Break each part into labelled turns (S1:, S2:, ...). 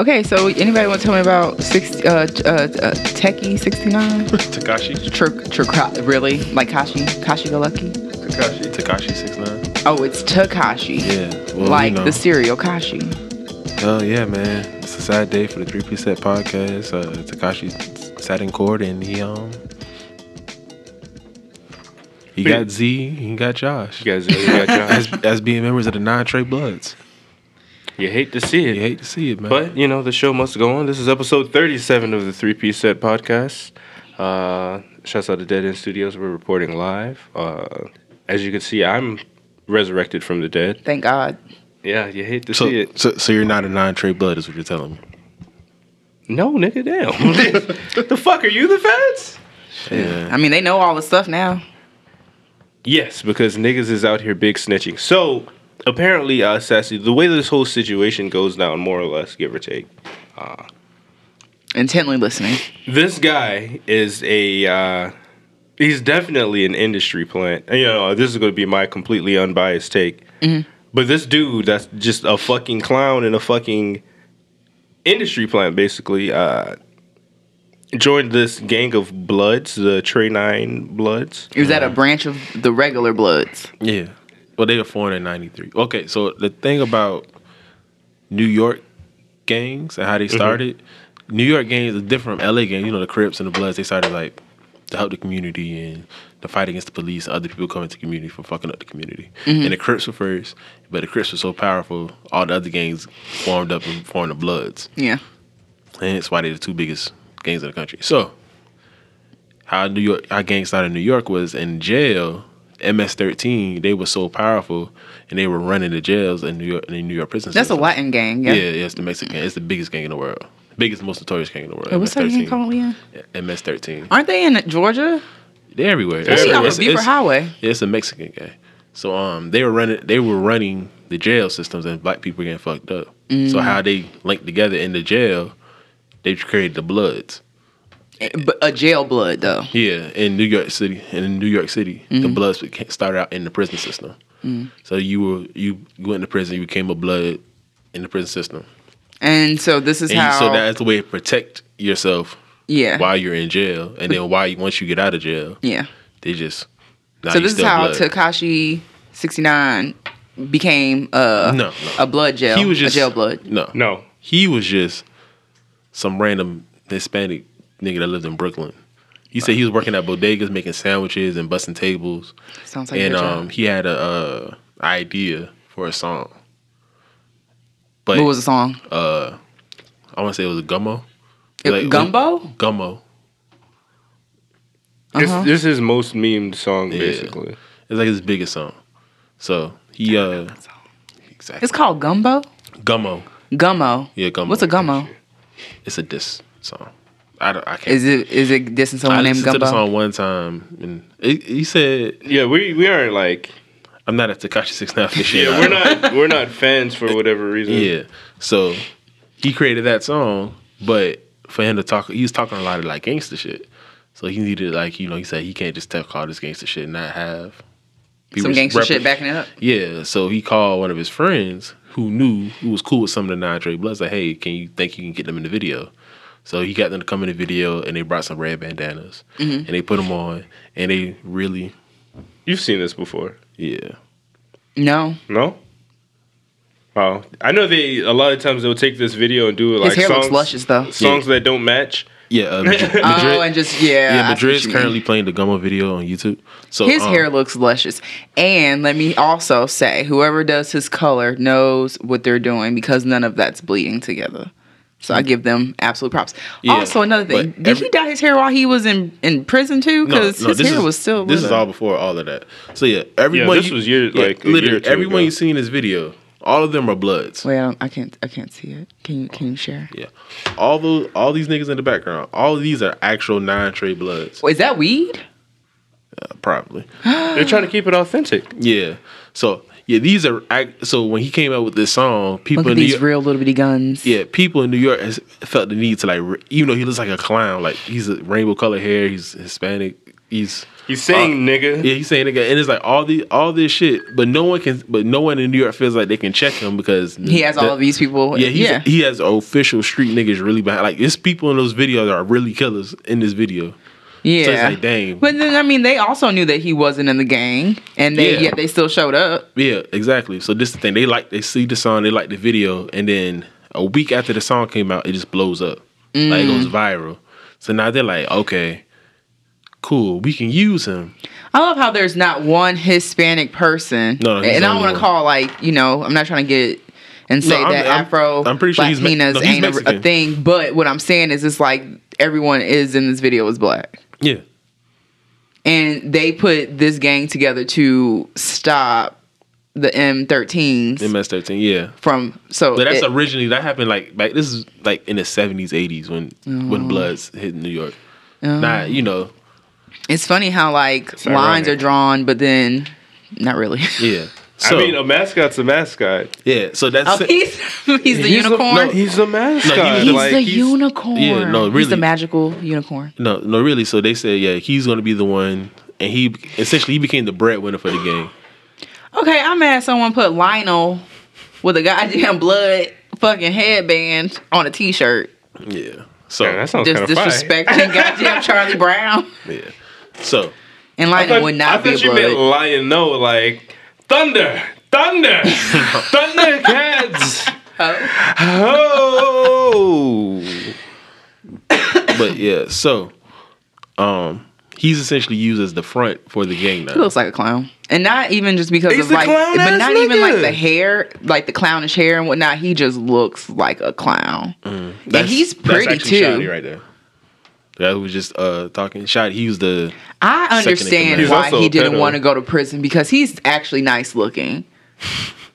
S1: Okay, so anybody want to tell me about six, uh, uh, uh, Techie 69?
S2: Takashi.
S1: Tr- tr- cro- really? Like Kashi? Kashi Galaki?
S2: Takashi. Takashi six nine.
S1: Oh, it's Takashi.
S2: Yeah. Well, you
S1: like
S2: know.
S1: the cereal Kashi.
S2: Oh yeah, man. It's a sad day for the three piece set podcast. Uh, Takashi sat in court and he um he got Z. He got Josh.
S3: You guys, you got
S2: As
S3: y'all.
S2: as being members of the non Trey Bloods.
S3: You hate to see it,
S2: You hate to see it, man.
S3: but you know the show must go on. This is episode thirty-seven of the Three Piece Set podcast. Uh, shouts out to Dead End Studios. We're reporting live. Uh, as you can see, I'm resurrected from the dead.
S1: Thank God.
S3: Yeah, you hate to see
S2: so,
S3: it.
S2: so so you're not a non Trey Blood, is what you're telling me.
S3: No, nigga, damn. the fuck are you, the feds?
S2: Yeah.
S1: I mean, they know all the stuff now.
S3: Yes, because niggas is out here big snitching. So apparently, uh, Sassy, the way this whole situation goes down, more or less, give or take,
S1: Intently listening.
S3: this guy is a. Uh, he's definitely an industry plant. And, You know, this is going to be my completely unbiased take. But this dude, that's just a fucking clown and a fucking industry plant, basically. Uh, joined this gang of Bloods, the Trey Nine Bloods.
S1: Is that a branch of the regular Bloods?
S2: Yeah. Well, they were 493. Okay, so the thing about New York gangs and how they started, New York gangs are different from LA gangs. You know, the Crips and the Bloods, they started like to help the community and the fight against the police and other people coming to the community for fucking up the community. And the Crips were first, but the Crips were so powerful, all the other gangs formed up and formed the Bloods.
S1: Yeah.
S2: And that's why they're the two biggest gangs in the country. So, how New York, how gang started in New York was in jail. MS-13, they were so powerful, and they were running the jails in New York, in the New York prison.
S1: That's a
S2: system.
S1: Latin gang.
S2: Yeah,
S1: Yeah.
S2: yeah, it's the Mexican. It's the biggest gang in the world, biggest, most notorious gang in the world.
S1: Wait, what's that gang
S2: MS-13.
S1: currently in?
S2: MS-13.
S1: Aren't they in Georgia?
S2: They're everywhere.
S1: They
S2: everywhere.
S1: off of
S2: It's-
S1: Beaver
S2: it's-
S1: Highway.
S2: yeah, it's a Mexican guy. So um, they were running. They were running the jail systems, and black people were getting fucked up.
S1: Mm.
S2: So how they linked together in the jail, they created the Bloods. Eh,
S1: But a jail blood, though.
S2: Yeah, in New York City, and in New York City,
S1: Mm-hmm.
S2: the Bloods beca- started out in the prison system.
S1: Mm.
S2: So you were you went into prison, you became a Blood in the prison system,
S1: And so this is
S2: and you,
S1: how.
S2: so that's the way to protect yourself
S1: yeah.
S2: while you're in jail, and then why once you get out of jail,
S1: Yeah.
S2: they just now
S1: so
S2: you
S1: this is
S2: still
S1: how
S2: blood.
S1: Takashi 69 became uh,
S2: no, no.
S1: a blood jail.
S2: he was just
S1: a jail blood.
S2: No,
S3: No,
S2: he was just some random Hispanic nigga that lived in Brooklyn. He said he was working at bodegas, making sandwiches and busting tables.
S1: Sounds like
S2: and
S1: your
S2: um,
S1: job.
S2: he had a uh, idea for a song, but
S1: What was the song?
S2: uh, I want to say it was a gummo, like-
S1: Gumbo?
S2: gummo.
S1: Uh-huh.
S3: This, this is most memed song
S2: Yeah.
S3: basically.
S2: It's like his biggest song. So he uh,
S1: It's called Gumbo?
S2: gummo.
S1: Gummo.
S2: Yeah, gummo.
S1: What's a gummo?
S2: It's a diss song. I don't. I can't.
S1: Is it is it dissing
S2: I
S1: someone named
S2: listened to
S1: Gumbo?
S2: the song one time, and it, he said,
S3: Yeah, we we aren't like
S2: "I'm not a Takashi Six Nine fan."
S3: yeah we're not we're not fans for whatever reason.
S2: Yeah. So he created that song, but for him to talk, he was talking a lot of like gangster shit. So he needed like you know he said he can't just talk all this gangster shit and not have
S1: Some
S2: people
S1: gangster
S2: repre-
S1: shit backing it up.
S2: Yeah. So he called one of his friends who knew who was cool with some of the Nandre Bloods. Like, hey, can you think you can get them in the video? So he got them to come in the video, and they brought some red bandanas,
S1: Mm-hmm.
S2: and they put them on, and they really
S3: You've seen this before,
S2: yeah.
S1: No.
S3: no? Wow, I know they a lot of times they'll take this video and do like
S1: His hair
S3: songs,
S1: looks luscious, though.
S3: songs that don't match.
S2: Yeah, uh, Madrid,
S1: Oh, and just, yeah. I see
S2: yeah,
S1: what
S2: Madrid's
S1: you mean.
S2: currently playing the Gummo video on YouTube. So
S1: His
S2: um,
S1: hair looks luscious. And let me also say, whoever does his color knows what they're doing because none of that's bleeding together. So I give them absolute props.
S2: Yeah,
S1: also, another thing,
S2: but
S1: did
S2: every-
S1: he dye his hair while he was in, in prison too? Because his
S2: this
S1: hair
S2: is-
S1: was still.
S2: This
S1: lit
S2: is
S1: up.
S2: all before all of that. So yeah, everyone.
S3: this was year- like, a year or
S2: literally
S3: two
S2: everyone
S3: ago.
S2: you see in this video, all of them are bloods.
S1: Wait, I, don't, I can't. I can't see it. Can you? Can you share?
S2: Yeah, all those, all these niggas in the background, all of these are actual non-trade bloods,
S1: Wait, is that weed?
S2: probably.
S3: They're trying to keep it authentic.
S2: Yeah. So yeah, these are. act- So when he came out with this song, people
S1: Look at
S2: in New
S1: these
S2: York,
S1: real little bitty guns.
S2: yeah, people in New York has felt the need to like, re- even though he looks like a clown, like he's a rainbow color hair, he's Hispanic, he's
S3: He's saying nigga.
S2: Uh, yeah, he's saying nigga, and it's like all the all this shit, but no one can, but no one in New York feels like they can check him because
S1: He has all
S2: the-
S1: of these people.
S2: Yeah, he's,
S1: yeah.
S2: he has official street niggas really behind. Like it's people in those videos that are really killers in this video.
S1: yeah.
S2: So it's like, dang.
S1: But then I mean, they also knew that he wasn't in the gang, and they
S2: Yeah.
S1: yet they still showed up.
S2: Yeah, exactly. So this is the thing. They like they see the song, they like the video, and then a week after the song came out, it just blows up. Like it goes
S1: Mm.
S2: viral. So now they're like, okay, cool, we can use him.
S1: I love how there's not one Hispanic person.
S2: No,
S1: and
S2: he's
S1: I
S2: the
S1: don't
S2: only
S1: want to
S2: one.
S1: call like you know I'm not trying to get and say
S2: I'm-
S1: that
S2: I'm-
S1: Afro
S2: I'm pretty sure he's Me-
S1: Latinas
S2: no, he's
S1: ain't a- a,
S2: Mexican.
S1: thing. But what I'm saying is, it's like everyone is in this video is black,
S2: Yeah.
S1: and they put this gang together to stop the M13s
S2: MS thirteen, yeah.
S1: from. So
S2: But that's
S1: it-
S2: originally that happened like back this is like in the seventies, eighties when when
S1: Mm.
S2: Bloods hit New York. Nah, you know,
S1: it's funny how like lines
S3: ironic.
S1: are drawn, but then not really.
S2: yeah. So
S3: I mean, a mascot's a mascot.
S2: yeah, so that's
S1: Oh, he's he's the unicorn.
S3: A, no, he's a mascot.
S2: was-
S1: he's
S3: like,
S1: the
S3: he's-
S1: unicorn.
S2: yeah, no,
S1: He's
S2: really.
S1: the magical unicorn.
S2: No, no, really. So they said, yeah, he's going to be the one, and he essentially he became the breadwinner for the game.
S1: Okay, I'm mad someone put Lionel with a goddamn blood fucking headband on a t-shirt.
S2: Yeah. So
S3: Yeah, that sounds
S1: Just
S3: kind of
S1: disrespecting goddamn Charlie Brown.
S2: yeah. So
S1: And
S3: I
S1: Lionel
S3: thought,
S1: would
S3: I
S1: not be a
S3: thought you meant
S1: blood.
S3: lion. No, like thunder, thunder, thundercats.
S1: Oh.
S3: Oh,
S2: but yeah, so um, he's essentially used as the front for the gang
S1: He
S2: now.
S1: looks like a clown. And not even just because
S3: He's
S1: of
S3: a
S1: like
S3: clown
S1: but
S3: ass
S1: not even like
S3: nigga.
S1: the hair, like the clownish hair and whatnot. He just looks like a clown.
S3: Mm.
S1: and he's pretty
S2: actually
S1: too.
S2: Shotty right there. That was just uh talking. Shot. He was the
S1: I
S2: Second in command.
S1: understand
S2: He's
S1: why
S3: also
S1: he
S3: a
S1: didn't
S3: pedo.
S1: want to go to prison because he's actually nice looking.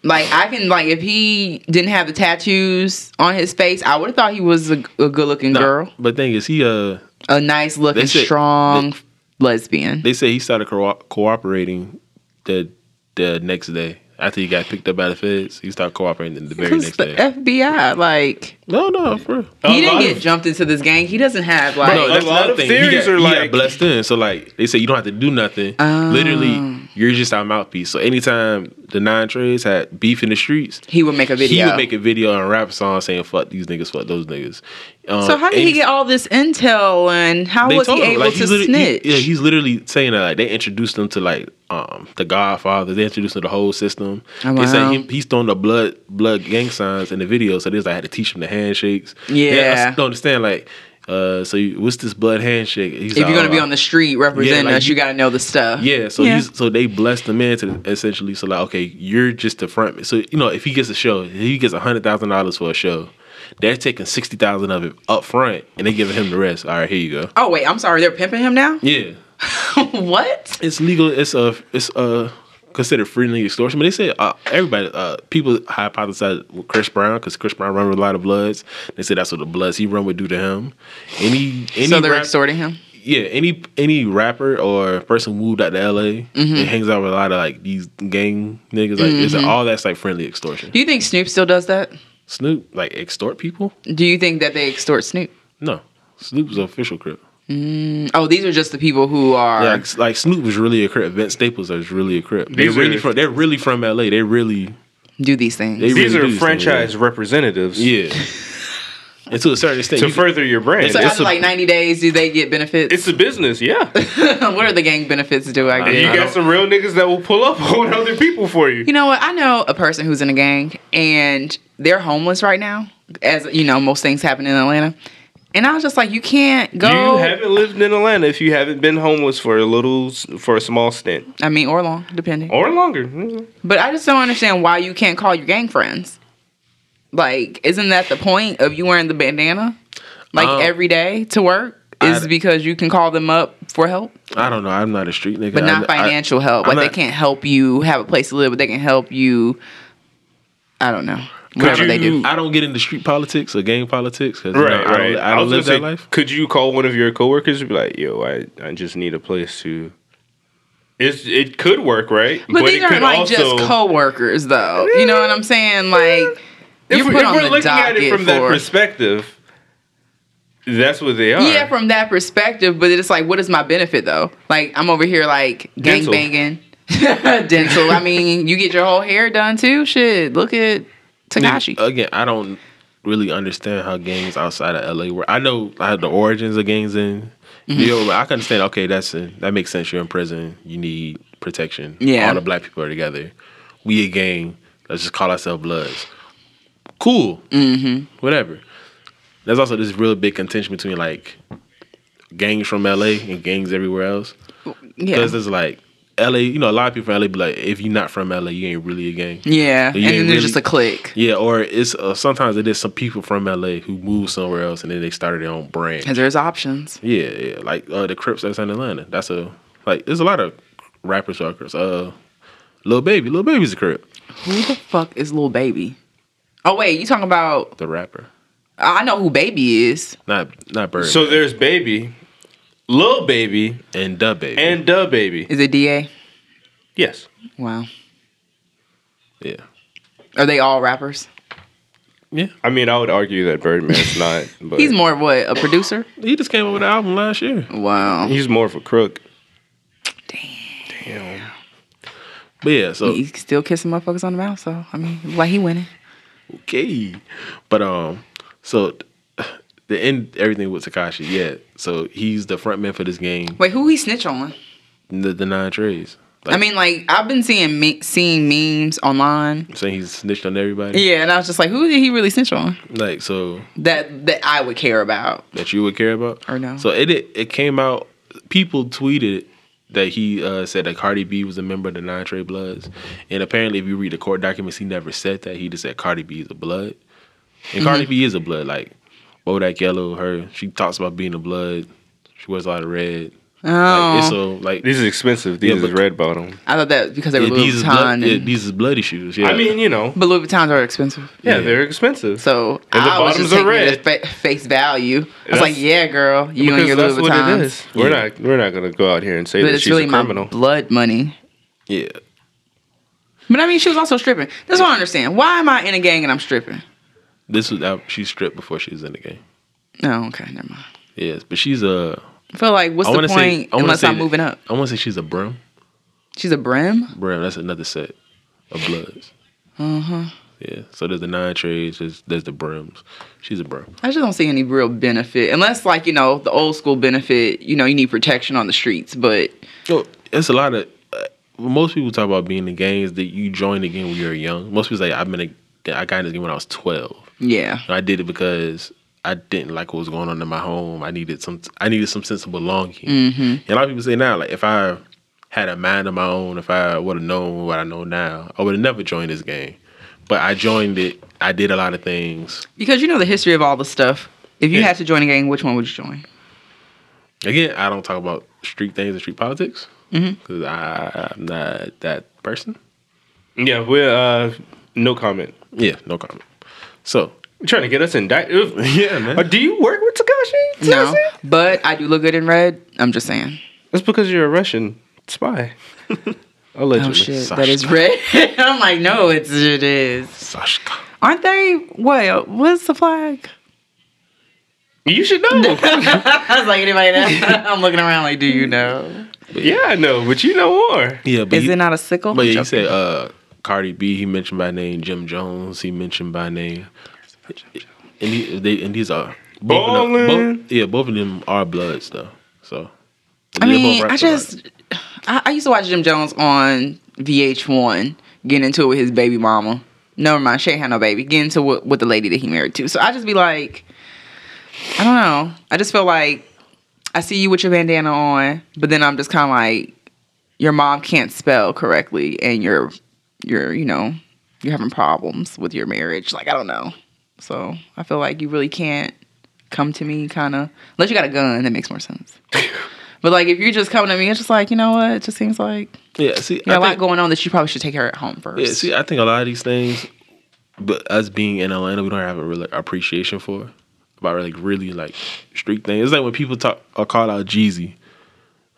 S1: Like I can like if he didn't have the tattoos on his face, I would have thought he was a, good looking
S2: nah,
S1: girl,
S2: But thing is, he uh
S1: a nice looking,
S2: They said-
S1: strong lesbian.
S2: they say he started co- cooperating the the next day after he got picked up by the feds. He started cooperating the very
S1: Who's
S2: next
S1: the
S2: day.
S1: FBI? Like
S2: No, no, for real.
S1: he didn't
S3: lot
S1: get
S3: of-
S1: jumped into this gang. He doesn't have like
S2: No,
S3: Right.
S2: that's
S3: A lot
S2: another
S3: of
S2: thing.
S3: theories
S2: you got,
S3: are
S2: you got
S3: like-
S2: blessed in. So like they say, you don't have to do nothing.
S1: Oh.
S2: Literally, you're just our mouthpiece. So anytime the nine trades had beef in the streets,
S1: he would make a video.
S2: he would make a video and rap song saying "fuck these niggas, fuck those niggas." Um,
S1: so how did he
S2: and
S1: get all this intel and how
S2: they
S1: was he
S2: told him,
S1: able
S2: like,
S1: to
S2: he's literally-
S1: snitch?
S2: he- yeah, he's literally saying that like they introduced him to like um the Godfather. They introduced him to the whole system.
S1: Oh,
S2: They
S1: wow.
S2: say he, he's throwing the blood blood gang signs in the video. So they just, like, had to teach him the handshakes.
S1: Yeah.
S2: I s- don't understand like. Uh, so you, what's this blood handshake? He's
S1: if you're
S2: like,
S1: gonna
S2: "Oh,
S1: be
S2: I-
S1: on the street representing
S2: Yeah, like,
S1: us, you,
S2: you-
S1: got to know the stuff.
S2: Yeah, so he's so they blessed the man to essentially so like okay, you're just the front. man. So you know if he gets a show, he gets a hundred thousand dollars for a show. They're taking sixty thousand of it up front, and they giving him the rest. All right, here you go.
S1: Oh wait, I'm sorry. They're pimping him now.
S2: Yeah,
S1: what?
S2: it's legal. It's a it's a considered freely extortion. But they said uh, everybody uh, people hypothesize with Chris Brown because Chris Brown run with a lot of bloods. They said that's what the bloods he run would do to him. Any any
S1: so they're
S2: rap-
S1: extorting him.
S2: yeah, any any rapper or person who moved out to LA and hangs out with a lot of like these gang niggas, like it's all that's like friendly extortion.
S1: Do you think Snoop still does that?
S2: Snoop like extort people?
S1: Do you think that they extort Snoop?
S2: No, Snoop's an official crip.
S1: Oh, these are just the people who are.
S2: Like like Snoop was really a crip. Vince Staples is really a crip. They
S3: These
S2: really
S3: are-
S2: from they're really from LA. They really
S1: do these things.
S2: They-
S3: these
S2: really do
S3: are
S2: this thing,
S3: franchise representatives.
S2: yeah. and to a certain extent,
S3: To
S2: you-
S3: further your brand,
S1: so
S3: it's
S1: after
S3: a,
S1: like 90 days, do they get benefits?
S3: it's a business. Yeah,
S1: what are the gang benefits? Do I
S2: I
S1: get?
S3: you
S2: don't-
S3: got some real niggas that will pull up on other people for you.
S1: You know what? I know a person who's in a gang and they're homeless right now. As you know, most things happen in Atlanta. And I was just like, you can't go.
S3: You haven't lived in Atlanta if you haven't been homeless for a little, for a small stint
S1: I mean, or long, depending.
S3: or longer. Mhm.
S1: But I just don't understand why you can't call your gang friends. Like, isn't that the point of you wearing the bandana like
S2: Um,
S1: every day to work? Is
S2: I'd-
S1: because you can call them up for help,
S2: I don't know. I'm not a street nigga,
S1: but
S2: I-
S1: not
S2: I-
S1: financial help.
S2: I'm
S1: Like they
S2: not-
S1: can't help you have a place to live, but they can help you. I don't know.
S3: Could
S1: Whatever they
S3: you-
S1: do.
S2: I don't get into street politics or gang politics because
S3: Right,
S2: I
S3: right.
S2: don't, I don't
S3: was
S2: live that
S3: gonna say,
S2: life.
S3: Could you call one of your coworkers and be like, "Yo, I, I just need a place to." It's it could work, right?
S1: But, these
S3: it
S1: aren't
S3: could
S1: like just coworkers, though. You know what I'm saying? Like
S3: If,
S1: you
S3: we-
S1: put
S3: if
S1: on
S3: we're
S1: the
S3: looking at it
S1: docket
S3: from that
S1: for-
S3: perspective, That's what they are.
S1: Yeah, from that perspective, but it's like, what is my benefit though? Like, I'm over here like gang
S3: Dental.
S1: banging, dental. I mean, you get your whole hair done too. Shit, look at Takashi.
S2: Again, I don't really understand how gangs outside of LA work. I know I had the origins of gangs in
S1: Mm-hmm.
S2: New York. but I can understand. Okay, that's that makes sense. You're in prison. You need protection.
S1: Yeah.
S2: all the black people are together. We a gang. Let's just call ourselves Bloods. Cool. Mm-hmm. Whatever. There's also this real big contention between like gangs from LA and gangs everywhere else.
S1: yeah,
S2: Because it's like LA, you know, a lot of people from LA be like, if you're not from LA, you ain't really a gang.
S1: yeah, and
S2: You ain't
S1: then
S2: really-
S1: there's just a click.
S2: Yeah, or it's uh, sometimes it is some people from LA who moved somewhere else and then they started their own brand.
S1: Cause there's options.
S2: Yeah, yeah, like uh, the Crips that's in Atlanta. That's a like. There's a lot of rappers who are Crips. Uh, Lil Baby, Lil Baby's a Crip,
S1: Who the fuck is Lil Baby? Oh wait, you talking about?
S2: the rapper,
S1: I know who Baby is.
S2: not not Bird.
S3: So there's baby, little baby,
S2: and Dub Baby,
S3: and dub baby.
S1: Is it Da?
S3: Yes.
S1: Wow.
S2: yeah,
S1: Are they all rappers?
S3: I mean, I would argue that Birdman's not, but
S1: He's more of what a producer.
S2: he just came out with an album last year.
S1: Wow.
S3: he's more of a crook.
S2: But yeah, so
S1: He still kissing motherfuckers on the mouth, so I mean, like he winning.
S2: okay. But um, so the end everything with Takashi. Yeah, so he's the front man for this game,
S1: Wait, who he snitch on?
S2: the, the nine trades. Like,
S1: I mean, like I've been seeing me- seeing memes online.
S2: saying he's snitched on everybody.
S1: Yeah, and I was just like, who did he really snitch on?
S2: Like so
S1: That that I would care about.
S2: that you would care about
S1: Or no.
S2: So it it, it came out. People tweeted that he uh, said that Cardi B was a member of the Nine Trey Bloods, and apparently, if you read the court documents, he never said that. He just said Cardi B is a blood,
S1: Mm-hmm.
S2: and Cardi B is a blood. Like Bodak Yellow, her she talks about being a blood. She wears a lot of red. Like, it's
S1: Oh,
S2: so like
S3: These is expensive.
S2: Yeah,
S3: These is
S2: but-
S3: red bottom.
S1: I thought that was because they were
S2: yeah,
S1: Louis
S2: these, is blood,
S1: Vuitton,
S2: yeah,
S1: and-
S2: these is bloody shoes. Yeah,
S3: I mean, you know,
S1: but Louis Vuittons are expensive.
S3: yeah,
S2: Yeah.
S3: they're expensive.
S1: So
S3: And the
S1: I was
S3: bottoms
S1: just
S3: are
S1: taking
S3: red.
S1: it at fa- face value. I was
S3: That's-
S1: like, yeah, girl, you
S3: because
S1: and your
S3: that's
S1: Louis
S3: what it
S1: Vuittons.
S3: is. We're
S2: Yeah.
S3: not we're not gonna go out here and say
S1: But
S3: that
S1: it's
S3: she's
S1: really
S3: a
S1: my
S3: criminal.
S1: blood money.
S2: yeah.
S1: But I mean, she was also stripping. That's what I understand. Why am I in a gang and I'm stripping?
S2: This was out. She stripped before she was in the game.
S1: No, Oh, okay, never mind.
S2: Yes, but she's a.
S1: I feel like what's
S2: I
S1: the
S2: wanna say-
S1: point
S2: I wanna
S1: unless
S2: say
S1: I'm
S2: that-
S1: moving up?
S2: I want to say she's a brim.
S1: She's a brim.
S2: Brim, that's another set of bloods. Yeah. So there's the nine trades, there's, there's the brims. She's a brim.
S1: I just don't see any real benefit unless, like you know, the old school benefit. You know, you need protection on the streets, but
S2: Yo, it's a lot of. Uh, most people talk about being in gangs that you join the gang when you're young. Most people say I've been a, I got in this game when I was twelve.
S1: yeah,
S2: And I did it because I didn't like what was going on in my home. I needed some. I needed some sense of belonging. And a lot of people say now, like if I had a mind of my own, if I would have known what I know now, I would have never joined this game. But I joined it. I did a lot of things.
S1: because you know the history of all the stuff. If you
S2: Yeah.
S1: had to join a gang, which one would you join?
S2: Again, I don't talk about street things and street politics
S1: Mm-hmm.
S2: because I'm not that person.
S3: yeah, we're uh, no comment.
S2: Yeah, no comment. So,
S3: You're trying to get us indicted.
S2: Yeah, man.
S3: Uh, do you work with Takashi?
S1: No, but I do look good in red. I'm just saying.
S3: That's because you're a Russian spy. Allegedly.
S1: Oh shit, that is red. I'm like, no, it's it is.
S2: Sashka.
S1: Aren't they? What? What's the flag?
S3: You should know.
S1: I was like, anybody? That, I'm looking around like, do you know?
S3: yeah, I know, but you know more.
S2: Yeah, but
S1: Is
S2: he,
S1: it not a sickle?
S2: But yeah, he
S1: Joking.
S2: said uh, Cardi B. He mentioned by name Jim Jones. He mentioned by name, and he, they and these are both, of them-
S3: Ballin'.
S2: both- yeah, both of them are bloods though. So
S1: I
S2: They're
S1: mean,
S2: both
S1: I
S2: rappers, right?
S1: just I, I used to watch Jim Jones on VH1 getting into it with his baby mama. Never mind, she ain't had no baby. Getting into it with the lady that he married to. So I just be like, I don't know. I just feel like I see you with your bandana on, but then I'm just kind of like, your mom can't spell correctly, and you're you're you know you're having problems with your marriage. Like I don't know. So I feel like you really can't come to me, kind of unless you got a gun. That makes more sense. But like if you're just coming to me, it's just like, you know what? It just seems like
S2: yeah, see,
S1: you got a
S2: I
S1: lot
S2: think,
S1: going on that you probably should take her at home
S2: yeah,
S1: first.
S2: see, I think a lot of these things, but us being in Atlanta, we don't have a real appreciation for about like really like street things. It's like when people talk or call out Jeezy.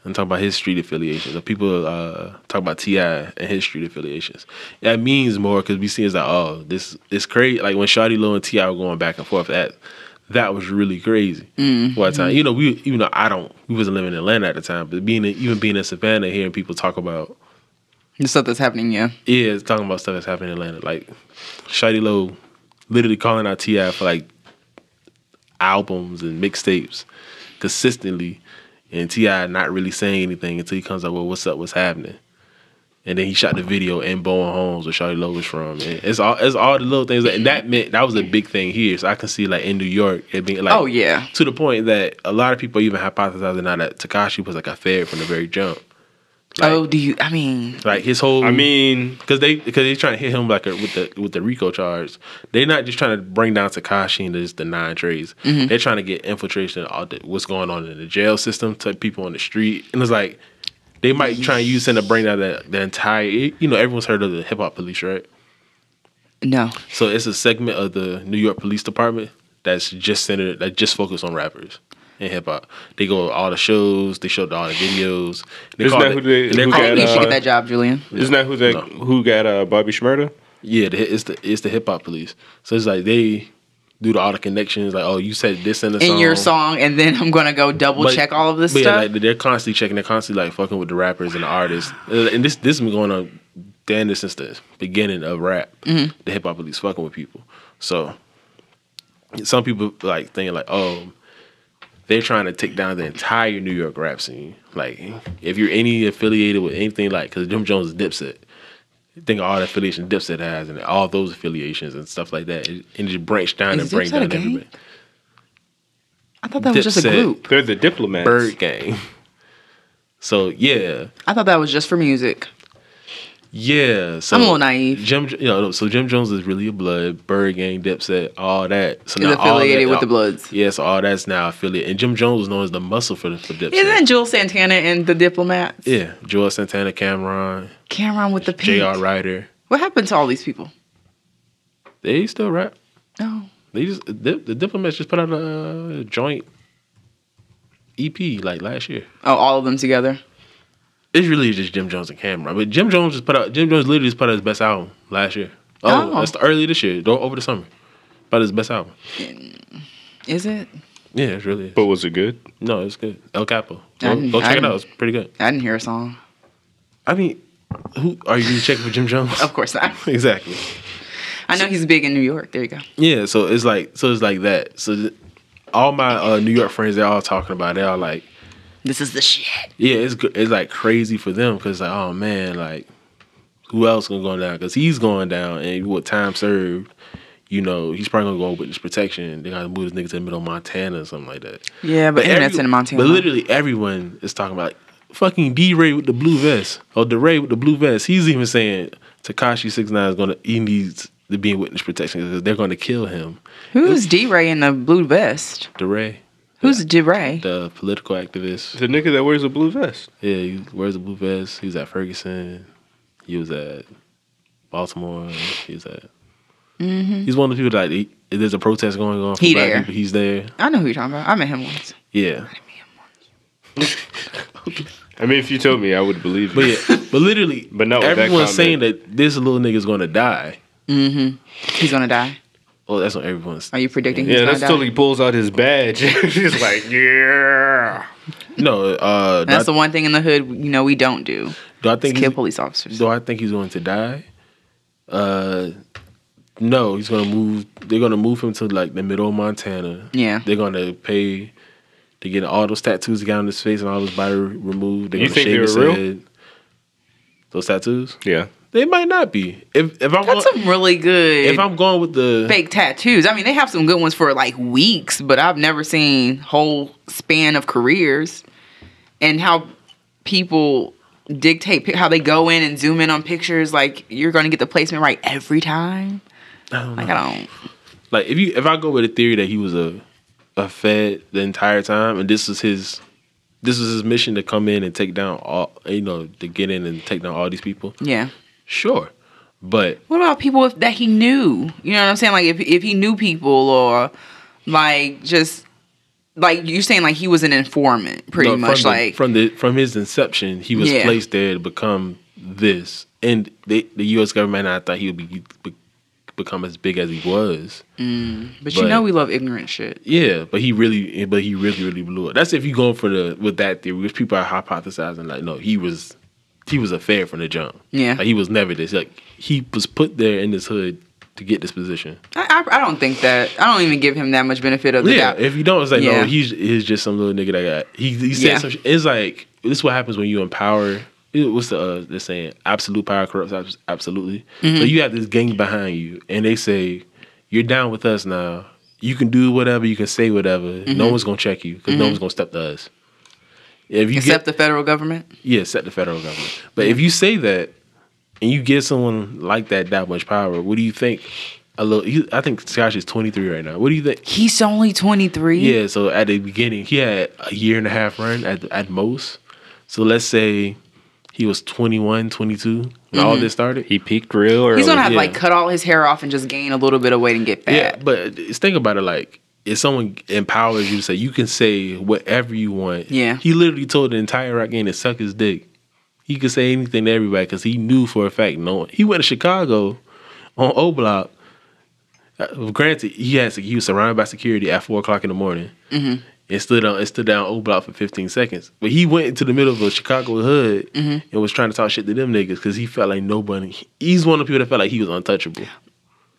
S2: and talk about his street affiliations. Or people uh, talk about Ti and his street affiliations. That means more because we see it's like, oh, this it's crazy. Like when Shawty Low and Ti were going back and forth, that that was really crazy. By the time you know we, you know I don't, we wasn't living in Atlanta at the time, but being in, even being in Savannah, hearing people talk about
S1: The stuff that's happening, yeah.
S2: yeah, it's talking about stuff that's happening in Atlanta, like Shady Low, literally calling out Ti for like albums and mixtapes consistently, and Ti not really saying anything until he comes out. Well, what's up? What's happening? And then he shot the video in Bowen Homes, where Shawty Low was from. And it's all it's all the little things, and that meant that was a big thing here. So I can see like in New York, it being like
S1: Oh, yeah.
S2: to the point that a lot of people even hypothesizing now that Takashi was like a fed from the very jump. Like-
S1: oh, do you? I mean,
S2: Like his whole
S3: I mean,
S2: because they because they trying to hit him like a, with the with the Rico charge. They're not just trying to bring down Takashi and just the nine trades. They're trying to get infiltration of all the, what's going on in the jail system to people on the street. And it's like they might try and use him to bring down the, the entire. You know, everyone's heard of the hip hop police, right?
S1: no.
S2: So it's a segment of the New York Police Department that's just centered that just focused on rappers and hip hop. They go to all the shows, they show all the videos. They
S3: Isn't
S2: call
S3: that
S2: it-
S3: who they-
S2: and they're
S3: who
S1: I
S2: called
S3: got,
S1: think you should
S3: uh,
S1: get that job, Julian.
S3: isn't that who that
S2: No.
S3: who got uh, Bobby Schmurda?
S2: Yeah, the, it's the it's the hip hop police. So it's like they do the, all the connections. Like, oh, you said this in the
S1: In
S2: song.
S1: your song, and then I'm gonna go double
S2: But-
S1: check all of this
S2: but
S1: stuff.
S2: Yeah, like they're constantly checking. They're constantly like fucking with the rappers and the artists. Uh, And this this has been going on damn this since the beginning of rap.
S1: Mm-hmm.
S2: The hip hop police fucking with people. So some people like thinking like, oh, they're trying to take down the entire New York rap scene. Like if you're any affiliated with anything like, because Jim Jones is Dipset. Think of all the affiliation Dipset has and all those affiliations and stuff like that, and and just branch down
S1: Is
S2: and bring
S1: Dipset a
S2: down
S1: gang?
S2: everybody.
S1: I thought that was just a
S2: Dipset.
S1: group.
S3: They're the diplomats.
S2: Bird Gang. So yeah,
S1: I thought that was just for music.
S2: Yeah, so
S1: I'm a little naive.
S2: Jim, you know, so Jim Jones is really a blood, Bird Gang, Dipset, all that. So
S1: Is
S2: now all
S1: affiliated
S2: that-
S1: with the Bloods.
S2: Yeah, so all that's now affiliated. And Jim Jones was known as the muscle for the for Dipset.
S1: Isn't Jewel Santana and the Diplomats?
S2: yeah, Joel Santana, Cameron,
S1: Cameron with the pink.
S2: J.R. Ryder,
S1: What happened to all these people?
S2: they still rap.
S1: Oh,
S2: They just the, the diplomats just put out a uh, joint EP like last year.
S1: oh, all of them together.
S2: It's really just Jim Jones and Cameron. But Jim Jones just put out Jim Jones literally just put out his best album last year. Oh,
S1: Oh.
S2: that's early this year, though, over the summer. But his best album.
S1: Is it?
S2: Yeah, it's really. is.
S3: But was it good?
S2: No, it's good. El Capo.
S1: I
S2: Go,
S1: didn't-
S2: go
S1: I
S2: check it
S1: didn't-
S2: out. It's pretty good.
S1: I didn't hear a song.
S2: I mean, who are you checking for Jim Jones?
S1: Of course not.
S2: exactly.
S1: I know he's big in New York. There you go.
S2: Yeah, so it's like so it's like that. So th- all my uh, New York friends, they're all talking about. it. They're all like,
S1: This is the shit.
S2: yeah, it's good. It's like crazy for them because like, oh man, like who else gonna go down? Because he's going down, and what time served? You know, he's probably gonna go with this protection. They gotta move this nigga to the middle of Montana or something like that.
S1: Yeah, but, internet's
S2: every-
S1: in Montana.
S2: But literally everyone is talking about fucking D Ray with the blue vest or D Ray with the blue vest. He's even saying Takashi Six Nine is gonna he needs to be in witness protection because they're gonna kill him.
S1: Who's D Ray in the blue vest?
S2: D Ray,
S1: Who's D Ray?
S2: the political activist.
S3: The nigga that wears a blue vest.
S2: Yeah, he wears the blue vest. He was at Ferguson. He was at Baltimore. He was at. He's one of the people that he, if there's a protest going on. For
S1: Mm-hmm. He
S2: black
S1: there.
S2: People, he's there.
S1: I know who you're talking about. I met him once.
S2: Yeah.
S3: I mean, if you told me, I would believe it.
S2: But yeah, but literally,
S3: But not with that
S2: everyone's
S3: comment.
S2: saying that this little nigga's gonna die.
S1: Mm-hmm. He's gonna die.
S2: Oh, that's what everyone's.
S1: Are you predicting?
S3: yeah,
S1: he's
S3: that's
S1: gonna
S3: till
S1: die?
S3: he pulls out his badge. He's like, yeah.
S2: No, uh, do, I,
S1: That's the one thing in the hood you know we don't do.
S2: do I
S1: Is
S2: think
S1: kill
S2: he's,
S1: police officers.
S2: do I think he's going to die? Uh, no, he's gonna move. They're gonna move him to like the middle of Montana.
S1: Yeah.
S2: they're gonna pay to get all those tattoos he got on his face and all his body removed. They're
S3: You
S2: gonna
S3: think
S2: shave
S3: they
S2: his
S3: were real?
S2: head. Those tattoos?
S3: Yeah.
S2: They might not be. If if I'm
S1: That's
S2: going,
S1: some really good
S2: if I'm going with the
S1: fake tattoos. I mean, they have some good ones for like weeks, but I've never seen whole span of careers and how people dictate pi- how they go in and zoom in on pictures. Like you're going to get the placement right every time.
S2: I don't know.
S1: Like I don't.
S2: like if you if I go with the theory that he was a a Fed the entire time and this was his this was his mission to come in and take down all you know to get in and take down all these people.
S1: Yeah.
S2: Sure, but
S1: What about people if, that he knew? You know what I'm saying? Like if if he knew people or like just like you're saying like he was an informant pretty
S2: no,
S1: much
S2: from the-
S1: like
S2: from the from his inception he was
S1: Yeah.
S2: placed there to become this and they, the U.S. government I thought he would be, be become as big as he was.
S1: But you
S2: But-
S1: know we love ignorant shit.
S2: Yeah, but he really, but he really, really blew it. That's if you going for the with that theory, which people are hypothesizing. Like, no, he was, he was a fair from the jump.
S1: Yeah.
S2: like, he was never this. Like, he was put there in this hood to get this position.
S1: I, I, I don't think that. I don't even give him that much benefit of the
S2: Yeah,
S1: doubt.
S2: if you don't, it's like
S1: Yeah.
S2: no, he's he's just some little nigga that got he he said
S1: Yeah.
S2: some. Sh- it's like this is what happens when you empower. it- What's the uh, the saying? Absolute power corrupts abs- absolutely. So
S1: Mm-hmm.
S2: you have this gang behind you, and they say you're down with us now. You can do whatever, you can say whatever.
S1: Mm-hmm.
S2: No one's gonna check you because no one's gonna step to us. If you
S1: Except
S2: get,
S1: the federal government.
S2: yeah, except the federal government. But if you say that and you give someone like that that much power, what do you think? A little, you- I think Scotch is 23 right now. What do you think?
S1: He's only 23.
S2: Yeah, so at the beginning, he had a year and a half run at at most. So let's say he was 21, 22 when all this started.
S3: He peaked real early.
S1: He's gonna have to
S2: yeah.
S1: like cut all his hair off and just gain a little bit of weight and get fat.
S2: yeah, but just think about it like if someone empowers you to say you can say whatever you want.
S1: Yeah.
S2: He literally told the entire rock gang to suck his dick. He could say anything to everybody because he knew for a fact no one. He went to Chicago on O Block. Uh, Granted, he had he was surrounded by security at four o'clock in the morning. and stood on and stood down O Block for 15 seconds. But he went into the middle of a Chicago hood and was trying to talk shit to them niggas because he felt like nobody. He's one of the people that felt like he was untouchable.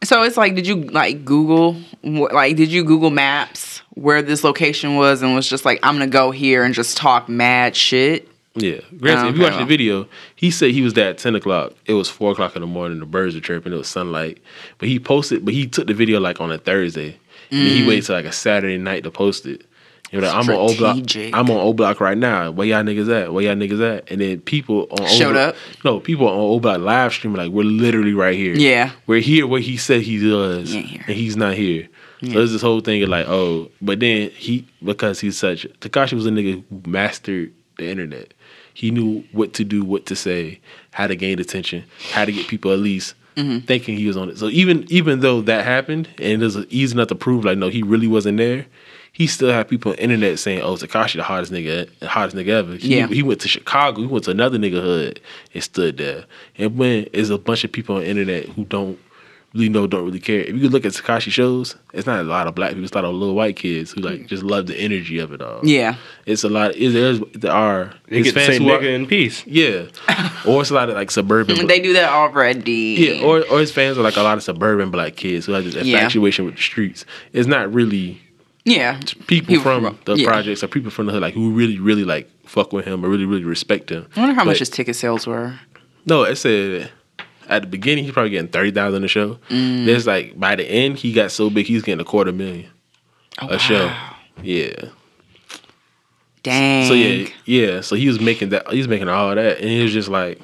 S1: So it's like, did you like Google? wh- Like, did you Google Maps where this location was and was just like, I'm gonna go here and just talk mad shit?
S2: Yeah. Granted,
S1: Oh,
S2: if you watch
S1: okay,
S2: the
S1: well.
S2: video, he said he was there at 10 o'clock. It was 4 o'clock in the morning. The birds were chirping. It was sunlight. But he posted, but he took the video like on a Thursday. And
S1: Mm.
S2: he waited till like a Saturday night to post it. He was like, I'm on O Block.
S1: Strategic.
S2: I'm on O Block right now. Where y'all niggas at? Where y'all niggas at? And then people on
S1: Showed
S2: O-Block-
S1: up?
S2: No, people on O Block live stream like, we're literally right here.
S1: Yeah.
S2: We're here where he said he was.
S1: He ain't here.
S2: And he's not here. So there's this whole thing of like, oh, but then he because he's such Takashi was a nigga who mastered the internet. He knew what to do, what to say, how to gain attention, how to get people at least thinking he was on it. So even even though that happened and it was easy enough to prove like no, he really wasn't there, he still had people on the internet saying, Oh, Takashi the hottest nigga the hottest nigga ever. He,
S1: Yeah.
S2: he went to Chicago, he went to another nigga hood and stood there. And when there's a bunch of people on the internet who don't really know don't really care. If you look at Takashi shows, it's not a lot of black people. It's a lot of little white kids who like just love the energy of it all.
S1: Yeah.
S2: it's a lot. It, there's there are
S3: They
S2: his
S3: get to say
S2: who are-
S3: nigga in peace.
S2: yeah, or it's a lot of like suburban.
S1: They do that already.
S2: yeah, or or his fans are like a lot of suburban black kids who have this
S1: Yeah.
S2: infatuation with the streets. It's not really
S1: yeah,
S2: people
S1: People
S2: from,
S1: from-
S2: the
S1: yeah.
S2: projects or people from the hood like who really really like fuck with him or really really respect him.
S1: I wonder how much
S2: But-
S1: his ticket sales were.
S2: no, it said at the beginning he's probably getting thirty thousand a show.
S1: Mm.
S2: There's like by the end he got so big he's getting a quarter million
S1: Oh,
S2: a show. Yeah.
S1: Dang.
S2: So yeah, yeah. So he was making that. He was making all that, and he was just like,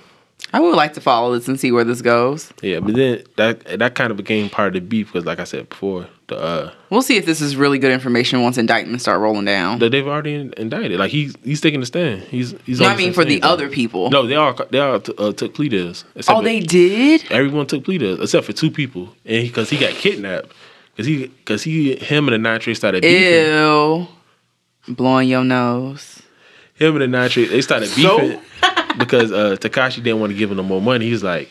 S1: I would like to follow this and see where this goes.
S2: yeah. But then that that kind of became part of the beef because, like I said before, the uh,
S1: We'll see if this is really good information once indictments start rolling down.
S2: that they've already in- indicted. Like he's he's taking the stand. He's he's.
S1: no,
S2: on
S1: I mean
S2: same
S1: for the
S2: stand.
S1: other people.
S2: No, they all they all t- uh, took plea deals. except
S1: oh,
S2: for-
S1: they did.
S2: Everyone took plea deals except for two people, and because he, got kidnapped, because he because he him and the nine trace started beefing.
S1: Ew. Blowing your nose.
S2: him and the nine Tree, they started
S3: So?
S2: beefing because uh, Takashi didn't want to give him no more money. He's like,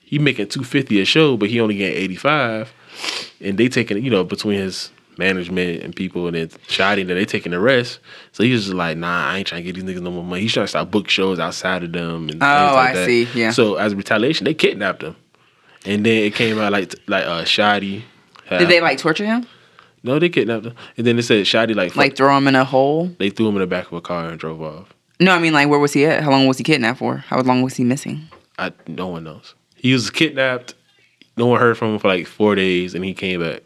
S2: he making two fifty a show, but he only getting eighty five, and they taking you know between his management and people and then shouting that they taking the rest. So he was just like, nah, I ain't trying to get these niggas no more money. He's trying to start book shows outside of them and things
S1: Oh,
S2: like
S1: I
S2: that.
S1: see, yeah.
S2: So as retaliation, they kidnapped him, and then it came out like like uh, Shotty. had-
S1: Did they like torture him?
S2: No, they kidnapped him, and then it said Shotty
S1: Like
S2: like, like
S1: throw him in a hole?
S2: they threw him in the back of a car and drove off.
S1: No, I mean like where was he at? How long was he kidnapped for? How long was he missing?
S2: I no one knows. He was kidnapped. No one heard from him for like four days, and he came back.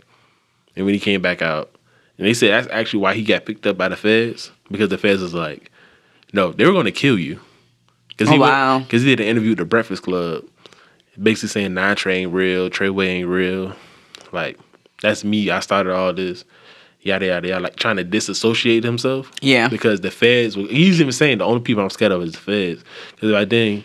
S2: And when he came back out, and they said that's actually why he got picked up by the feds because the feds was like, "No, they were going to kill you." Because he
S1: Oh, wow.
S2: Because he did an interview with the Breakfast Club, basically saying Nine Train real, Treyway ain't real. Like that's me. I started all this. Yada yada yada. Like trying to disassociate himself.
S1: Yeah.
S2: Because the feds. were- He's even saying the only people I'm scared of is the feds. Because if I didn't,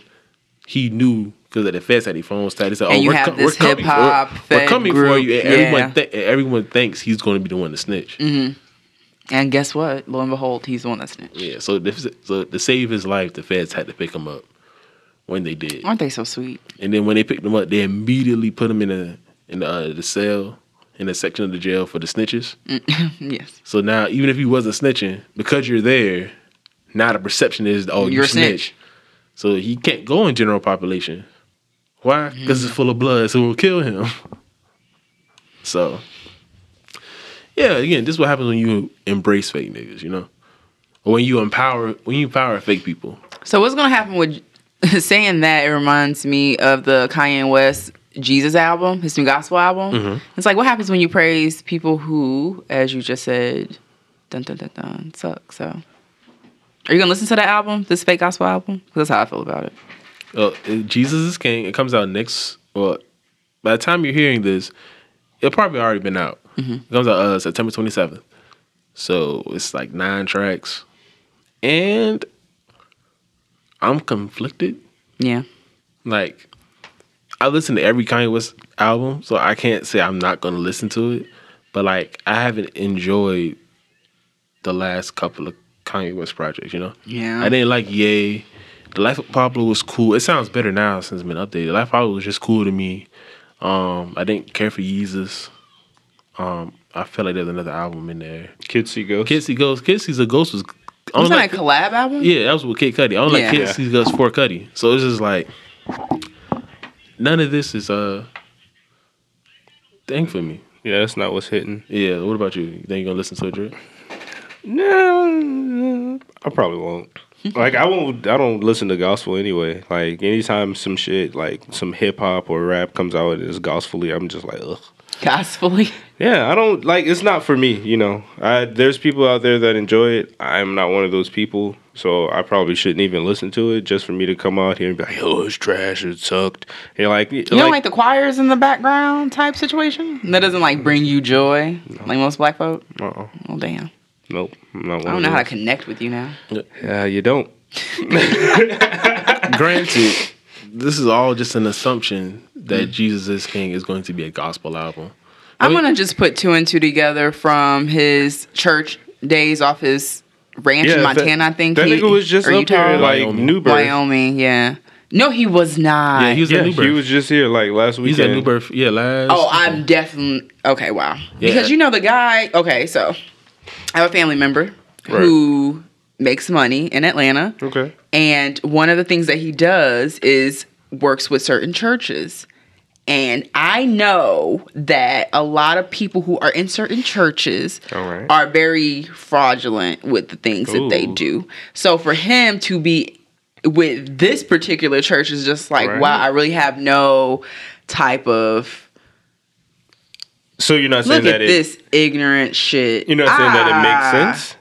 S2: he knew because the feds had their phones tied. They said, "Oh,
S1: And you
S2: we're,
S1: have
S2: co-
S1: this
S2: we're coming,
S1: hip-hop
S2: for, we're
S1: fed
S2: coming for
S1: group.
S2: you." And everyone,
S1: Yeah. Mm-hmm.
S2: thi- and everyone thinks he's going to be the one to snitch.
S1: And guess what? Lo and behold, he's the one that snitched.
S2: Yeah. So, this, so to save his life, the feds had to pick him up when they did,
S1: Aren't they so sweet?
S2: and then when they picked him up, they immediately put him in a in the, uh, the cell in the section of the jail for the snitches.
S1: yes.
S2: So now, even if you wasn't snitching, because you're there, now the perception is, oh, you
S1: You're a
S2: snitch.
S1: snitch.
S2: So he can't go in general population. Why? Because it's full of blood, so it will kill him. So, yeah, again, this is what happens when you embrace fake niggas, you know, or when you empower when you empower fake people.
S1: So what's gonna happen with saying that? It reminds me of the Kanye West Jesus album, his new gospel album.
S2: Mm-hmm.
S1: It's like what happens when you praise people who, as you just said, dun dun dun dun, suck. So, are you gonna listen to that album, this fake gospel album? 'Cause that's how I feel about it.
S2: Uh, Jesus is King. It comes out next. Well, by the time you're hearing this, it probably already been out. It comes out uh, September 27th. So it's like nine tracks, and I'm conflicted.
S1: Yeah.
S2: Like I listen to every Kanye West album, so I can't say I'm not gonna listen to it. But like I haven't enjoyed the last couple of Kanye West projects. You know.
S1: Yeah.
S2: I didn't like Yay. The Life of Pablo was cool. It sounds better now since it's been updated. The Life of Pablo was just cool to me. Um, I didn't care for Yeezus. Um, I feel like there's another album in there.
S3: Kids see ghosts.
S2: Kid See Ghost. Kid Sees a Ghost was. I
S1: Was
S2: don't
S1: that
S2: like,
S1: a collab album?
S2: yeah, that was with Kid Cudi. I don't like
S1: Yeah.
S2: Kid See Ghost for Cudi. So it's just like none of this is a thing for me.
S3: Yeah, that's not what's hitting.
S2: Yeah. What about you? You think you're gonna listen to it, Drake?
S3: No, I probably won't. Like I won't. I don't listen to gospel anyway. Like anytime some shit like some hip hop or rap comes out and it's gospelly, I'm just like ugh.
S1: Gospelly.
S3: Yeah, I don't like. It's not for me. You know, I, there's people out there that enjoy it. I'm not one of those people, so I probably shouldn't even listen to it. Just for me to come out here and be like, "Oh, it's trash. It sucked." And like,
S1: You don't like the choirs in the background type situation? That doesn't like bring you joy, like most black folk.
S3: uh-uh.
S1: Oh damn!
S3: nope. I'm not one
S1: I don't
S3: of
S1: know how to
S3: those.
S1: connect with you now.
S3: Yeah, you don't.
S2: granted, this is all just an assumption that Jesus is King is going to be a gospel album.
S1: I'm
S2: Wait.
S1: gonna just put two and two together from his church days off his ranch in
S3: Yeah, that-
S1: Montana. I think
S3: that
S1: he-
S3: nigga was just
S1: or
S3: up
S1: Utah?
S3: here like
S2: Wyoming.
S3: New Birth.
S1: Wyoming. Yeah. No, he was not.
S2: Yeah, he was
S3: Yeah,
S2: at New Birth.
S3: he was just here like last weekend.
S2: He's at New Birth. Yeah, last.
S1: Oh, I'm definitely okay. Wow,
S2: Yeah.
S1: because you know the guy. Okay, so I have a family member
S3: Right.
S1: who makes money in Atlanta.
S3: Okay.
S1: And one of the things that he does is works with certain churches. And I know that a lot of people who are in certain churches
S3: All right.
S1: are very fraudulent with the things that they
S3: Ooh.
S1: do. So for him to be with this particular church is just like,
S3: Right.
S1: wow, I really have no type of
S3: So you're not saying
S1: look at
S3: that it,
S1: this ignorant shit.
S3: you're not saying that it
S1: Ah.
S3: makes sense.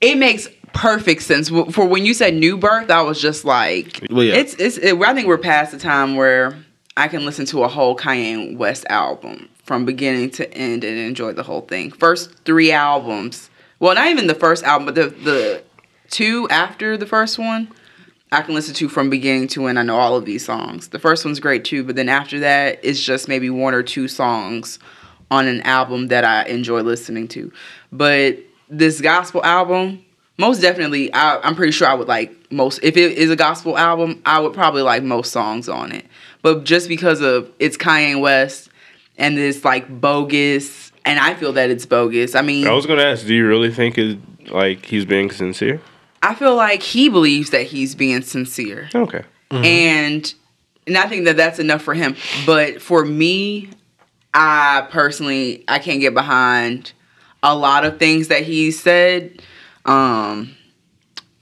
S1: it makes perfect sense W- for when you said new birth i was just like
S2: Well, yeah.
S1: it's it's it, i think we're past the time where i can listen to a whole kanye west album from beginning to end and enjoy the whole thing first three albums well not even the first album but the the two after the first one i can listen to from beginning to end i know all of these songs the first one's great too but then after that it's just maybe one or two songs on an album that I enjoy listening to. But this gospel album, most definitely, I, I'm pretty sure I would like most. If it is a gospel album, I would probably like most songs on it. But just because of it's Kanye West and this like bogus, and I feel that it's bogus. I mean,
S3: I was gonna ask, do you really think it like he's being sincere?
S1: I feel like he believes that he's being sincere.
S3: Okay.
S1: and and I think that that's enough for him. But for me, I personally I can't get behind a lot of things that he said. Um,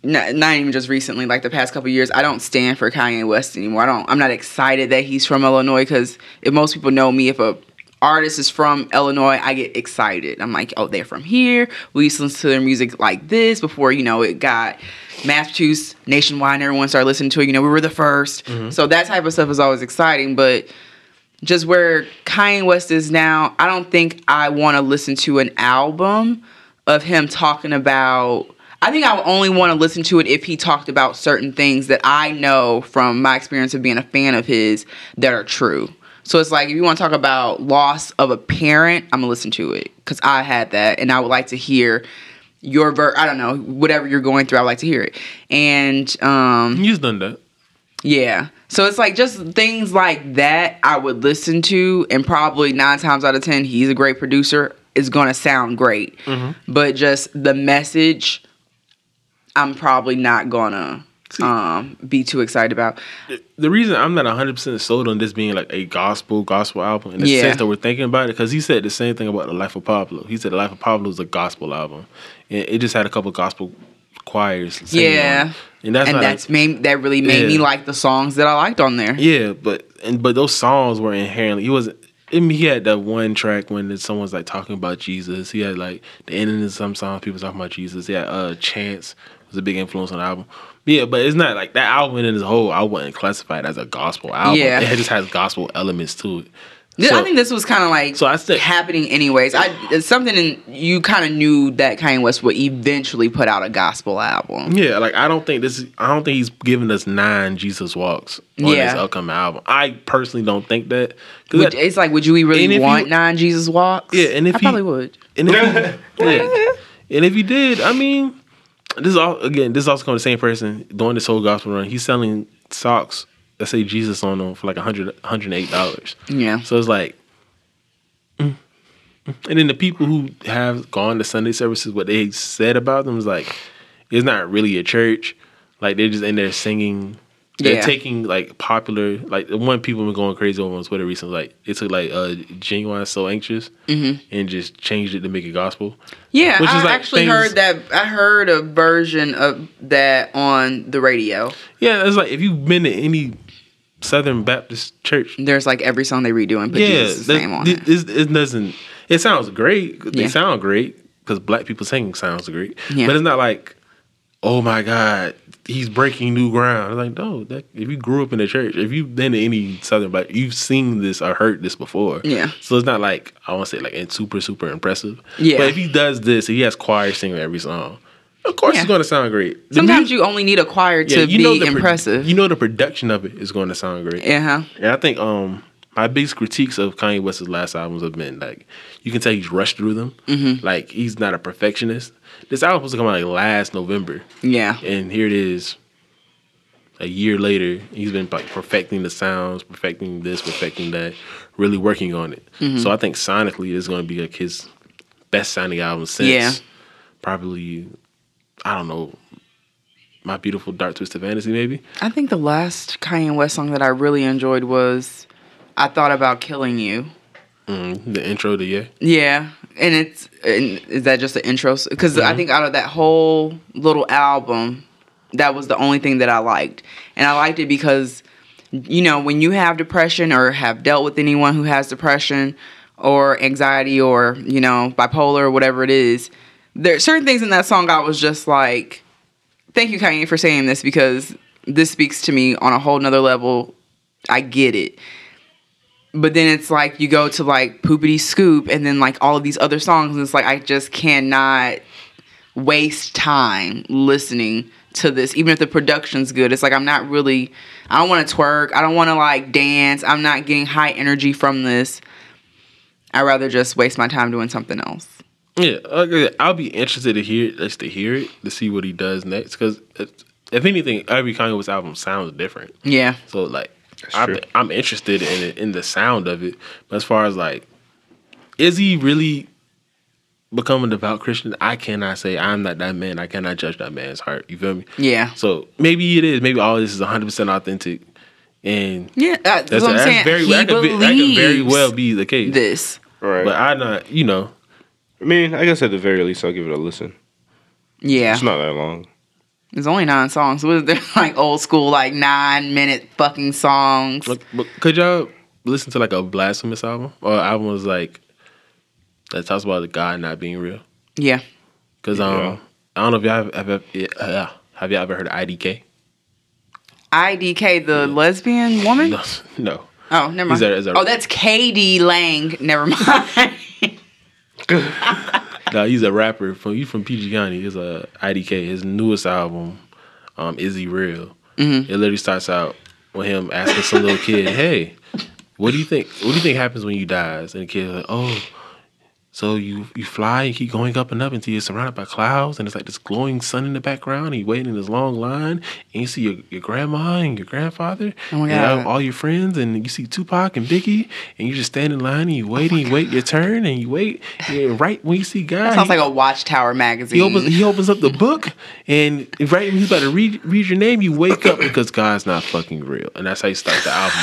S1: not, not even just recently, like the past couple years. I don't stand for Kanye West anymore. I don't. I'm not excited that he's from Illinois because if most people know me, if a artist is from Illinois, I get excited. I'm like, oh, they're from here. We used to listen to their music like this before, you know, it got Massachusetts nationwide and everyone started listening to it. You know, we were the 1st So that type of stuff is always exciting. But just where Kanye West is now, I don't think I want to listen to an album of him talking about. I think I would only want to listen to it if he talked about certain things that I know from my experience of being a fan of his that are true. So it's like if you want to talk about loss of a parent, I'm gonna listen to it because I had that, and I would like to hear your ver. I don't know whatever you're going through. I would like to hear it, and um,
S2: He's done that.
S1: Yeah. So it's like just things like that I would listen to, and probably nine times out of ten, he's a great producer. It's gonna sound great,
S2: Mm-hmm.
S1: but just the message, I'm probably not gonna um, be too excited about.
S2: the reason I'm not 100 percent sold on this being like a gospel gospel album in the
S1: Yeah.
S2: sense that we're thinking about it, because he said the same thing about the Life of Pablo. He said the Life of Pablo is a gospel album, and it just had a couple gospel choirs. singing on it.
S1: Yeah.
S2: and that's
S1: and
S2: not
S1: that's made that really made me
S2: Yeah.
S1: like the songs that I liked on there.
S2: yeah, but and but those songs were inherently he wasn't. I mean, he had that one track when someone's like talking about Jesus. He had like the ending of some songs, people talking about Jesus. Yeah, uh, Chance was a big influence on the album. Yeah, but it's not like that album in its whole. I wouldn't classify it as a gospel album.
S1: Yeah.
S2: it just has gospel elements to it.
S1: Th- I
S2: So-
S1: think this was kind of like
S2: So I said-
S1: happening anyways. I it's something in, you kind of knew that Kanye West would eventually put out a gospel album.
S2: Yeah, like I don't think this. is- I don't think he's giving us nine Jesus walks on
S1: Yeah.
S2: this upcoming album. I personally don't think that. 'Cause
S1: Would,
S2: that-
S1: it's like, would you
S2: And
S1: really
S2: if you-
S1: want nine Jesus walks?
S2: Yeah, and if
S1: I
S2: he-
S1: probably would.
S2: and, if you, yeah. and if you did, I mean, this is all again. This is also coming from the same person doing this whole gospel run. He's selling socks that say Jesus on them for like 100 108 dollars.
S1: Yeah.
S2: So it's like, mm, mm. and then the people who have gone to Sunday services, what they said about them is like, it's not really a church. Like they're just in there singing. They're
S1: Yeah.
S2: taking like popular, like the one people been going crazy over on Twitter recently. Like they took like uh, genuine, so anxious, and just changed it to make it gospel.
S1: Yeah,
S2: Which is,
S1: I
S2: like,
S1: actually
S2: things-
S1: heard that. I heard a version of that on the radio.
S2: Yeah, it's like if you've been to any Southern Baptist church,
S1: There's like every song they redo and put Jesus'
S2: that-
S1: name on
S2: thi-
S1: it.
S2: this- it. doesn't. It sounds great. They
S1: Yeah.
S2: sound great because black people singing sounds great.
S1: Yeah.
S2: But it's not like, oh my God, he's breaking new ground. It's like no, that, if you grew up in the church, if you've been to any Southern black, you've seen this or heard this before.
S1: Yeah.
S2: So it's not like I want to say like it's super super impressive.
S1: Yeah.
S2: But if he does this, he has choir singing every song. Of course,
S1: Yeah.
S2: it's going to sound great. The
S1: Sometimes
S2: mu-
S1: you only need a choir to
S2: yeah, you know
S1: be
S2: the pro-
S1: impressive. Uh-huh.
S2: you know the production of it is going to sound great.
S1: yeah. huh?
S2: And I think um my biggest critiques of Kanye West's last albums have been like you can tell he's rushed through them. Like he's not a perfectionist. This album was supposed to come out like last November,
S1: Yeah.
S2: and here it is. A year later, he's been like perfecting the sounds, perfecting this, perfecting that, really working on it. So I think sonically, it's going to be like his best sounding album since
S1: Yeah.
S2: probably I don't know, My Beautiful Dark Twisted Fantasy maybe.
S1: I think the last Kanye West song that I really enjoyed was "I Thought About Killing You."
S2: Mm, the intro to yeah.
S1: Yeah, and it's and is that just the intro? Because I think out of that whole little album, that was the only thing that I liked, and I liked it because you know when you have depression or have dealt with anyone who has depression or anxiety or you know bipolar or whatever it is, there are certain things in that song I was just like, thank you Kanye for saying this because this speaks to me on a whole nother level. I get it but then it's like you go to like poopity scoop and then like all of these other songs and it's like i just cannot waste time listening to this even if the production's good it's like i'm not really i don't want to twerk i don't want to like dance i'm not getting high energy from this i'd rather just waste my time doing something else
S2: Yeah, like I said, I'll be interested to hear it, just to hear it, to see what he does next. Because if anything, every Kanye West album sounds different.
S1: yeah
S2: So like,
S3: true.
S2: I, I'm interested in it, in the sound of it. But as far as like, is he really become a devout Christian? I cannot say. I'm not that man. I cannot judge that man's heart. You feel me?
S1: yeah
S2: So maybe it is. Maybe all this is 100 percent authentic, and
S1: yeah that- that's,
S2: that's,
S1: what i'm
S2: that's
S1: saying
S2: very
S1: he
S2: that could, be,
S1: believes
S2: that could very well be the case.
S1: this
S3: Right.
S2: But I not you know.
S3: I mean, I guess at the very least, I'll give it a listen.
S1: yeah
S3: It's not that long.
S1: There's only nine songs. What is there like old school like nine minute fucking songs?
S2: Like, but could y'all listen to like a blasphemous album or an album was like that talks about God not being real?
S1: yeah.
S2: Because um,
S3: Yeah.
S2: I don't know if y'all have ever uh, have y'all ever heard of IDK?
S1: IDK the lesbian woman?
S2: No, no.
S1: Oh, never mind.
S2: Is there- is there-
S1: oh, that's KD Lang. Never mind.
S2: No, he's a rapper from he's from PG County. He's a IDK. His newest album, um, Is He Real?
S1: Mm-hmm.
S2: It literally starts out with him asking some little kid, "Hey, what do you think? What do you think happens when you dies?" And the kid's like, "Oh, So you you fly and keep going up and up until you're surrounded by clouds and it's like this glowing sun in the background. And you wait in this long line and you see your, your grandma and your grandfather
S1: Oh my
S2: and
S1: God.
S2: all, all your friends and you see Tupac and Biggie and you just stand in line and
S1: Oh
S2: you wait and you wait your turn and you wait and right when you see God
S1: Sounds
S2: he-
S1: like a Watchtower magazine.
S2: he opens, he opens up the book, and right when he's about to read, read your name, you wake up because God's not fucking real. And that's how you start the album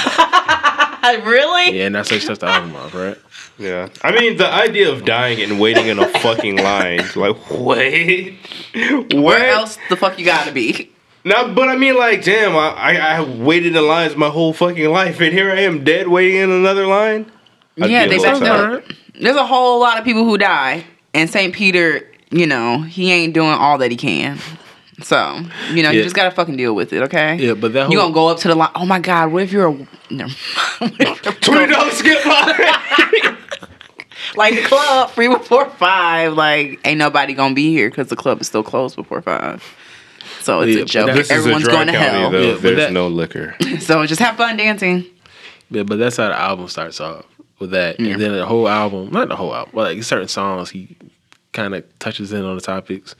S2: off.
S1: really?
S2: Yeah, and that's how you start the album off, right?
S3: Yeah. I mean, the idea of dying and waiting in a fucking line, like, wait,
S1: Where
S3: where
S1: else the fuck you gotta be?
S3: No, but I mean, like, damn, I, I, I waited in lines my whole fucking life, and here I am dead waiting in another line. I'd
S1: yeah,
S3: be
S1: they
S3: a little
S1: said
S2: Sounds
S3: tired.
S1: that. There's a whole lot of people who die, and St. Peter, you know, he ain't doing all that he can. So, you know, you
S2: Yeah.
S1: just gotta fucking deal with it, okay?
S2: Yeah, but that whole
S1: you gonna go up to the line. Oh my God, what if you're a. No. What if you're a-
S3: Twenty dollars skip line.
S1: like the club, free before five. Like, ain't nobody gonna be here because the club is still closed before five. So it's
S2: Yeah,
S1: a
S2: but
S1: joke.
S2: that's-
S1: Everyone's going to hell.
S2: though. Yeah, but
S3: There's
S2: that-
S3: no liquor.
S1: So just have fun dancing.
S2: yeah, but that's how the album starts off with that, and then the whole album, not the whole album, but like certain songs, he kind of touches in on the topics.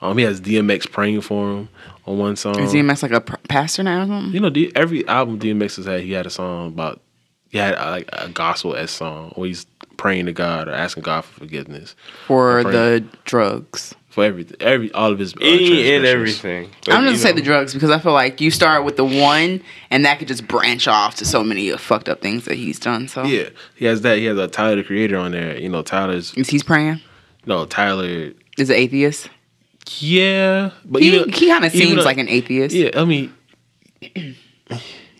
S2: Um, he has DMX praying for him on one song.
S1: Is DMX like a pr- pastor now or something?
S2: You know, D- every album DMX has had, he had a song about, he had uh, like a gospel s song where he's praying to God or asking God for forgiveness
S1: For
S2: Right.
S1: the drugs.
S2: for everything, every all of his uh,
S3: Any and
S2: transgressions.
S3: everything. But,
S1: I'm
S3: you
S1: gonna say
S3: know,
S1: the drugs because I feel like you start with the one and that could just branch off to so many of fucked up things that he's done. So
S2: Yeah, he has that. He has a Tyler the Creator on there. You know, Tyler's
S1: is he's praying?
S2: no Tyler.
S1: Is an atheist?
S2: Yeah, but
S1: He
S2: even-
S1: he kind of
S2: even
S1: seems
S2: though-
S1: like an atheist.
S2: Yeah, I mean,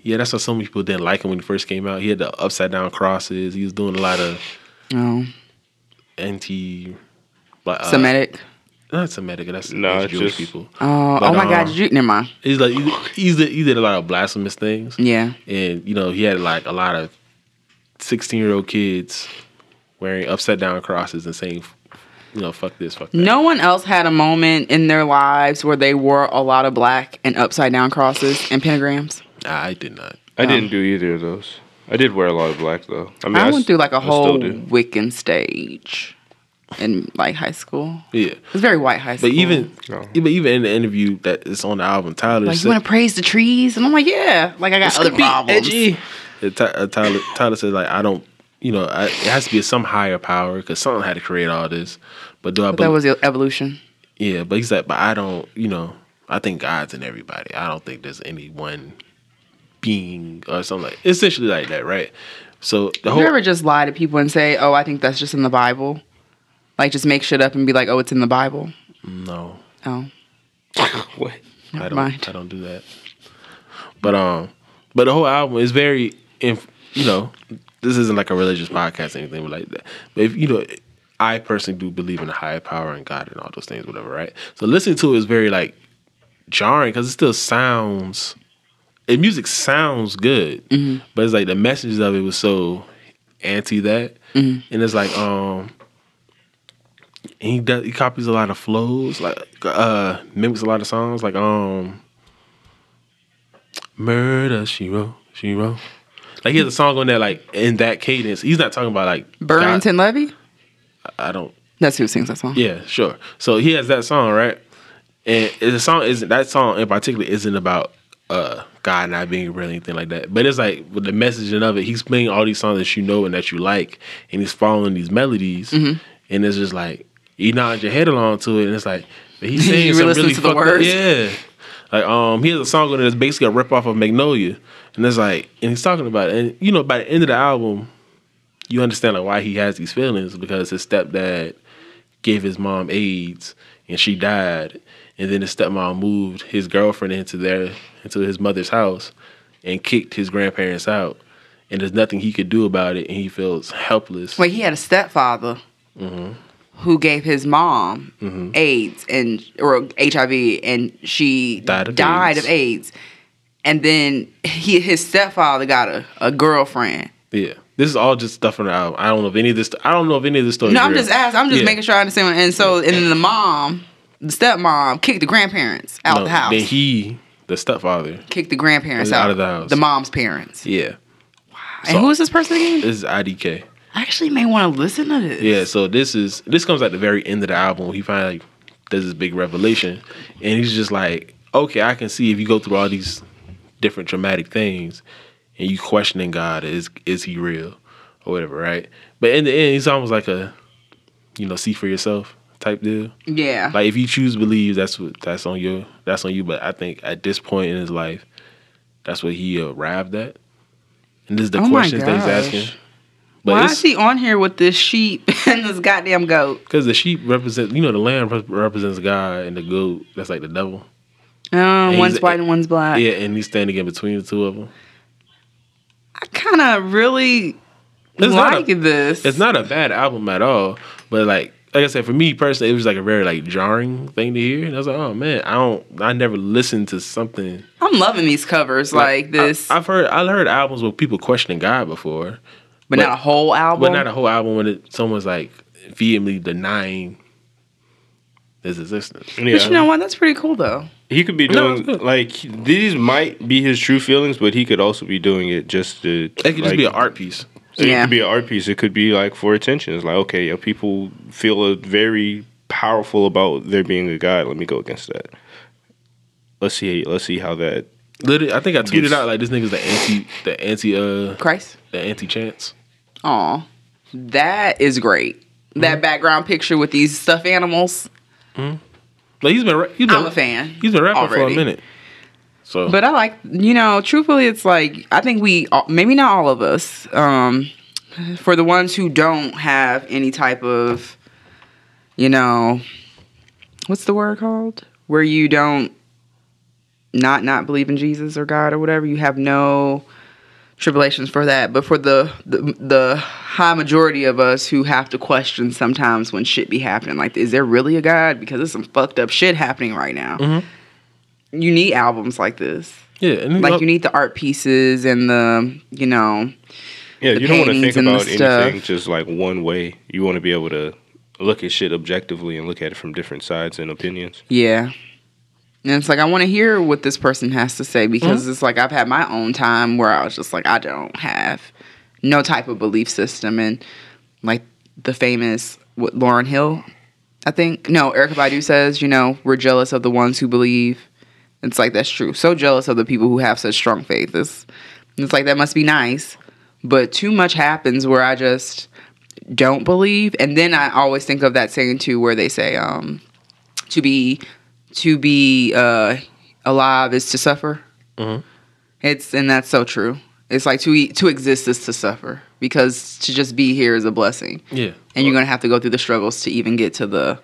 S2: yeah, that's why so many people didn't like him when he first came out. He had the upside down crosses. He was doing a lot of
S1: No.
S2: anti. Like, uh,
S1: Semitic.
S2: Not Semitic. That's,
S3: No,
S2: that's
S3: it's
S2: Jewish
S3: just-
S2: people.
S1: Oh,
S2: but,
S1: oh my
S2: uh,
S1: God! Did you? Never mind.
S2: He's like he, he's did, he did a lot of blasphemous things.
S1: Yeah.
S2: and you know he had like a lot of sixteen year old kids wearing upside down crosses and saying, you know, fuck this, fuck that.
S1: No one else had a moment in their lives where they wore a lot of black and upside down crosses and pentagrams.
S2: I did not.
S3: I didn't do either of those. I did wear a lot of black though. I
S1: um,
S3: mean,
S1: I,
S3: I
S1: went
S3: s-
S1: through like a
S3: I still
S1: whole
S3: do.
S1: Wiccan stage in like high school.
S2: Yeah,
S1: It's very white high school.
S2: but even
S3: No.
S2: but even in the interview that is on the album, Tyler
S1: like you
S2: said,
S1: want to praise the trees, and I'm like, yeah, like I got other problems.
S2: Uh, Ty- uh, Tyler, Tyler said like I don't, you know, I, it has to be some higher power because someone had to create all this. But do I?
S1: But that
S2: believe?
S1: was the evolution.
S2: yeah, but he's like, but I don't, you know, I think God's in everybody. I don't think there's any one being or something like essentially like that, right? So the
S1: Have
S2: whole
S1: you ever just lie to people and say, oh, I think that's just in the Bible? Like just make shit up and be like, oh, it's in the Bible.
S2: no,
S1: Oh,
S3: What?
S2: I don't,
S1: mind.
S2: I don't do that. But um, but the whole album is very, inf- you know, this isn't like a religious podcast or anything like that. But if you know, I personally do believe in a higher power and God and all those things, whatever, right? So listening to it is very like jarring because it still sounds. The music sounds good, but it's like the messages of it was so anti that, and it's like um, and he does he copies a lot of flows, like uh mimics a lot of songs, like um Murder She Wrote, She Wrote. Like he has a song on there like in that cadence. He's not talking about like God-
S1: Burlington Levy?
S2: I don't
S1: That's who sings that song.
S2: yeah, sure. So he has that song, right? And the song isn't that song in particular isn't about uh God not being real or anything like that. But it's like with the messaging of it, he's playing all these songs that you know and that you like, and he's following these melodies,
S1: Mm-hmm.
S2: and it's just like you nod your head along to it, and it's like but he's
S1: You
S2: saying
S1: really listen
S2: some really
S1: to the
S2: fucked up-
S1: words?
S2: yeah. Like um, he has a song on it that's basically a rip off of Magnolia, and it's like, and he's talking about it, and you know, by the end of the album, you understand like why he has these feelings because his stepdad gave his mom AIDS and she died. And then his stepmom moved his girlfriend into their into his mother's house and kicked his grandparents out. And there's nothing he could do about it and he feels helpless.
S1: Wait, he had a stepfather
S2: Mm-hmm.
S1: who gave his mom AIDS and or HIV, and she
S2: Died of AIDS.
S1: of AIDS. And then he, his stepfather got a, a girlfriend.
S2: Yeah. This is all just stuff from the album. I don't know if any of this I don't know if any of this story
S1: No, I'm
S2: real.
S1: just asking. I'm just
S2: Yeah.
S1: making sure I understand. what- And so, and then the mom, the stepmom, kicked the grandparents out
S2: No,
S1: the house.
S2: Then he the stepfather.
S1: kicked the grandparents
S2: Out
S1: out,
S2: of the house.
S1: The mom's parents.
S2: Yeah.
S1: And
S2: So-
S1: who is this person again?
S2: This is IDK.
S1: I actually may want to listen to this.
S2: Yeah, so this is this comes at the very end of the album. He finally does this big revelation, and he's just like, okay, I can see if you go through all these different traumatic things, and you questioning God is is he real or whatever, right? But in the end, he's almost like a you know see for yourself type deal.
S1: Yeah.
S2: Like if you choose believe, that's what that's on you. That's on you. But I think at this point in his life, that's what he arrived at, and this is the
S1: Oh my
S2: questions that he's
S1: gosh.
S2: asking.
S1: Why
S2: it's-
S1: is he on here with this sheep and this goddamn goat?
S2: Because the sheep represents, you know, the lamb rep- represents God, and the goat that's like the devil.
S1: Um,
S2: he's-
S1: one's white and one's black.
S2: yeah, and he's standing in between the two of them.
S1: I kind of really
S2: It's not
S1: like
S2: a-
S1: this.
S2: It's not a bad album at all, but like, like I said, for me personally, it was like a very like jarring thing to hear, and I was like, oh man, I don't, I never listened to something
S1: I'm loving these covers like, this,
S2: I, have heard, I've heard albums where people questioning God before,
S1: but, not a whole
S2: but
S1: album.
S2: not a whole album when it, someone's like vehemently denying his existence.
S3: Yeah.
S1: but you know what? That's pretty cool though.
S3: He could be
S2: No,
S3: doing
S2: it's good.
S3: like these might be his true feelings, but he could also be doing it just to.
S2: It could just
S3: like,
S2: be an art piece.
S3: It
S1: Yeah.
S3: could be an art piece. It could be like for attention. It's like okay, yeah, people feel uh, very powerful about there being a god. Let me go against that. Let's see. Let's see how that.
S2: Literally, I think I tweeted
S3: Yes.
S2: out like this nigga's the anti, the anti, uh,
S1: Christ.
S2: the anti chance.
S1: Aw, that is great.
S2: Mm-hmm.
S1: That background picture with these stuffed animals.
S2: Like he's been, ra- he's been
S1: I'm a fan
S2: He's been rapping for
S1: already.
S2: a minute. So,
S1: But I like, you know, truthfully, it's like I think we, all- maybe not all of us, um, for the ones who don't have any type of, you know, what's the word called, where you don't not not believe in Jesus or God or whatever, you have no tribulations for that. But for the the, the high majority of us who have to question sometimes when shit be happening, like, is there really a God? Because there's some fucked up shit happening right now.
S2: Mhm.
S1: You need albums like this
S2: yeah, and
S1: like you need the art pieces and the you know
S3: Yeah,
S1: The
S3: you don't want to
S1: paintings
S3: think
S1: and the
S3: about anything
S1: stuff.
S3: just like one way. You want to be able to look at shit objectively and look at it from different sides and opinions.
S1: yeah and it's like i want to hear what this person has to say because it's like i've had my own time where i was just like i don't have no type of belief system and like the famous what lauren hill i think no erica badu says you know we're jealous of the ones who believe it's like that's true so jealous of the people who have such strong faith it's, it's like that must be nice but too much happens where i just don't believe and then i always think of that saying too where they say um to be to be uh alive is to suffer
S2: Mhm.
S3: Mm-hmm.
S1: it's and that's so true it's like to e- to exist is to suffer because to just be here is a blessing
S2: yeah,
S1: and you're gonna have to go through the struggles to even get to the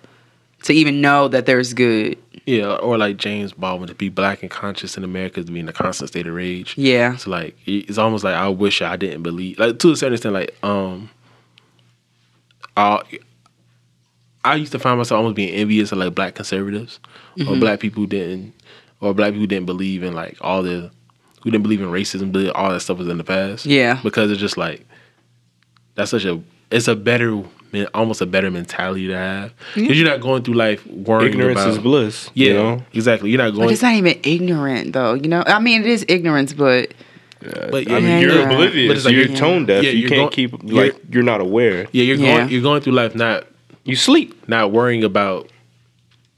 S1: to even know that there's good
S2: yeah, or like James Baldwin to be black and conscious in America is to be in a constant state of rage.
S1: yeah
S2: It's like it's almost like I wish I didn't believe. Like to a certain extent, like um, I I used to find myself almost being envious of like black conservatives
S1: Mm-hmm.
S2: or black people who didn't or black people who didn't believe in like all the who didn't believe in racism, believe all that stuff was in the past.
S1: Yeah.
S2: because it's just like that's such a it's a better men- almost a better mentality to have
S1: Mm-hmm.
S2: because you're not going through life worrying
S3: Ignorance
S2: about
S3: is bliss.
S2: Yeah,
S3: You know?
S2: exactly. You're not going.
S1: but it's not even ignorant though you know i mean it is ignorance but
S2: but
S3: I mean,
S1: Yeah,
S3: you're
S1: yeah.
S3: oblivious.
S2: But it's like
S3: you're
S2: you're-
S3: tone deaf.
S2: yeah,
S3: you
S2: you're
S3: can't
S2: going-
S3: keep
S2: you're-
S3: like you're not aware.
S2: Yeah, you're
S1: Yeah.
S2: going you're going through life not
S3: You sleep.
S2: not worrying about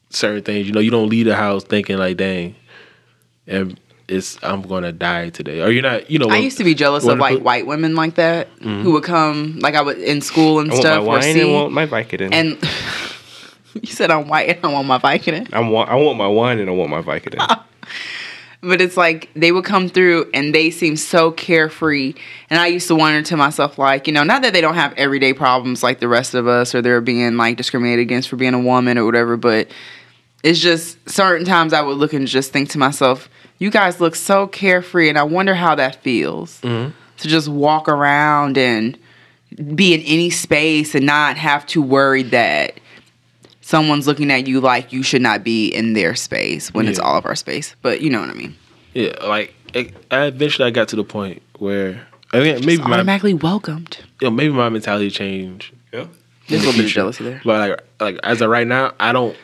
S2: certain things. You know, you don't leave the house thinking like, dang, and it's I'm gonna die today. Or you're not you know
S1: I used to be jealous of
S2: wanna
S1: like
S2: put-
S1: white women like that who would come like I would in school and
S3: Mm-hmm. I want my
S1: stuff or
S3: wine
S1: see-
S3: and want my Vicodin.
S1: and you said I'm white and I want my Vicodin.
S3: I want I want my wine and I want my Vicodin.
S1: But it's like they would come through and they seem so carefree. And I used to wonder to myself, like, you know, not that they don't have everyday problems like the rest of us or they're being like discriminated against for being a woman or whatever, but it's just certain times I would look and just think to myself, you guys look so carefree and I wonder how that feels to just walk around and be in any space and not have to worry that someone's looking at you like you should not be in their space when it's
S2: Yeah.
S1: all of our space. But you know what I mean.
S2: Yeah, like it, I eventually I got to the point where I mean maybe my
S1: automatically welcomed.
S2: you know, maybe my mentality changed.
S3: yeah.
S1: There's a little bit
S2: in the
S1: of
S2: future.
S1: jealousy there.
S2: But like like as of right now, I don't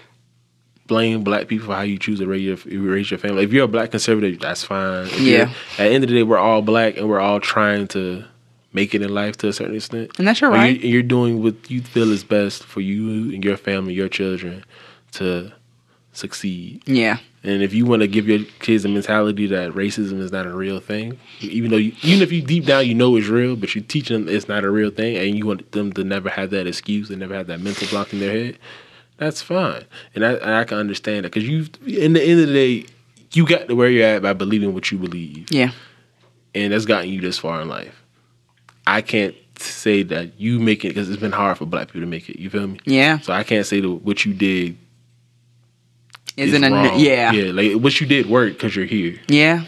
S2: blame black people for how you choose to raise your, raise your family. If you're a black conservative, that's fine. If
S1: Yeah.
S2: you're- At the end of the day, we're all black and we're all trying to make it in life to a certain extent.
S1: And that's your
S2: Like,
S1: right.
S2: You, you're doing what you feel is best for you and your family, your children, to succeed.
S1: Yeah.
S2: And if you want to give your kids the mentality that racism is not a real thing, even though you, even if you deep down you know it's real, but you teach them it's not a real thing, and you want them to never have that excuse and never have that mental block in their head, that's fine. And I, and I can understand that because you, in the end of the day, you got to where you're at by believing what you believe
S1: Yeah.
S2: and that's gotten you this far in life. I can't say that you make it because it's been hard for black people to make it. You feel me?
S1: Yeah.
S2: So I can't say that what you did is
S1: Isn't a
S2: wrong.
S1: yeah. yeah.
S2: yeah, like what you did worked because you're here.
S1: Yeah.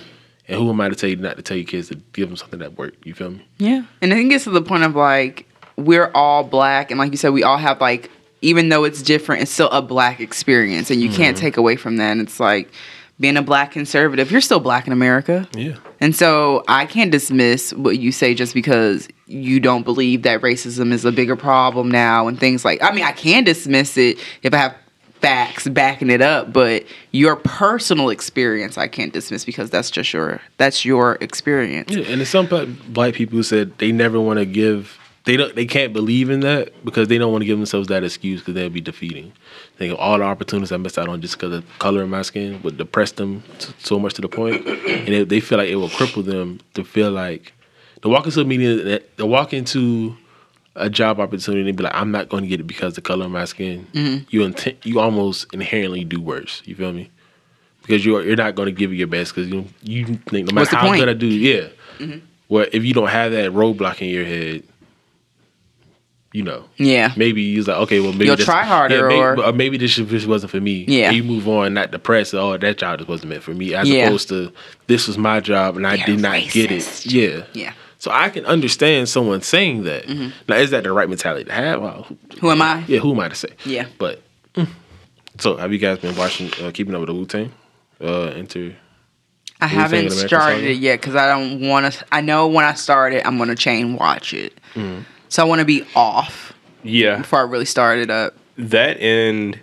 S2: And who am I to tell you not to tell your kids to give them something that worked? You feel me?
S1: Yeah. And I think it gets to the point of like we're all black and like you said, we all have like even though it's different, it's still a black experience and you can't
S2: Mm-hmm.
S1: take away from that. And it's like being a black conservative, you're still black in America.
S2: Yeah.
S1: And so I can't dismiss what you say just because you don't believe that racism is a bigger problem now and things like I mean I can dismiss it if I have facts backing it up, but your personal experience I can't dismiss because that's just your that's your experience.
S2: Yeah, and there's some pla- black people who said they never want to give they don't they can't believe in that because they don't want to give themselves that excuse because they'll be defeating. Think of all the opportunities I missed out on just because of the color of my skin would depress them t- so much to the point, and they, they feel like it will cripple them to feel like to walk into a meeting, to walk into a job opportunity and be like, I'm not going to get it because the color of my skin.
S1: Mm-hmm.
S2: You inten- you almost inherently do worse. You feel me? Because you're you're not going to give it your best because you you think no
S1: What's
S2: matter
S1: the
S2: how
S1: point?
S2: good I do, yeah. Well, if you don't have that roadblock in your head, you know,
S1: Yeah.
S2: maybe you're like, okay, well, maybe
S1: You'll
S2: this-
S1: try harder
S2: yeah, maybe,
S1: or-
S2: maybe this just this wasn't for me.
S1: Yeah.
S2: And you move on, not depressed. Oh, that job just wasn't meant for me. As
S1: Yeah.
S2: opposed to this was my job and I
S1: You're
S2: did not get it.
S1: racist.
S2: Yeah.
S1: Yeah. Mm-hmm.
S2: So I can understand someone saying that. Now, is that the right mentality to have? Well, who-
S1: Who am I?
S2: yeah, who am I to say?
S1: Yeah.
S2: But mm. so, have you guys been watching uh, Keeping Up with the Wu Tang? Uh, enter.
S1: I
S2: Wu-Tang and
S1: haven't
S2: American
S1: started
S2: Saga?
S1: it yet because I don't want to. I know when I start it, I'm going to chain watch it.
S2: Mm.
S1: So I want to be off
S3: Yeah,
S1: before I really start it up.
S3: that and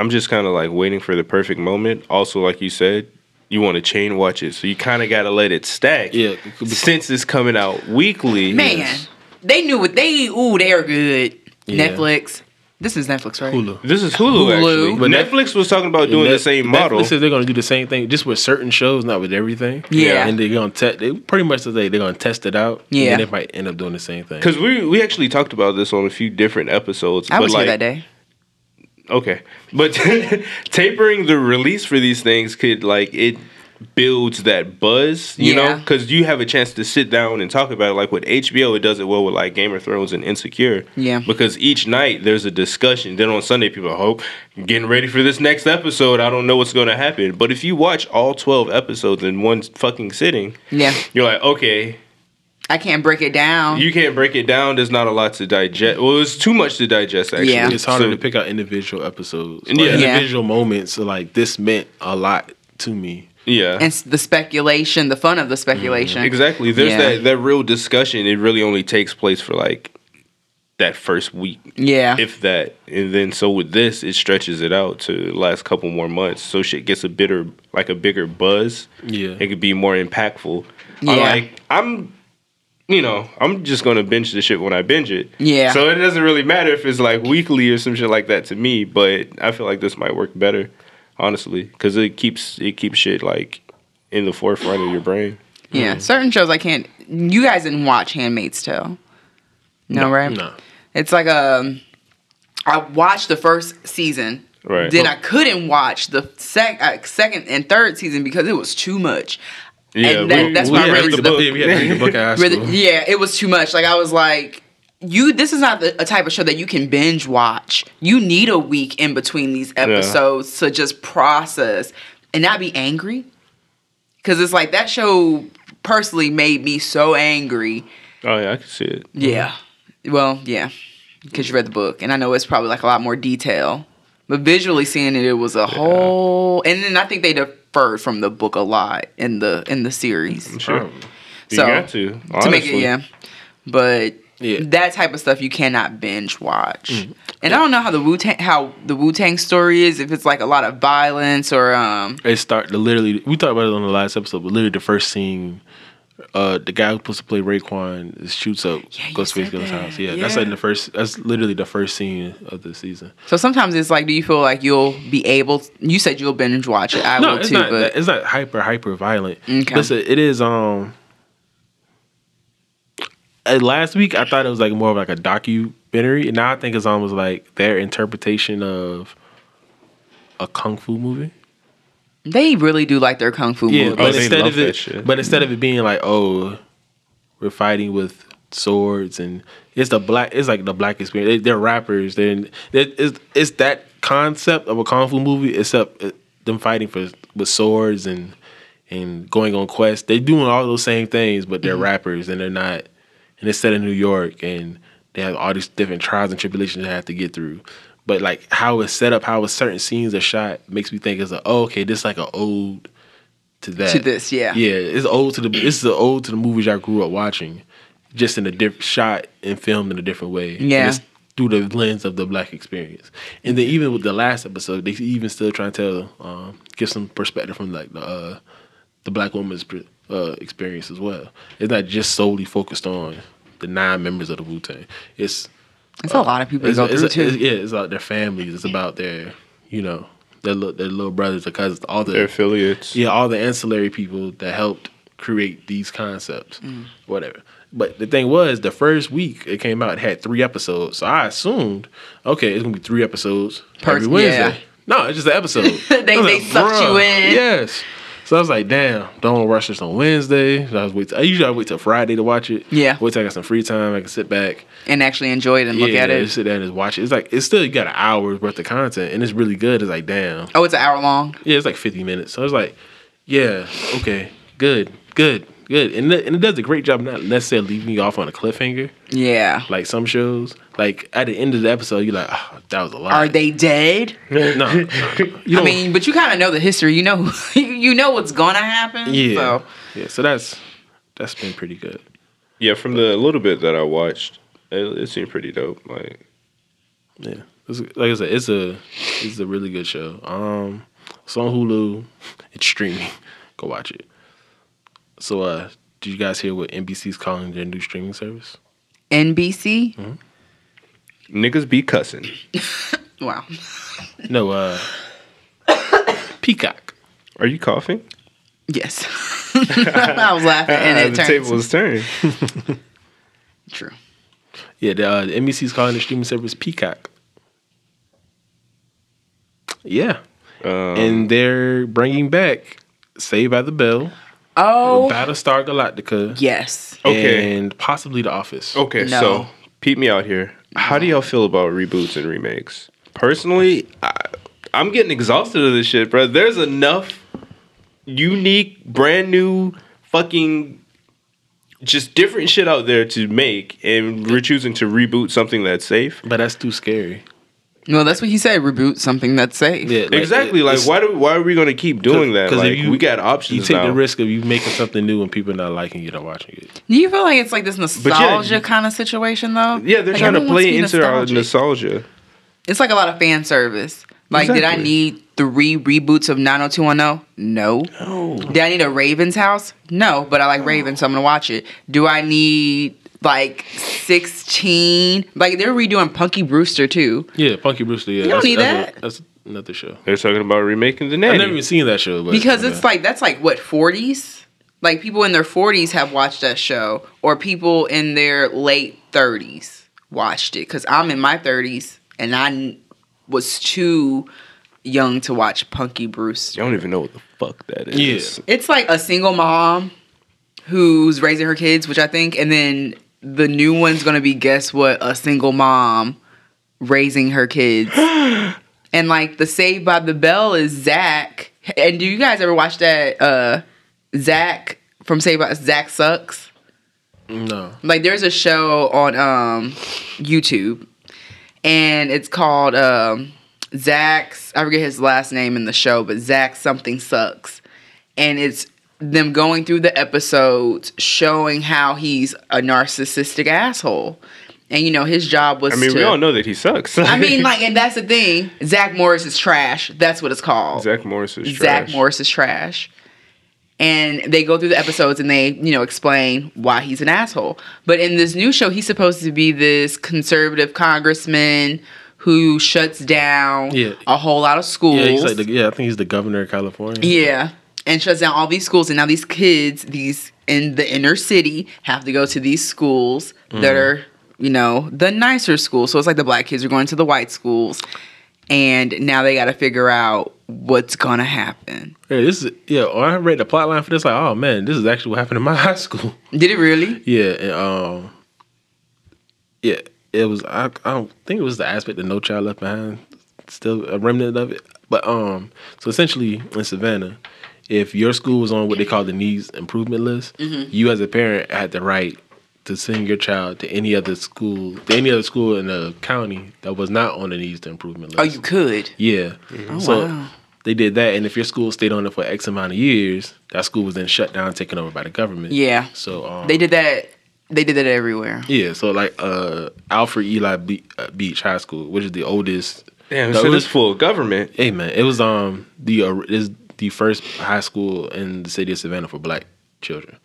S3: I'm just kind of like waiting for the perfect moment. Also, like you said, you want to chain watch it, so you kind of got to let it stack.
S2: Yeah.
S3: since it's coming out weekly,
S1: Man,
S2: Yes.
S1: they knew what they. Ooh, they're good.
S2: Yeah.
S1: Netflix. This is Netflix, right?
S2: Hulu.
S3: This is Hulu,
S1: Hulu.
S3: actually.
S2: But
S3: Netflix was talking about doing the
S2: Net-
S3: same
S2: Netflix
S3: model.
S2: says they're going to do the same thing, just with certain shows, not with everything.
S1: Yeah.
S2: And they're going to te- they pretty much say they're going to test it out.
S1: Yeah.
S2: And then they might end up doing the same thing.
S3: Because we we actually talked about this on a few different episodes.
S1: I
S3: but
S1: was
S3: like,
S1: here that day.
S3: Okay, but tapering the release for these things could like it builds that buzz, you know,
S1: Yeah.
S3: because you have a chance to sit down and talk about it. Like with HBO, it does it well with like Game of Thrones and Insecure.
S1: Yeah.
S3: because each night there's a discussion. Then on Sunday, people hope getting ready for this next episode. I don't know what's going to happen, but if you watch all twelve episodes in one fucking sitting,
S1: Yeah,
S3: you're like, okay,
S1: I can't break it down.
S3: you can't break it down. There's not a lot to digest. Well, it's too much to digest. Actually,
S1: Yeah.
S2: it's harder
S3: So-
S2: to pick out individual episodes,
S3: Yeah.
S2: like
S3: Yeah.
S2: individual moments. so, Like this meant a lot to me.
S3: Yeah,
S1: and s- the speculation, the fun of the speculation.
S3: Mm, Exactly. There's
S1: Yeah.
S3: that that real discussion. It really only takes place for like that first week,
S1: Yeah.
S3: if that. And then so with this, it stretches it out to last couple more months. So shit gets a bitter, like a bigger buzz.
S2: Yeah.
S3: It could be more impactful.
S1: Yeah.
S3: Yeah. like I'm. You know, I'm just gonna binge the shit when I binge it.
S1: Yeah.
S3: So it doesn't really matter if it's like weekly or some shit like that to me. But I feel like this might work better, honestly, because it keeps it keeps shit like in the forefront of your brain.
S1: yeah.
S3: Mm.
S1: Certain shows I can't. You guys didn't watch *Handmaid's Tale*. No, right?
S2: No.
S1: It's like um, I watched the first season.
S3: Right.
S1: Then I couldn't watch the sec- uh, second and third season because it was too much.
S3: Yeah,
S1: and that,
S3: we-
S1: that's
S3: we
S1: why I
S2: had
S3: have
S1: read the
S2: to
S3: the
S2: book-
S3: book.
S2: yeah, we had to read the book in high
S1: Really-
S2: school.
S1: yeah, it was too much. Like I was like, you. This is not the, a type of show that you can binge watch. You need a week in between these episodes to just process and not be angry. Because it's like that show personally made me so angry.
S3: Oh yeah, I can see it.
S1: Yeah. Well, yeah. Because you read the book, and I know it's probably like a lot more detail. But visually seeing it, it was a whole. And then I think they deferred from the book a lot in the in the series.
S3: Sure.
S2: Um,
S3: You
S1: So,
S3: got to.
S1: to make it
S3: honestly.
S1: yeah but
S2: Yeah. Mm-hmm.
S1: that type of stuff you cannot binge watch and i don't know how the wu-tang how the wu-tang story is if it's like a lot of violence or um
S2: It start the literally. We talked about it on the last episode, but literally the first scene uh, the guy who supposed to play Raekwon is shoots up
S1: Yeah, you
S2: Ghostface
S1: said
S2: Gun's
S1: that.
S2: house. Yeah, that's
S1: Yeah.
S2: like in the first. That's literally the first scene of the season.
S1: So sometimes it's like, do you feel like you'll be able? you said you'll binge watch it. I
S2: no,
S1: will
S2: it's
S1: too,
S2: not.
S1: but
S2: that- it's not hyper hyper violent.
S1: Okay.
S2: Listen, it is. Um, uh, last week I thought it was like more of like a documentary, and now I think it's almost like their interpretation of a kung fu movie.
S1: they really do like their kung fu
S2: Yeah,
S1: movies.
S2: but
S3: they
S2: instead
S3: love
S2: of
S3: that
S2: it,
S3: shit.
S2: but instead of it being like, oh, we're fighting with swords and it's the black, it's like the black experience. They, are rappers. They're, in- they it's, it's that concept of a kung fu movie, except uh, them fighting for with swords and and going on quests. They're doing all those same things, but
S1: Mm-hmm.
S2: they're rappers and they're not. And it's set in New York, and they have all these different trials and tribulations they have to get through. But like how it's set up, how certain scenes are shot, makes me think it's like, oh, okay, this is like an ode to that.
S1: To this, yeah.
S2: Yeah, it's old to the. This is old to the movies I grew up watching, just in a different shot and filmed in a different way. And
S1: Yeah.
S2: it's through the lens of the black experience, and then even with the last episode, they even still trying to tell, um, give some perspective from like the uh, the black woman's pr- uh, experience as well. It's not just solely focused on the nine members of the Wu Tang. It's
S1: it's a lot of people that
S2: it's,
S1: go
S2: it's,
S1: through
S2: it's,
S1: too.
S2: yeah, it's about their families. It's about their you know their li- their little brothers, their cousins, all the
S3: Their affiliates.
S2: yeah, all the ancillary people that helped create these concepts,
S1: Mm.
S2: whatever. But the thing was, the first week it came out, it had three episodes. So I assumed, okay, it's gonna be three episodes
S1: Per-
S2: every Wednesday.
S1: yeah.
S2: No, it's just an episode.
S1: They-
S2: I was
S1: they sucked you
S2: "Bruh,
S1: in."
S2: Yes. So I was like, damn, don't rush this on Wednesday. So I, was wait I usually I wait till Friday to watch it.
S1: Yeah.
S2: Wait till I got some free time. I can sit back
S1: and actually enjoy it and look
S2: yeah,
S1: at
S2: just
S1: it.
S2: sit down and just watch it. It's like it's still you got an hour's worth of content, and it's really good. It's like damn,
S1: Oh, it's an hour long.
S2: yeah, it's like 50 minutes. So I was like, yeah, okay, good, good, good. And, it- and it does a great job not necessarily leaving you off on a cliffhanger,
S1: Yeah.
S2: like some shows. Like at the end of the episode, you're like, oh, that was a lot.
S1: Are they dead?
S2: No. no, no. You
S1: I
S2: don't-
S1: mean, but you kind of know the history. You know, you know what's gonna happen.
S2: yeah.
S1: So
S2: Yeah, so that's that's been pretty good.
S3: Yeah, from the little bit that I watched, it, it seemed pretty dope. Like,
S2: Yeah. It's, like I said, it's a it's a really good show. Um, it's on Hulu. It's streaming. Go watch it. So, uh, did you guys hear what NBC's calling their new streaming service?
S1: NBC.
S3: niggas be cussing.
S2: Mm-hmm.
S1: Wow.
S2: No, uh, Peacock.
S3: Are you coughing?
S1: Yes. I was laughing, and
S3: Ah,
S1: it
S2: Uh,
S3: the
S1: turns
S3: table was turned.
S1: true.
S2: Yeah, the, uh, the NBC is calling the streaming service Peacock. Yeah,
S3: Um,
S2: and they're bringing back Saved by the Bell,
S1: Oh
S2: Battlestar Galactica,
S1: yes.
S3: Oh. Okay. Oh.
S2: and possibly The Office.
S3: okay,
S1: No.
S3: so peep me out here. How do y'all feel about reboots and remakes? Personally, I, I'm getting exhausted of this shit, bro. There's enough unique, brand new, fucking, just different shit out there to make, and we're choosing to reboot something that's safe.
S2: But that's too scary.
S1: No, that's what he said. Reboot something that's safe.
S2: Yeah,
S3: exactly. Like, why do why are we gonna keep doing that? Like, we got options.
S2: You take
S3: now.
S2: the risk of you making something new and people not liking it or watching it.
S1: Do you feel like it's like this
S3: yeah,
S1: nostalgia
S3: you-
S1: kind of situation though?
S3: Yeah, they're
S1: Like,
S3: trying to
S1: everyone wants
S3: play
S1: be
S3: into our
S1: nostalgic.
S3: nostalgia.
S1: It's like a lot of fan service. Like, did I
S3: Exactly.
S1: need three reboots of 90210? No. No. Did I need a Raven's house? No, but I like Raven, so I'm gonna watch it. Do I need like 16? Like they're redoing Punky Brewster too.
S2: Yeah, Punky Brewster. Yeah,
S1: You don't
S2: that's-
S1: need
S2: that's a-
S1: that.
S2: that's another show.
S3: They're talking about remaking the nanny.
S2: I've never even seen that show. But,
S1: Because
S2: yeah.
S1: it's like that's like what 40s? Like people in their 40s have watched that show, or people in their late 30s watched it. Cause I'm in my 30s and I n- was too young to watch Punky Brewster.
S3: you don't even know what the fuck that is.
S2: Yeah.
S1: It's like a single mom who's raising her kids, which I think, and then the new one's gonna be guess what? A single mom raising her kids. and like the Saved by the Bell is Zach. And do you guys ever watch that uh Zach from Saved by Zach Sucks?
S2: no.
S1: like there's a show on um YouTube and it's called um Zach's I forget his last name in the show, but Zach something sucks. And it's them going through the episodes showing how he's a narcissistic asshole. And you know, his job was
S3: I mean,
S1: to
S3: we all know that he sucks.
S1: I mean like and that's the thing. Zach Morris is trash. That's what it's called.
S3: Zach Morris is trash.
S1: Zach Morris is trash. and they go through the episodes and they you know explain why he's an asshole but in this new show he's supposed to be this conservative congressman who shuts down
S2: Yeah.
S1: a whole lot of schools
S2: Yeah, he's like the, yeah, I think he's the governor of California.
S1: yeah. And shuts down all these schools. And now these kids, these in the inner city, have to go to these schools that
S2: Mm.
S1: are, you know, the nicer schools. So it's like the black kids are going to the white schools. And now they got to figure out what's going to happen.
S2: Yeah, this is yeah. When I read the plot line for this, like, oh man, this is actually what happened in my high school.
S1: Did it really?
S2: Yeah, and, um, yeah, it was. I, I don't think it was the aspect of No Child Left Behind, still a remnant of it. But um, so essentially in Savannah, if your school was on what they call the needs improvement list, you as a parent had the right to send your child to any other school, to any other school in the county that was not on the needs improvement list.
S1: Oh, you could.
S2: Yeah. so
S1: Oh, wow.
S2: they did that, and if your school stayed on it for X amount of years, that school was then shut down, taken over by the government.
S1: Yeah.
S2: So um,
S1: They did that. They did that everywhere.
S2: Yeah. So like uh, Alfred Eli Be- uh, Beach High School, which is the oldest.
S3: Damn,
S2: the
S3: so this
S2: oldest-
S3: full of government.
S2: Hey man, it was um the uh, is the first high school in the city of Savannah for black children.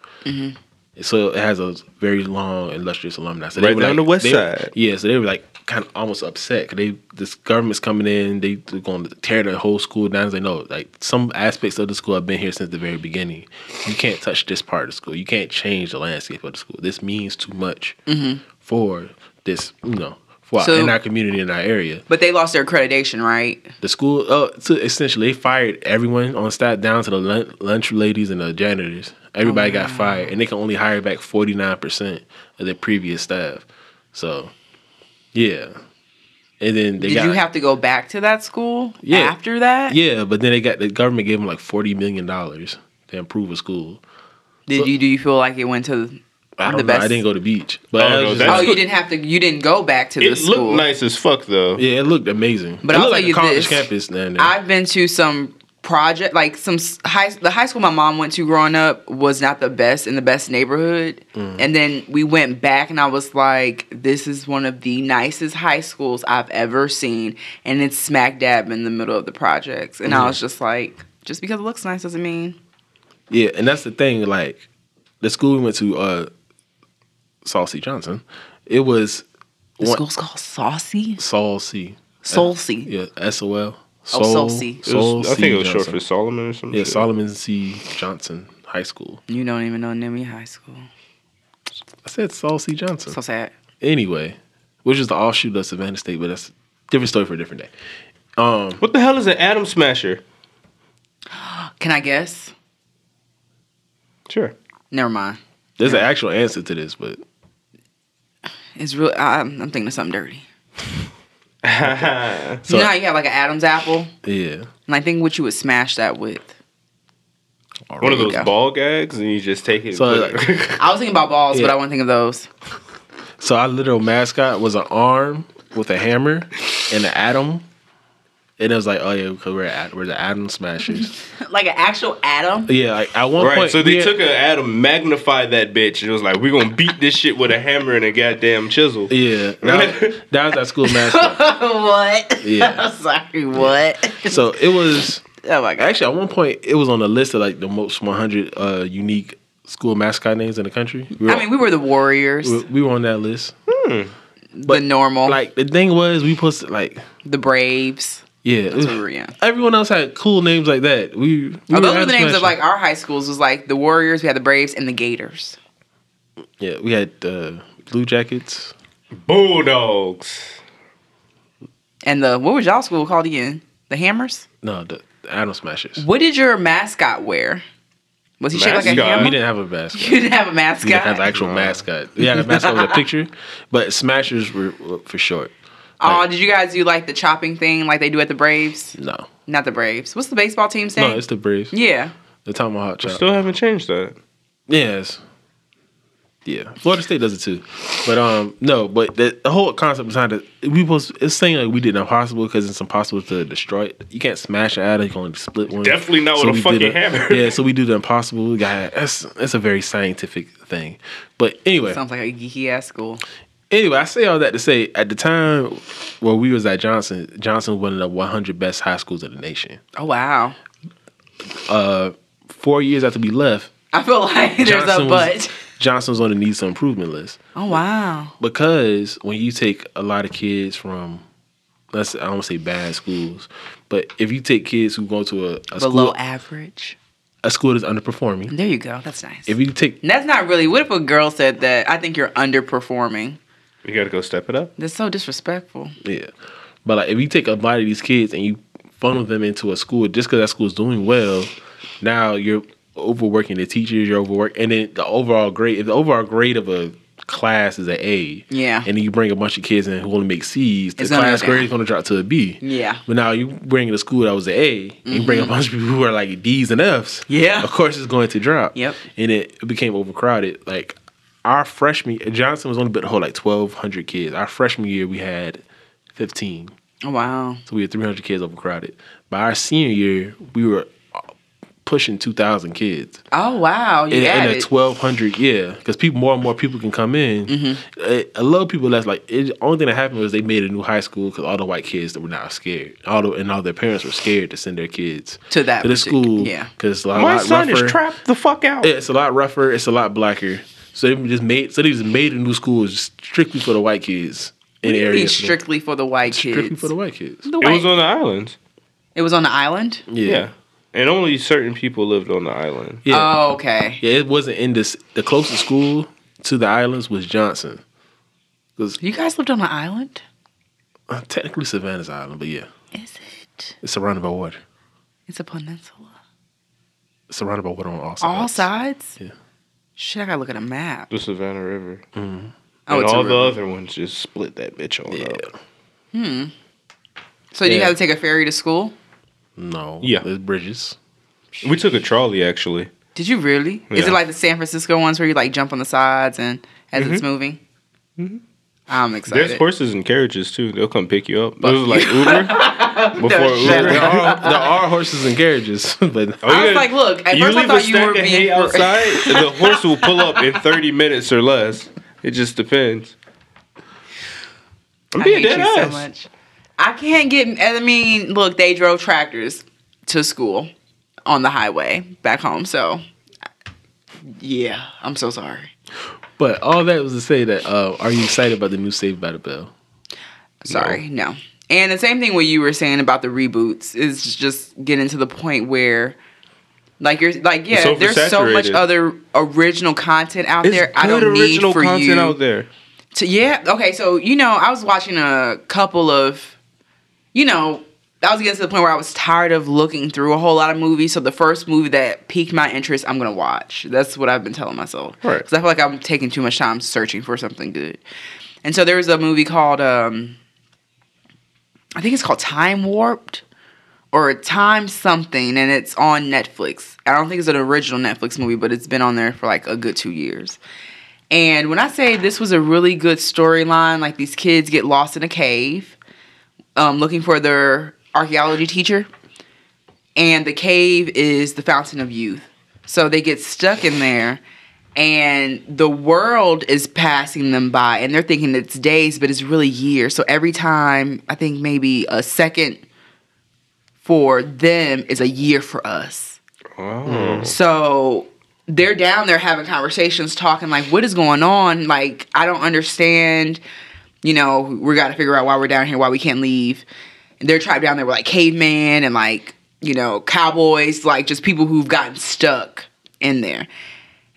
S2: So it has a very long illustrious alumni. So they
S3: Right
S2: were,
S3: down
S2: like-
S3: the west
S2: they-
S3: side.
S2: Yeah, so they were like kind of almost upset. 'cause they this government's coming in, they they're going to tear the whole school down. They know like some aspects of the school have been here since the very beginning. You can't touch this part of the school. You can't change the landscape of the school. This means too much for this. You know. For our
S1: So-
S2: in our community, in our area,
S1: But they lost their accreditation, right?
S2: the school, uh, so essentially, they fired everyone on staff down to the lun- lunch ladies and the janitors. Everybody
S1: Oh,
S2: got fired, and they can only hire back forty nine percent of their previous staff. So, yeah, and then they
S1: Did
S2: got
S1: you have to go back to that school
S2: Yeah.
S1: after that?
S2: yeah, but then they got the government gave them like forty million dollars to improve a school.
S1: Did you do you feel like it went to
S2: I
S1: the
S2: don't know.
S1: best?
S2: I didn't go to beach, but
S3: Oh,
S2: I was
S3: no,
S2: just
S3: that's
S1: Oh,
S2: like-
S1: you didn't have to. You didn't go back to
S3: It
S1: this school.
S3: looked nice as fuck though.
S2: yeah, it looked amazing.
S1: But
S2: it
S1: I'll
S2: looked
S1: tell
S2: like
S1: you
S2: a college
S1: this.
S2: campus. Down there.
S1: I've been to some project, like some s- high, the high school my mom went to growing up was not the best in the best neighborhood. And then we went back, and I was like, this is one of the nicest high schools I've ever seen. And it's smack dab in the middle of the projects. And I was just like, just because it looks nice doesn't mean.
S2: Yeah, and that's the thing. Like the school we went to, uh, Saucy Johnson, it was
S1: The
S2: one-
S1: school's called Saucy?
S2: Sol C.
S1: Solcy.
S2: Yeah, S O L.
S1: Sol C.
S3: Oh, It was- I think it was short for
S2: Johnson.
S3: Solomon or something.
S2: Yeah, Solomon C. Johnson High School.
S1: You don't even know the name of your high school.
S2: I said Sol C. Johnson.
S1: So sad.
S2: Anyway, which is the offshoot of Savannah State, but that's a different story for a different day. Um,
S3: What the hell is an atom smasher?
S1: Can I guess?
S3: Sure.
S1: Never mind.
S2: there's an actual answer to this, but
S1: It's real. I, I'm I'm thinking of something dirty.
S2: So-
S1: you know how you have like an Adam's apple,
S2: yeah,
S1: and I think what you would smash that with.
S3: One of
S1: There you
S3: those
S1: go.
S3: ball gags, and you just take it.
S2: So,
S3: and put it-
S1: I was thinking about balls, but
S2: Yeah.
S1: I wasn't thinking of those.
S2: So our literal mascot was an arm with a hammer and an atom. And it was like, oh yeah, okay, we're at, we're the atom smashers.
S1: Like an actual Adam.
S2: yeah, like at one
S3: right.
S2: point,
S3: so they
S2: we had-
S3: took an atom, magnified that bitch, and it was like, "We're gonna beat this shit with a hammer and a goddamn chisel."
S2: yeah, that was, that was our school mascot.
S1: what?
S2: Yeah.
S1: I'm sorry. What?
S2: So it was
S1: oh my gosh.
S2: actually at one point it was on the list of like the most 100 uh, unique school mascot names in the country. We were,
S1: I mean, we were the Warriors,
S2: we, we were on that list.
S1: the normal,
S2: Like the thing was, we posted like
S1: the Braves.
S2: yeah,
S1: That's what we were in.
S2: everyone else had cool names like that. We, we
S1: Oh,
S2: were
S1: those were
S2: atom
S1: the names of
S2: smashers.
S1: like our high schools. Was like the Warriors. We had the Braves and the Gators.
S2: yeah, we had uh, blue jackets.
S3: Bulldogs.
S1: And the what was y'all school called again? The Hammers.
S2: No, the, the atom smashers.
S1: What did your mascot wear? Was he shaped like a
S3: Mascot?
S1: hammer?
S2: We didn't have a mascot.
S1: You didn't have a
S2: We didn't have an
S1: mascot.
S2: actual mascot. We had a mascot with a picture, but Smashers were were for short.
S1: Oh, did you guys do like the chopping thing like they do at the Braves?
S2: No,
S1: Not the Braves. What's the baseball team saying?
S2: no, it's the Braves.
S1: yeah.
S2: The Tomahawk
S3: I
S2: chop.
S3: Still haven't changed that.
S2: yes, yeah. Florida State does it too, but um, no. But the, the whole concept behind it, we was it's saying like we did impossible because it's impossible to destroy. it. You can't smash an atom. You can only split one.
S3: Definitely not with a
S2: we did
S3: fucking
S2: the-
S3: hammer.
S2: Yeah, so we do the impossible. We got that's that's a very scientific thing. But anyway,
S1: Sounds like a geeky ass school.
S2: Anyway, I say all that to say at the time where we was at Johnson, Johnson was one of the 100 best high schools in the nation.
S1: Oh wow.
S2: Uh, four years after we left,
S1: I feel like there's
S2: Johnson
S1: a
S2: was,
S1: but.
S2: Johnson's on the needs to improvement list.
S1: Oh wow.
S2: because when you take a lot of kids from let's I don't wanna say bad schools, but if you take kids who go to a,
S1: Below
S2: a school
S1: average.
S2: a school that's underperforming,
S1: There you go. That's nice.
S2: if you take
S1: That's not really. What if a girl said that? I think you're underperforming.
S3: We gotta go step it up.
S1: That's so disrespectful.
S2: yeah, but like if you take a lot of these kids and you funnel them into a school just because that school's doing well, now you're overworking the teachers, you're overworking, and then the overall grade if the overall grade of a class is an A,
S1: Yeah.
S2: and then you bring a bunch of kids in who only make C's, the
S1: It's gonna go
S2: class grade
S1: down.
S2: is going to drop to a B.
S1: Yeah. Mm-hmm.
S2: But now you bring in a school that was an A, and you bring a bunch of people who are like D's and F's.
S1: Yeah.
S2: Of course it's going to drop.
S1: Yep.
S2: And it became overcrowded. Like our freshman Johnson was only built to hold like twelve hundred kids. Our freshman year we had fifteen.
S1: Oh, wow.
S2: So we had three hundred kids overcrowded. By our senior year, we were uh, pushing two thousand kids
S1: Oh wow. You
S2: in, in
S1: added.
S2: a 1200 yeah because people more and more people can come in
S1: Mm-hmm.
S2: a, a lot of people that's like it, only thing that happened was they made a new high school because all the white kids that were now scared all the, and all their parents were scared to send their kids
S1: To that
S2: to the
S1: particular-
S2: school
S1: yeah.
S2: because a lot,
S3: My
S2: lot
S3: son
S2: rougher
S3: is trapped the fuck out.
S2: yeah, it's a lot rougher it's a lot blacker so they just made so they just made a new school just strictly for the white kids in the area
S1: It's strictly for the white kids.
S2: strictly for the white kids
S1: The
S3: It was
S1: white-
S3: on the islands.
S1: it was on the island.
S2: yeah
S3: Yeah.
S2: yeah,
S3: And only certain people lived on the island.
S1: Oh okay.
S2: Yeah, it wasn't in this the closest school to the islands was johnson because
S1: You guys lived on an island.
S2: uh, technically savannah's island but yeah
S1: Is it?
S2: It's surrounded by water.
S1: It's a peninsula.
S2: It's surrounded by water on all sides.
S1: All sides.
S2: Yeah.
S1: Shit, I gotta look at a map.
S3: The Savannah River.
S1: Oh,
S3: and
S1: it's a
S3: all the
S1: river.
S3: other ones just split that bitch on
S2: Yeah.
S3: up.
S1: So you
S2: yeah.
S1: had to take a ferry to school.
S2: No.
S3: Yeah.
S2: There's bridges.
S3: We took a trolley actually.
S1: Did you really? Is
S3: Yeah.
S1: it like the San Francisco ones where you like jump on the sides and as it's moving? I'm excited.
S3: Mm-hmm. There's horses and carriages too. They'll come pick you up. It
S1: Fuck
S3: was like
S1: you.
S3: Uber
S1: No,
S3: before
S1: shut
S3: Uber.
S2: There are, there are horses and carriages, but
S3: Oh, you
S1: I was
S3: gotta-
S1: like, look, at
S3: you
S1: first I
S3: leave a
S1: thought you
S3: stack
S1: were
S3: of
S1: being
S3: hay outside, the horse will pull up in 30 minutes or less. It just depends. I'm
S1: I
S3: being
S1: hate
S3: dead
S1: you
S3: ass.
S1: so much. I can't get. I mean, look, they drove tractors to school on the highway back home. So, yeah, I'm so sorry.
S2: but all that was to say that uh, are you excited about the new Saved by the Bell?
S1: Sorry, no. And the same thing what you were saying about the reboots is just getting to the point where. Like you're like yeah,
S3: It's
S1: there's so much
S3: oversaturated.
S1: other original content out there. I don't need for you.
S3: out there.
S1: to yeah okay so you know i was watching a couple of you know i was getting to the point where i was tired of looking through a whole lot of movies so the first movie that piqued my interest i'm gonna watch that's what i've been telling myself
S3: Right.
S1: because i feel like i'm taking too much time searching for something good and so there was a movie called um i think it's called time warped or time something and it's on netflix i don't think it's an original netflix movie but it's been on there for like a good two years and when I say this was a really good storyline, like these kids get lost in a cave, um, looking for their archaeology teacher, and the cave is the fountain of youth. So they get stuck in there, and the world is passing them by, and they're thinking it's days, but it's really years. So every time, I think maybe a second for them is a year for us.
S3: Oh.
S1: So they're down there having conversations, talking like, "What is going on? Like, I don't understand. You know, we got to figure out why we're down here, why we can't leave." And their tribe down there were like cavemen and like you know cowboys, like just people who've gotten stuck in there.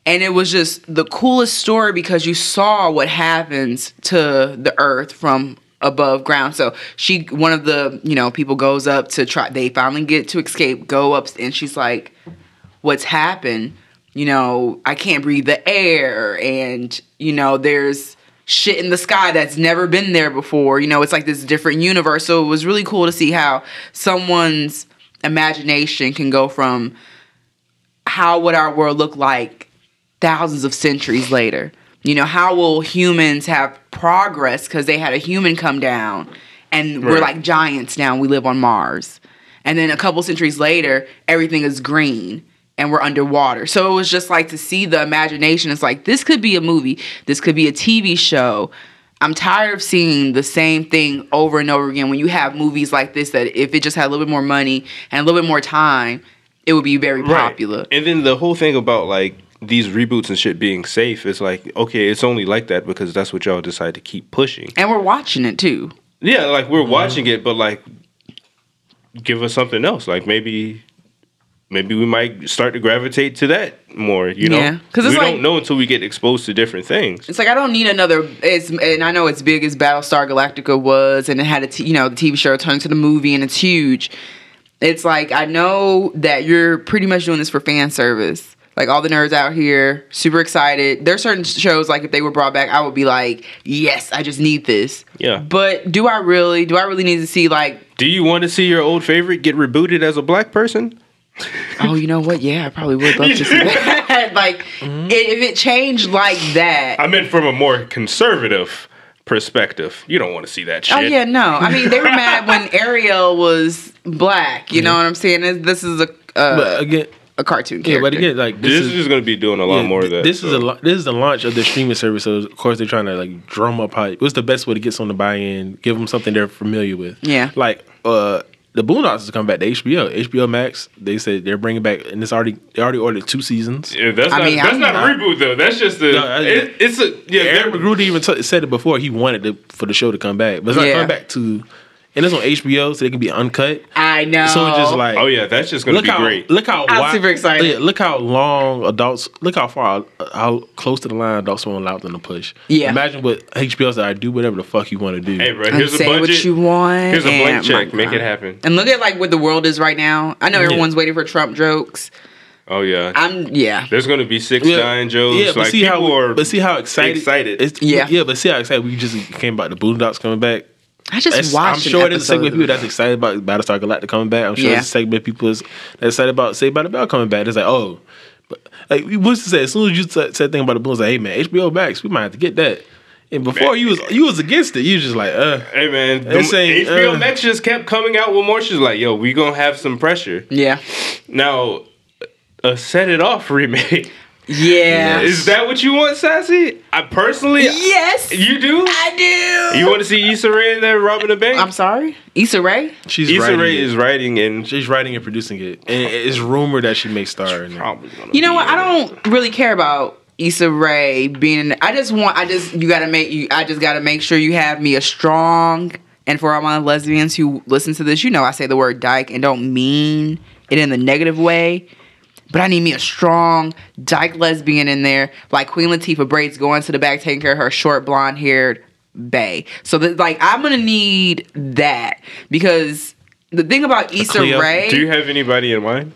S1: And it was just the coolest story because you saw what happens to the earth from above ground. So she, one of the you know people, goes up to try. They finally get to escape, go up, and she's like, what's happened you know i can't breathe the air and you know there's shit in the sky that's never been there before you know it's like this different universe so it was really cool to see how someone's imagination can go from how would our world look like thousands of centuries later you know how will humans have progress because they had a human come down and we're
S3: Right.
S1: like giants now and we live on mars and then a couple centuries later, everything is green and we're underwater. So it was just like to see the imagination. It's like, this could be a movie, this could be a TV show. I'm tired of seeing the same thing over and over again when you have movies like this that if it just had a little bit more money and a little bit more time, it would be very popular.
S3: And then the whole thing about like these reboots and shit being safe is like, okay, it's only like that because that's what y'all decide to keep pushing.
S1: And we're watching it too.
S3: Yeah, like
S1: Mm-hmm.
S3: we're watching it, but like, give us something else. Like maybe, maybe we might start to gravitate to that more. You know,
S1: Yeah, 'cause
S3: we
S1: it's like-
S3: don't know until we get exposed to different things.
S1: It's like I don't need another. It's and I know it's big as Battlestar Galactica was, and it had a t- you know the TV show turned to the movie, and it's huge. It's like I know that you're pretty much doing this for fan service. Like all the nerds out here, super excited. There's certain shows like if they were brought back, I would be like, yes, I just need this.
S3: Yeah.
S1: But do I really? Do I really need to see like?
S3: Do you want to see your old favorite get rebooted as a black person?
S1: Oh, you know what? Yeah, I probably would love to see that. like i- if it changed like that.
S3: I meant from a more conservative perspective. You don't want to see that shit.
S1: Oh yeah, no. I mean, they were mad when Ariel was black. You know what I'm saying? This, this is a
S2: But
S1: uh,
S2: again,
S1: a cartoon
S2: yeah,
S1: character.
S2: but again, like
S3: This, is, just going to be doing a lot
S2: yeah,
S3: more of
S2: th-
S3: that.
S2: This is
S3: so.
S2: a lo- this is the launch of the streaming service. So of course they're trying to like drum up hype. What's the best way to get someone to buy in? Give them something they're familiar with.
S1: Yeah.
S2: like uh, the Boondocks is coming back to HBO. HBO Max. They said they're bringing back, and it's already they already ordered two seasons.
S3: Yeah, that's
S1: I
S3: not,
S1: mean,
S3: that's
S1: I'm
S3: not a
S1: not-
S3: reboot though. That's just a.
S2: No, uh, I-
S3: it, it's a yeah.
S2: Eric
S3: they're-
S2: Magruder even t- said it before. He wanted to, for the show to come back, but it's not
S1: Yeah.
S2: coming back to, and it's on HBO, so they can be uncut.
S1: I know.
S2: So it's just like
S3: oh yeah, that's just going to
S2: look
S3: be
S2: how
S3: great.
S2: look how
S1: I'm
S2: wide-
S1: super excited.
S2: yeah, look how long adults look how far how close to the line adults won't allow them to push.
S1: Yeah.
S2: imagine what HBO's that I do whatever the fuck you want to do.
S3: Hey, bro,
S1: And
S3: here's a
S1: say
S3: budget.
S1: what you want.
S3: Here's a blank
S1: and- my
S3: check. Make
S1: God.
S3: it happen.
S1: And look at like where the world is right now. I know everyone's waiting for Trump jokes.
S3: Oh yeah,
S1: I'm yeah.
S3: there's going to be six
S2: Yeah.
S3: dying Joes.
S2: Yeah, but
S3: like
S2: see
S3: people
S2: how
S3: are.
S2: but see how excited
S3: excited.
S2: It's,
S1: Yeah.
S2: yeah, yeah, but see how excited we just came about the Boondocks coming back.
S1: I just
S2: That's-
S1: watched.
S2: I'm sure
S1: an
S2: there's a segment of people that's excited about Battlestar Galactica coming back. I'm sure
S1: Yeah.
S2: there's a segment of people that's that's excited about Saved by the Bell coming back. It's like, oh, but like we was to say as soon as you t- said thing about the Bulls, like, hey man, HBO Max, we might have to get that. And before you was you was against it, you was just like, uh,
S3: Hey man, the,
S2: They're saying,
S3: HBO
S2: uh,
S3: Max just kept coming out with more. She's like, yo, we gonna have some pressure
S1: yeah.
S3: now. A set it off remake.
S1: Yeah.
S3: Is that what you want, Sassy? I personally,
S1: Yes.
S3: you do.
S1: I do.
S3: You want to see Issa Rae in there robbing the bank?
S1: I'm sorry, Issa Rae.
S2: she's
S3: Issa
S2: writing
S3: Rae
S2: it.
S3: is writing and
S2: she's writing and producing it, and it- it's rumored that she may star in it.
S3: probably. Gonna
S1: You know
S3: be
S1: what?
S3: in
S1: I
S3: it.
S1: don't really care about Issa Rae being. I just want. I just you gotta make you. I just gotta make sure you have me a strong. And for all my lesbians who listen to this, you know I say the word dyke and don't mean it in the negative way. But I need me a strong dyke lesbian in there, like Queen Latifah braids going to the back, taking care of her short blonde haired bae. So that like I'm gonna need that because the thing about Issa
S2: Cleo,
S1: Rae,
S3: Do you have anybody in mind?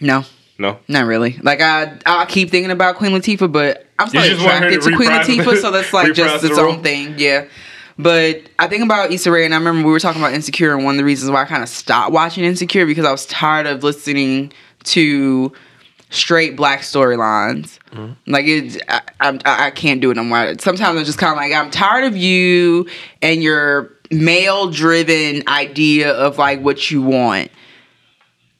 S1: no.
S3: No.
S1: Not really. Like I, I keep thinking about Queen Latifah, but I'm still
S3: You just want her
S1: attracted
S3: to
S1: to, Queen
S3: reprise-
S1: Latifah, so that's like
S3: reprise
S1: just
S3: the
S1: its
S3: role.
S1: own thing. Yeah. But I think about Issa Rae, and I remember we were talking about Insecure, and one of the reasons why I kind of stopped watching Insecure because I was tired of listening to straight black storylines. Like it, I, I'm- I, I can't do it no more. Sometimes I'm just kind of like, I'm tired of you and your male-driven idea of like what you want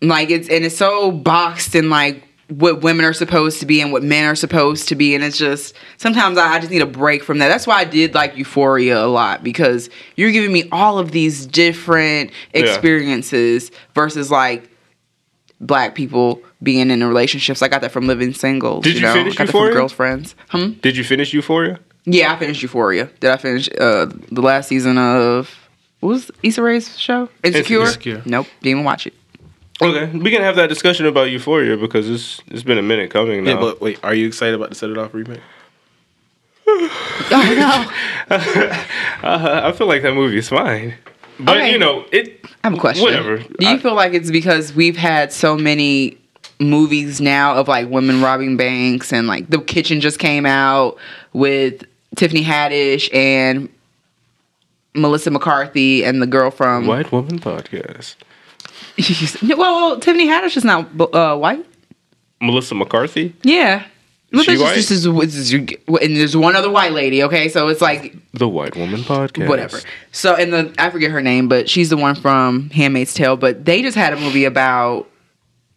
S1: like it's and it's so boxed in like what women are supposed to be and what men are supposed to be and it's just sometimes I, I just need a break from that that's why i did like euphoria a lot because you're giving me all of these different experiences versus like black people being in relationships i got that from living singles
S3: Did you
S1: know
S3: finish
S1: I got
S3: Euphoria?
S1: that from girlfriends hmm?
S3: Did you finish Euphoria?
S1: yeah i finished euphoria did i finish uh the last season of what was Issa Rae's show? Insecure?
S2: Insecure.
S1: Nope, didn't even watch it.
S3: Okay, we can have that discussion about Euphoria because it's it's been a minute coming now.
S2: Yeah, but wait, are you excited about the Set It Off remake?
S1: Oh no!
S3: uh, I feel like that movie is fine. But
S1: Okay.
S3: you know, it
S1: I have a question.
S3: Whatever.
S1: Do you
S3: I-
S1: feel like it's because we've had so many movies now of like women robbing banks and like The Kitchen just came out with Tiffany Haddish and Melissa McCarthy and the girl from
S3: White Woman Podcast.
S1: well, well, Tiffany Haddish is not uh, white.
S3: Melissa McCarthy,
S1: Yeah.
S3: She
S1: Melissa
S3: white?
S1: just- just- just- and there's one other white lady, okay? So it's like
S3: the White Woman Podcast.
S1: whatever. So and the I forget her name, but she's the one from Handmaid's Tale. But they just had a movie about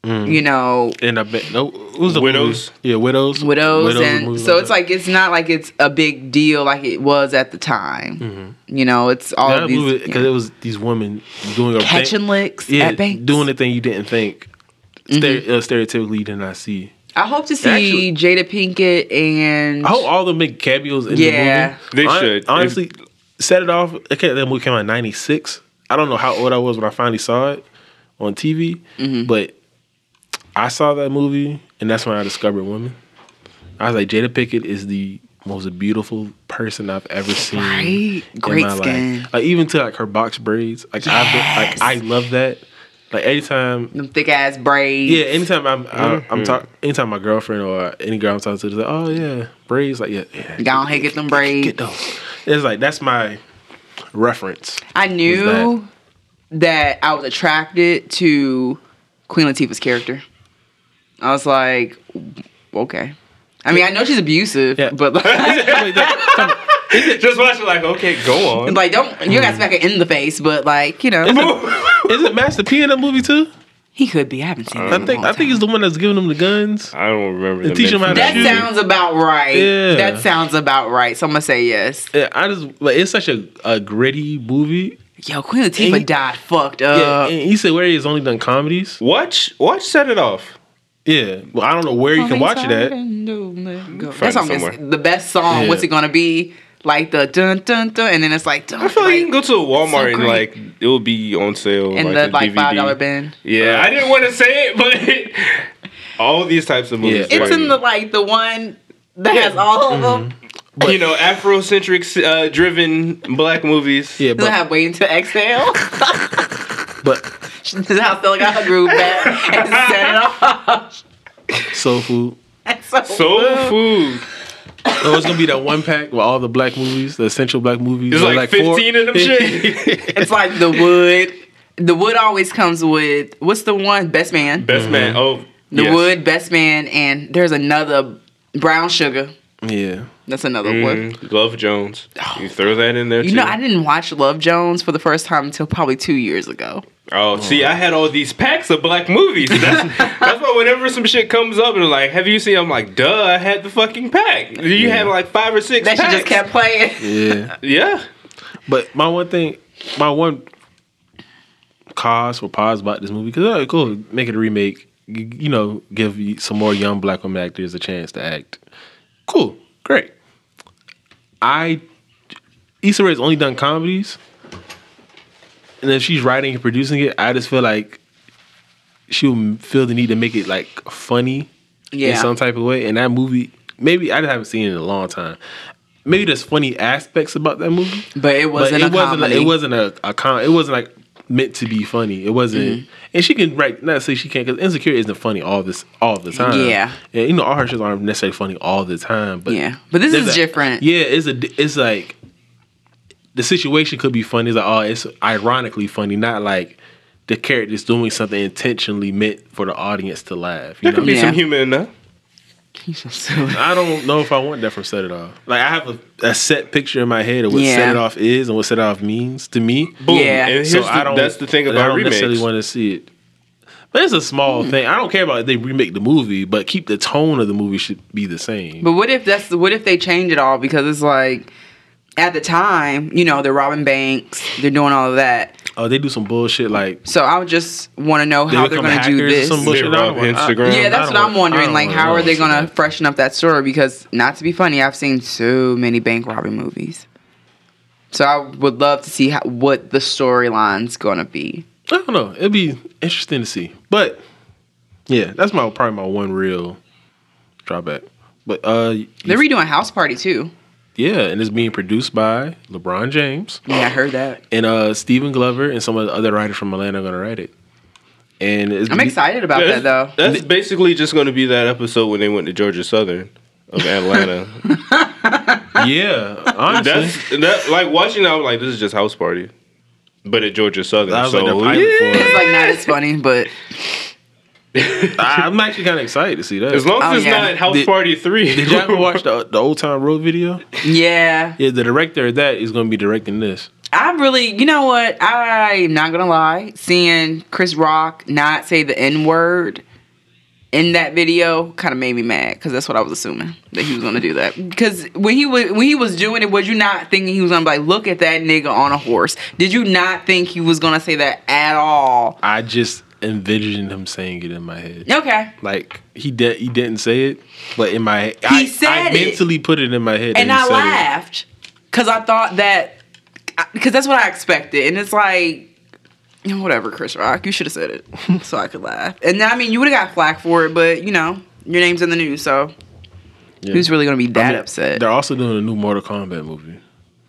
S2: Mm.
S1: you know
S2: And I bet no, who's the
S3: Widows?
S2: movie? Yeah, Widows.
S1: widows,
S2: was a
S1: and
S2: movie
S1: so
S2: like
S1: it's
S2: that.
S1: like it's not like it's a big deal like it was at the time. You know, it's all
S2: Mm-hmm. That
S1: of these
S2: movie because
S1: yeah.
S2: it was these women doing a
S1: catching licks
S2: yeah,
S1: at banks. Mm-hmm.
S2: doing the thing you didn't think Stere- uh, stereotypically did not see.
S1: I hope to see
S2: Actually-
S1: Jada Pinkett and
S2: I hope all the big cameos in
S1: Yeah.
S2: the movie.
S3: They
S2: Hon-
S3: should.
S2: honestly set it off. Okay, that movie came out in '96. I don't know how old I was when I finally saw it on TV,
S1: Mm-hmm.
S2: but I saw that movie, and that's when I discovered women. I was like, Jada Pickett is the most beautiful person I've ever seen.
S1: Right?
S2: in
S1: Great
S2: my life.
S1: skin.
S2: Like, even to like her box braids. Like I've been, like I love that. Like anytime
S1: them thick ass braids.
S2: yeah, anytime I'm I,
S3: Mm-hmm.
S2: I'm talk, anytime my girlfriend or any girl I'm talking to, is like, oh yeah, braids, like yeah, yeah,
S1: Go ahead, get them braids.
S2: get those. It's like that's my reference.
S1: I knew that? I was attracted to Queen Latifah's character. I was like, okay. I mean, I know she's abusive,
S2: Yeah.
S1: but like,
S3: Just watch it like, okay, go on.
S1: like don't you gotta smack her in the face, but like you know,
S2: Is it Master P in that movie too?
S1: he could be. I haven't seen.
S2: I think I think he's the one that's giving them the guns.
S3: I don't remember
S2: And
S3: the
S2: teach 'em how to
S1: that
S2: shoot.
S1: sounds about right.
S2: Yeah.
S1: That sounds about right. So I'm gonna say yes.
S2: Yeah, I just like it's such a, a gritty movie.
S1: Yo, Queen
S2: And
S1: Latifah
S2: he-
S1: died fucked
S2: Yeah,
S1: up.
S2: and he said where he's only done comedies.
S3: Watch, watch, set it off.
S2: Yeah, well I don't know where you can watch it at.
S1: That
S3: Find
S1: song
S3: it
S1: is
S3: somewhere.
S1: the best song.
S2: Yeah.
S1: What's it gonna be? Like the dun dun dun, and then it's like dun.
S3: I feel like you can go to a Walmart and
S1: great.
S3: like it'll be on sale
S1: in
S3: like,
S1: the
S3: on
S1: like
S3: DVD.
S1: five dollar bin.
S3: Yeah, I didn't want to say it, but all these types of movies.
S2: Yeah.
S1: It's
S3: right?
S1: in the like the one that has all of them.
S3: you know Afrocentric uh, driven black movies.
S2: Yeah,
S1: Doesn't
S2: but
S1: have waiting to exhale.
S2: but
S1: This is how Phil got her groove back and set it off.
S2: soul food.
S1: That's so,
S3: Soul food.
S2: Oh, it's gonna be that one pack with all the black movies, the essential black movies.
S3: There's
S2: There are,
S3: like,
S2: four-
S3: 15 of them shit.
S1: it's like the wood. The wood always comes with what's the one best man.
S3: Best man. Oh,
S1: Mm-hmm. the
S3: yes.
S1: wood best man, and there's another brown sugar.
S2: yeah.
S1: That's another one.
S3: Mhm. Love Jones. You throw that in there too.
S1: Oh. You know, I didn't watch Love Jones for the first time until probably two years ago.
S3: oh, see, I had all these packs of black movies. That's, that's why whenever some shit comes up and they're like, "Have you seen?" I'm like, "Duh, I had the fucking pack." You had like five or six.
S1: That shit
S3: packs.
S1: just kept playing.
S2: Yeah.
S3: Yeah.
S2: But my one thing, my one cause for pause about this movie, because, all right, cool, make it a remake. You, you know, give you some more young black women actors a chance to act. Cool. Great. I, Issa Rae's only done comedies. And if she's writing and producing it, I just feel like she'll feel the need to make it like funny in
S1: Yeah.
S2: some type of way. And that movie, maybe I haven't seen it in a long time. Maybe there's funny aspects about that movie
S1: But it wasn't
S2: but
S1: a
S2: it wasn't
S1: comedy.
S2: it wasn't a, a com- it wasn't like meant to be funny. It
S1: Mm-hmm.
S2: wasn't, and she can right not say she can't because insecure isn't funny all this all the time.
S1: Yeah.
S2: and you know all her shows aren't necessarily funny all the time. But
S1: Yeah. But this
S2: there's
S1: is
S2: a-
S1: different.
S2: Yeah, it's a di- it's like the situation could be funny. It's like oh, it's ironically funny, not like. The character's doing something intentionally meant for the audience to laugh. You
S3: There could be
S2: know?
S1: Yeah.
S3: some humor in there.
S2: I don't know if I want that from Set It Off. Like I have a, a set picture in my head of what
S1: Yeah.
S2: Set It Off is and what Set It Off means to me.
S3: Boom.
S1: Yeah.
S3: And here's
S2: So
S3: the-
S2: I don't.
S3: That's the thing
S2: I
S3: about
S2: don't necessarily
S3: remakes. Hmm.
S2: want to see it. But it's a small thing. I don't care about if they remake the movie, but keep the tone of the movie should be the same.
S1: But what if that's what if they change it all because it's like at the time, you know, they're robbing banks, they're doing all of that.
S2: Oh, they do some bullshit like
S1: So I would just want to know
S2: they
S1: how they're
S2: become
S1: going to
S2: hackers
S1: do
S2: or
S1: this.
S2: some bullshit. I
S3: They
S2: don't
S3: rob
S2: want- I-
S3: Instagram.
S1: yeah,
S2: I
S1: that's
S2: don't
S1: what I'm
S2: want- I
S1: wondering.
S2: don't
S1: Like,
S2: want- I
S1: how are
S2: don't
S1: they
S2: want
S1: going to
S2: that.
S1: freshen up that story? Because not to be funny, I've seen so many bank robbery movies. So I would love to see how, what the storyline's going to be.
S2: I don't know. It'd be interesting to see. But yeah, that's my probably my one real drawback. But uh,
S1: They're redoing House Party too.
S2: yeah, and it's being produced by LeBron James.
S1: Yeah, I heard that.
S2: and uh Steven Glover and some of the other writers from Atlanta are gonna write it. And it's
S1: I'm excited about
S3: Yeah,
S1: that though.
S3: That's that's basically just going to be that episode when they went to Georgia Southern of Atlanta.
S2: Yeah, honestly,
S3: that's that, like watching. that, I was like, this is just house party, but at Georgia Southern.
S2: I was
S3: so
S2: like the pilot
S3: yeah.
S2: for
S1: It's
S2: it.
S1: like not as funny, but
S2: I'm actually kind of excited to see that.
S3: as long as
S1: Oh,
S3: it's
S1: yeah.
S3: not House
S2: Did-
S3: Party Three.
S2: did you ever watch the, the old time road video?
S1: yeah.
S2: Yeah, the director of that is gonna be directing this.
S1: I really, you know what? I'm not gonna lie. Seeing Chris Rock not say the N word in that video kind of made me mad because that's what I was assuming that he was gonna do that. Because when he was when he was doing it, was you not thinking he was gonna be like, look at that nigga on a horse? Did you not think he was gonna say that at all?
S2: I just envisioned him saying it in my head.
S1: Okay.
S2: Like he did, he didn't say it, but in my he I,
S1: said
S2: I
S1: it.
S2: mentally put it in my head,
S1: and
S2: that he
S1: I
S2: said it.
S1: laughed because I thought that because that's what I expected, and it's like you know, whatever, Chris Rock, you should have said it so I could laugh. And I mean, you would have got flack for it, but you know, your name's in the news, so
S2: Yeah.
S1: who's really gonna be that
S2: I mean,
S1: upset?
S2: They're also doing a new Mortal Kombat movie,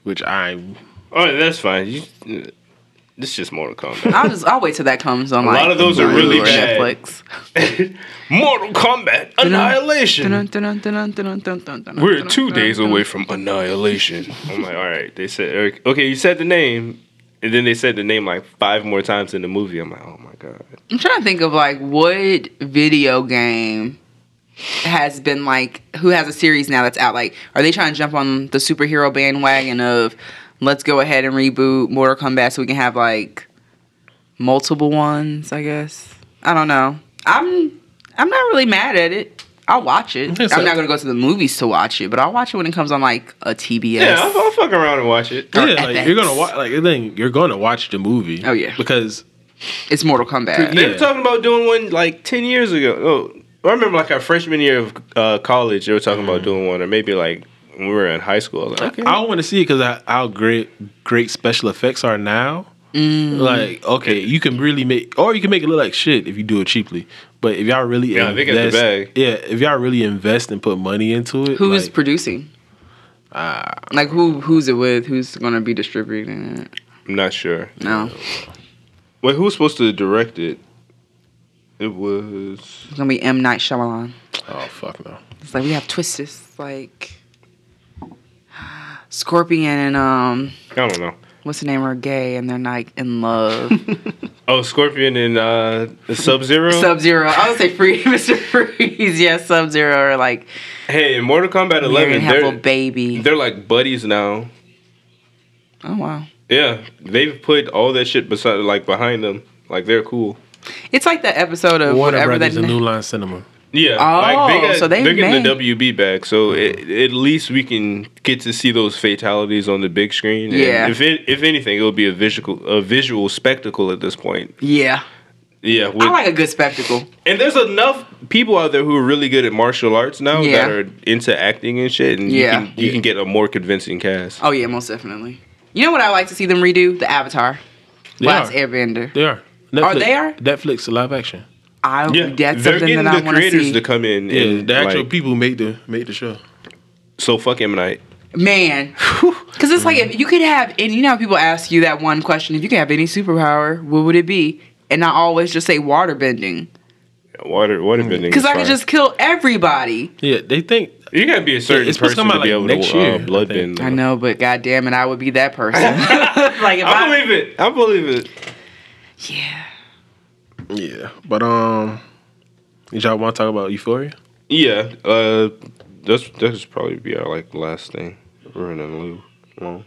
S2: which I'm
S3: Oh, that's fine. You, this is just Mortal Kombat.
S1: I'll just I'll wait till that comes on.
S3: A lot
S1: like,
S3: of those are
S1: Hulu
S3: really
S1: or
S3: bad.
S1: Netflix.
S3: Mortal Kombat Annihilation. We're two days away from annihilation. I'm like, all right. They said, Eric, okay, you said the name, and then they said the name like five more times in the movie. I'm like, oh my god.
S1: I'm trying to think of like what video game has been like who has a series now that's out. Like, are they trying to jump on the superhero bandwagon of let's go ahead and reboot Mortal Kombat so we can have like multiple ones? I guess I don't know. I'm I'm not really mad at it. I'll watch it.
S2: Yes,
S1: I'm
S2: sir.
S1: not gonna go to the movies to watch it, but I'll watch it when it comes on like a TBS.
S3: Yeah, I'll, I'll fuck around and watch it.
S2: yeah,
S1: Or
S2: like
S1: FX.
S2: you're gonna watch like the thing you're gonna watch the movie.
S1: Oh, yeah.
S2: because
S1: It's Mortal Kombat.
S3: They were
S2: Yeah.
S3: talking about doing one like ten years ago. Oh, I remember like our freshman year of uh, college, they were talking about
S1: Mm-hmm.
S3: doing one, or maybe like when we were in high school. I was like, okay.
S2: I want to see because how great great special effects are now.
S1: Mm.
S2: Like okay, you can really make or you can make it look like shit if you do it cheaply. But if y'all really
S3: Yeah, they got the bag.
S2: yeah, if y'all really invest and put money into it,
S1: Who's
S2: like, ah,
S1: producing? like who? Who's it with? Who's gonna be distributing it?
S3: I'm not sure.
S1: No,
S3: Wait, who was supposed to direct it? It was.
S1: it's gonna be M Night Shyamalan.
S2: oh fuck no.
S1: It's like we have Twistis, like Scorpion and um,
S3: I don't know.
S1: what's the name? Are gay and they're like in love.
S3: Oh, Scorpion and uh, Sub Zero.
S1: Sub Zero. I would say Free Mr. Freeze. Yeah, Sub Zero or like
S3: hey, in Mortal Kombat
S1: Eleven.
S3: 11,
S1: And have a
S3: they're,
S1: baby.
S3: they're like buddies now.
S1: Oh wow.
S3: Yeah, they've put all that shit beside, like behind them. Like they're cool.
S1: It's like that episode of
S2: Warner
S1: whatever that.
S2: Brothers and New Line Cinema.
S3: Yeah,
S1: Oh,
S3: like they got,
S1: so they
S3: are getting the
S1: made-
S3: WB back, so it, at least we can get to see those fatalities on the big screen. And
S1: Yeah.
S3: if it, if anything, it'll be a visual a visual spectacle at this point.
S1: yeah,
S3: Yeah, with,
S1: I like a good spectacle.
S3: and there's enough people out there who are really good at martial arts now
S1: Yeah.
S3: that are into acting and shit, and
S1: Yeah.
S3: you, can, you can get a more convincing cast.
S1: Oh yeah, most definitely. You know what I like to see them redo? The Avatar.
S2: They
S1: Last
S2: are.
S1: Airbender.
S2: They are. Netflix,
S1: Are they are?
S2: Netflix live action.
S1: I
S3: Yeah,
S1: Oh, that's
S3: they're
S1: something
S3: getting
S1: that I
S3: the
S1: want to
S3: creators
S1: see.
S3: to come in.
S2: Yeah,
S3: and,
S2: the actual
S3: like,
S2: people made the made the show.
S3: so fuck M Night.
S1: Man, because it's like if you could have any, you know, how people ask you that one question: if you could have any superpower, what would it be? And I always just say water bending
S3: Water, water
S2: Mm.
S3: bending.
S1: because
S3: is
S1: I could
S3: fine.
S1: just kill everybody.
S2: Yeah, they think
S3: you gotta be a certain
S2: it's supposed to
S3: person
S2: come
S3: to,
S2: out,
S3: be
S2: like,
S3: able
S2: next
S3: to
S2: year,
S3: uh, blood
S2: I think.
S3: bend.
S1: I know, but goddamn it, I would be that person. like if I,
S3: I believe it. I believe it.
S1: yeah,
S2: yeah. But um, did y'all want to talk about Euphoria?
S3: Yeah, uh, that's that's probably be our like last thing. We're in a little long.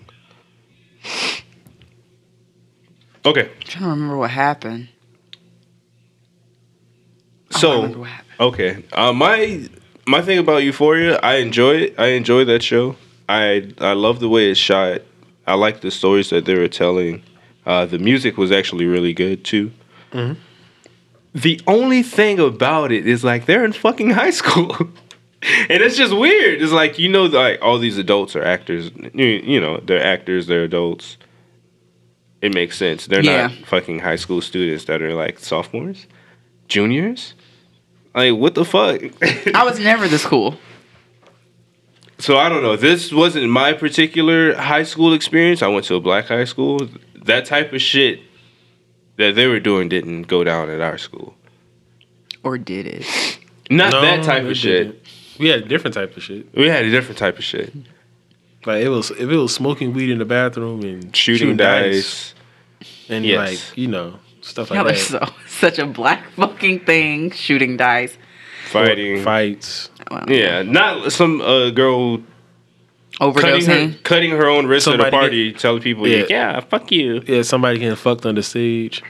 S3: Okay,
S1: I'm trying to remember what happened. I don't remember
S3: so
S1: what happened.
S3: okay, uh, my my thing about Euphoria, I enjoy it. I enjoy that show. I I love the way it's shot. I like the stories that they were telling. Uh, the music was actually really good too. The only thing about it is like they're in fucking high school. and it's just weird. It's like you know like all these adults are actors. You, you know, they're actors, they're adults. It makes sense. They're
S1: Yeah.
S3: not fucking high school students that are like sophomores, juniors. Like what the fuck?
S1: I was never this cool.
S3: so I don't know. This wasn't my particular high school experience. I went to a black high school. That type of shit that they were doing didn't go down at our school.
S1: Or did it?
S3: Not that type
S2: they
S3: of shit.
S2: didn't. We had a different type of shit.
S3: We had a different type of shit.
S2: Like it was if it was smoking weed in the bathroom and
S3: Shooting, dice.
S2: and
S3: Yes.
S2: like you know stuff like
S1: Y'all are
S2: that,
S1: so such a black fucking thing. Shooting dice.
S3: fighting.
S2: fights.
S1: Well,
S3: Yeah, not some uh, girl cutting her,
S1: Overdosing.
S3: cutting her own wrist at
S2: Somebody
S3: a party, telling people,
S2: Yeah.
S3: yeah. fuck you.
S2: Yeah, somebody getting fucked on the stage.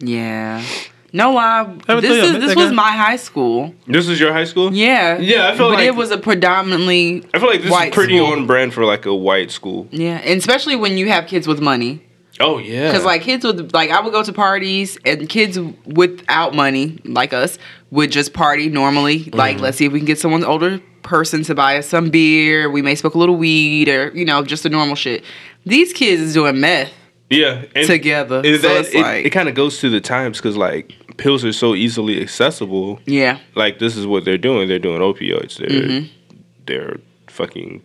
S1: Yeah. No lie.
S2: Haven't
S1: This
S2: told you I
S1: is
S2: met
S1: this
S2: that
S1: was
S2: guy?
S1: my high school.
S3: This is your high school?
S1: Yeah.
S3: Yeah, I feel
S1: but
S3: like-
S1: it was a predominantly
S3: I feel like this
S1: White
S3: is pretty
S1: school.
S3: on brand for like a white school.
S1: yeah, and especially when you have kids with money.
S3: Oh yeah.
S1: Because like kids would like I would go to parties and kids without money like us would just party normally. Like
S3: Mm-hmm.
S1: let's see if we can get someone's older person to buy us some beer. We may smoke a little weed or you know just the normal shit. These kids is doing meth.
S3: yeah, and-
S1: together.
S3: and
S1: So
S3: that-
S1: it's
S3: it,
S1: like-
S3: it kind of goes to the times because like pills are so easily accessible.
S1: Yeah,
S3: Like this is what they're doing. They're doing opioids. They're
S1: Mm-hmm.
S3: they're fucking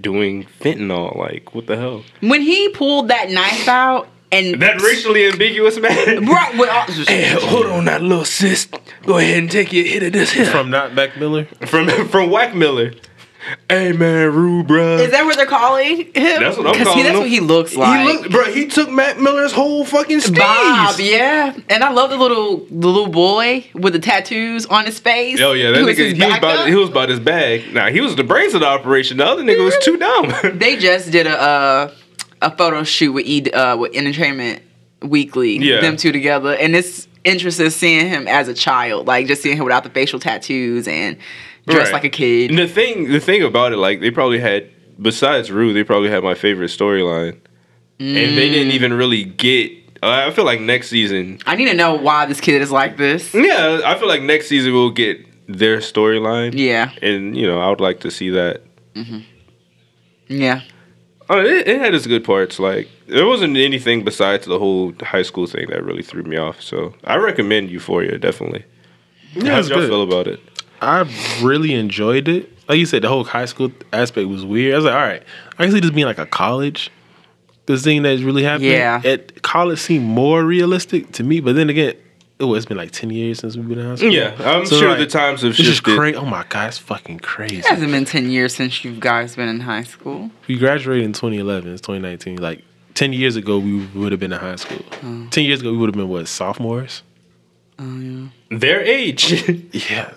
S3: doing fentanyl. Like what the hell?
S1: when he pulled that knife out and
S3: That racially ambiguous man.
S1: right, well,
S3: Hey, hold on, that little sis. Go ahead and take your hit of this here
S2: From not Mac Miller.
S3: from from Whack Miller. Hey man, Rue, bruh.
S1: is that what they're calling him?
S3: That's what I'm
S1: 'Cause he-
S3: calling
S1: That's
S3: him.
S1: what he looks like.
S3: he looked, bro. He took Mac Miller's whole fucking stage.
S1: Bob, yeah, and I love the little the little boy with the tattoos on his face.
S3: Oh yeah, that
S1: Who
S3: nigga.
S1: his
S3: He was, about,
S1: backup.
S3: he was about his bag. Nah, he was the brains of the operation. The other nigga was too dumb.
S1: They just did a uh, a photo shoot with E uh, with Entertainment Weekly.
S3: Yeah.
S1: them two together, and it's interesting seeing him as a child, like just seeing him without the facial tattoos and dressed
S3: Right.
S1: like a kid.
S3: and the thing, the thing about it, like they probably had besides Rue, they probably had my favorite storyline, and they didn't even really get. uh, I I feel like next season.
S1: I need to know why this kid is like this.
S3: Yeah, I feel like next season we'll get their storyline.
S1: Yeah,
S3: and you know I would like to see that.
S1: yeah.
S3: Oh, it, it had its good parts. Like there wasn't anything besides the whole high school thing that really threw me off. So I recommend Euphoria definitely. How
S2: it's
S3: y'all
S2: good.
S3: feel about it?
S2: I really enjoyed it. Like you said, the whole high school aspect was weird. I was like, all right, I can see this being like a college. This thing that's really happening.
S1: Yeah.
S2: At college seemed more realistic to me, but then again, oh, it's been like ten years since we've been in high school.
S3: Yeah, I'm
S2: So,
S3: sure
S2: like,
S3: the times have
S2: It's just
S3: shifted.
S2: crazy. Oh my god, it's fucking crazy.
S1: It hasn't been ten years since you guys been in high school.
S2: We graduated in 2011. It's 2019. Like ten years ago, we would have been in high school. Ten years ago, we would have been what sophomores.
S1: Oh yeah.
S3: Their age,
S2: Yeah.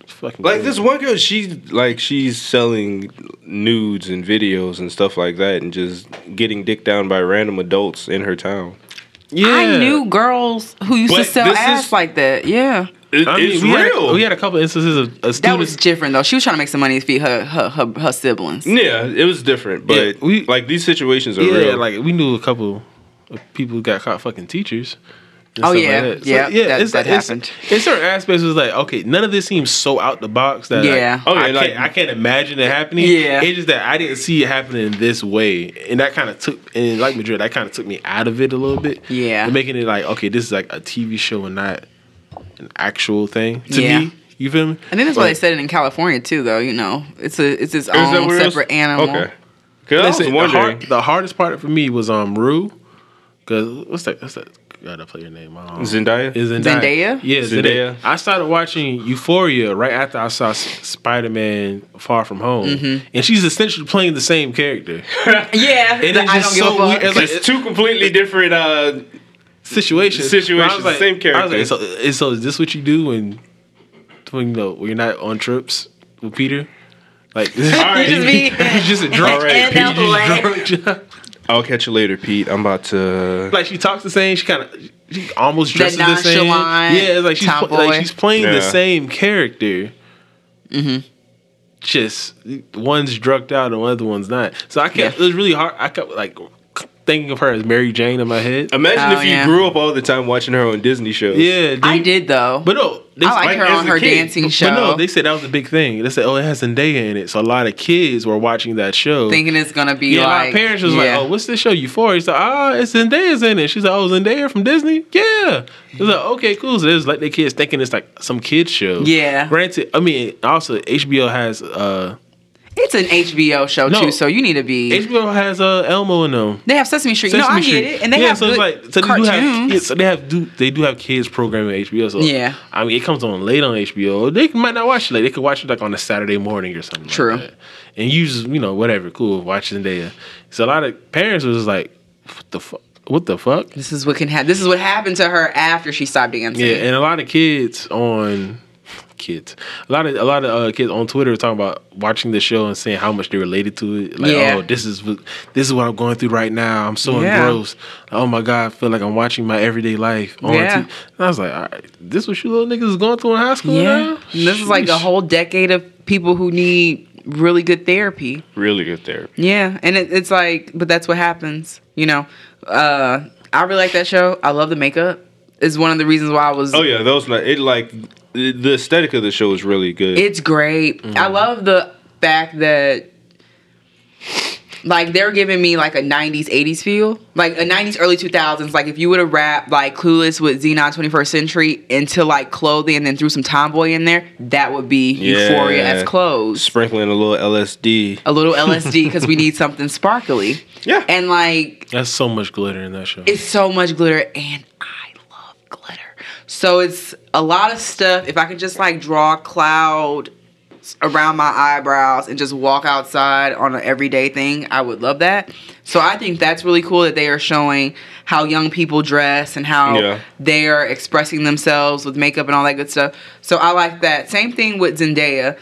S2: It's Fucking
S3: like
S2: crazy.
S3: this one girl, she like she's selling nudes and videos and stuff like that, and just getting dicked down by random adults in her town.
S2: Yeah.
S1: I knew girls who used to
S3: But
S1: sell
S3: this
S1: ass
S3: is-
S1: like that. Yeah.
S3: It,
S2: I mean,
S3: it's
S2: we
S3: real.
S2: Had, we had a couple instances of, of
S1: That
S2: students.
S1: was different though. She was trying to make some money to feed her her her, her siblings.
S3: yeah, it was different, but
S2: Yeah, we-
S3: like these situations are
S2: yeah,
S3: real.
S2: like we knew a couple of people who got caught fucking teachers. and
S1: Oh,
S2: stuff
S1: yeah.
S2: like that. So,
S1: Yeah, that-
S2: it's,
S1: that
S2: it's-
S1: happened.
S2: In certain aspects, it was like okay, none of this seems so out the box that like,
S1: Yeah.
S3: Oh, yeah,
S2: I, can't,
S3: like-
S2: I can't imagine it happening.
S1: Yeah.
S2: it's just that I didn't see it happening this way, and that kind of took and like Madrid, that kind of took me out of it a little bit.
S1: Yeah.
S2: But making it like okay, this is like a TV show and not an actual thing to
S1: Yeah.
S2: me. You feel me?
S1: I think that's why they
S2: Like,
S1: said it in California too, though. You know, it's a it's its
S3: Is that
S1: own
S3: where it was-
S1: separate animal.
S3: Okay, because I was
S2: Listen,
S3: wondering.
S2: The, hard, the hardest part for me was um Rue, because what's that? What's that? Gotta play your name. Um,
S3: Zendaya?
S2: Is Zendaya.
S1: Zendaya?
S2: Yeah, Zendaya.
S3: Zendaya.
S2: I started watching Euphoria right after I saw Spider Man Far From Home,
S1: Mm-hmm.
S2: and she's essentially playing the same character.
S1: Yeah,
S2: It
S1: the
S2: is
S1: I don't
S2: just
S1: give
S2: so
S1: a
S2: weird.
S1: fuck.
S2: It's like
S3: it's two completely different. uh
S2: situation.
S3: Situations,
S2: I was like-
S3: same
S2: I
S3: character.
S2: was like, so, and so is this what you do when, when you know, when you're not on trips with Peter? Like,
S3: right.
S1: You just be-
S2: you're just a drunk.
S3: All right,
S2: Peter,
S1: Peter.
S2: you're just drunk.
S3: I'll catch you later, Pete. I'm about to.
S2: like she talks the same. She kind of she almost
S1: That
S2: dresses the same. Yeah,
S1: nonchalant
S2: it's like she's
S1: tomboy.
S2: like she's playing
S3: Yeah.
S2: the same character. Mm-hmm. Just one's drugged out and the other one's not. So I kept
S1: Yeah.
S2: it was really hard. I kept like thinking of her as Mary Jane in my head.
S3: Imagine
S1: Oh,
S3: if you
S1: yeah.
S3: grew up all the time watching her on Disney shows.
S2: yeah, dude.
S1: I did though.
S2: But no, they,
S1: I liked her
S3: as
S1: on
S3: a
S1: her
S3: kid.
S1: dancing show.
S2: But no, they said that was a big thing. They said, "Oh, it has Zendaya in it," so a lot of kids were watching that show.
S1: thinking it's gonna be
S2: yeah,
S1: like
S2: my parents was
S1: yeah.
S2: like, "Oh, what's this show Euphoria?" So, "Ah, it's Zendaya's in it." She's like, "Oh, Zendaya from Disney?" Yeah. It's like, "Okay, cool." So there's like the kids thinking it's like some kids show.
S1: Yeah.
S2: Granted, I mean, also HBO has uh
S1: it's an HBO show
S2: No.
S1: too, so you need to be.
S2: HBO has uh Elmo in them.
S1: they have Sesame Street. no, I
S2: Sesame
S1: get
S2: Street.
S1: it, and they
S2: yeah,
S1: have
S2: so
S1: good
S2: it's like so they do
S1: cartoons.
S2: have yeah, so they have do they do have kids programming HBO. So
S1: Yeah.
S2: I mean it comes on late on HBO. They might not watch it late. They could watch it like on a Saturday morning or something.
S1: True.
S2: Like that. And you just you know whatever cool watching there. So a lot of parents was just like what the fuck what the fuck
S1: This is what can happen. This is what happened to her after she stopped dancing.
S2: yeah and a lot of kids on kids a lot of a lot of uh, kids on Twitter were talking about watching the show and saying how much they related to it like
S1: Yeah.
S2: oh this is what this is what I'm going through right now I'm so
S1: Yeah.
S2: engrossed oh my god I feel like I'm watching my everyday life on
S1: Yeah.
S2: yeah. and I was like all right this what you little niggas is going through in high school
S1: yeah.
S2: now?
S1: And this is like a
S2: Sheesh.
S1: whole decade of people who need really good therapy.
S3: Really good therapy.
S1: Yeah, and it, it's like, but that's what happens. You know, uh, I really like that show. I love the makeup. It's one of the reasons why I was.
S3: Oh yeah, those not it like the aesthetic of the show is really good.
S1: It's great.
S3: Mm-hmm.
S1: I love the fact that like they're giving me like a 90s 80s feel like a 90s early 2000s like if you would have wrapped like clueless with xenon 21st century into like clothing and then threw some tomboy in there that would be euphoria
S3: Yeah.
S1: as clothes
S3: Sprinkling a little LSD.
S1: a little lsd because we need something sparkly
S3: Yeah.
S1: and like
S2: That's so much glitter in that show.
S1: it's so much glitter and i love glitter so it's a lot of stuff if i could just like draw a cloud around my eyebrows and just walk outside on an everyday thing i would love that so i think that's really cool that they are showing how young people dress and how
S3: Yeah.
S1: they are expressing themselves with makeup and all that good stuff so i like that same thing with zendaya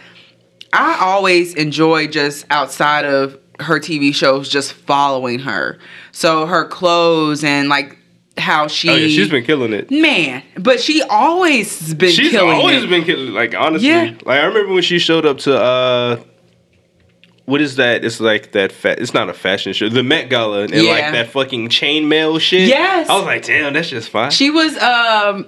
S1: I always enjoy just outside of her TV shows, just following her. So her clothes and like how she,
S3: oh yeah, she's been killing it.
S1: man, but she always has been
S3: She's
S1: killing
S3: always
S1: it.
S3: been killing. Like honestly,
S1: Yeah.
S3: like I remember when she showed up to uh, what is that? It's like that. Fa- it's not a fashion show. The Met Gala and
S1: Yeah.
S3: like that fucking chainmail shit.
S1: Yes.
S3: I was like, damn, that's just fine.
S1: she was um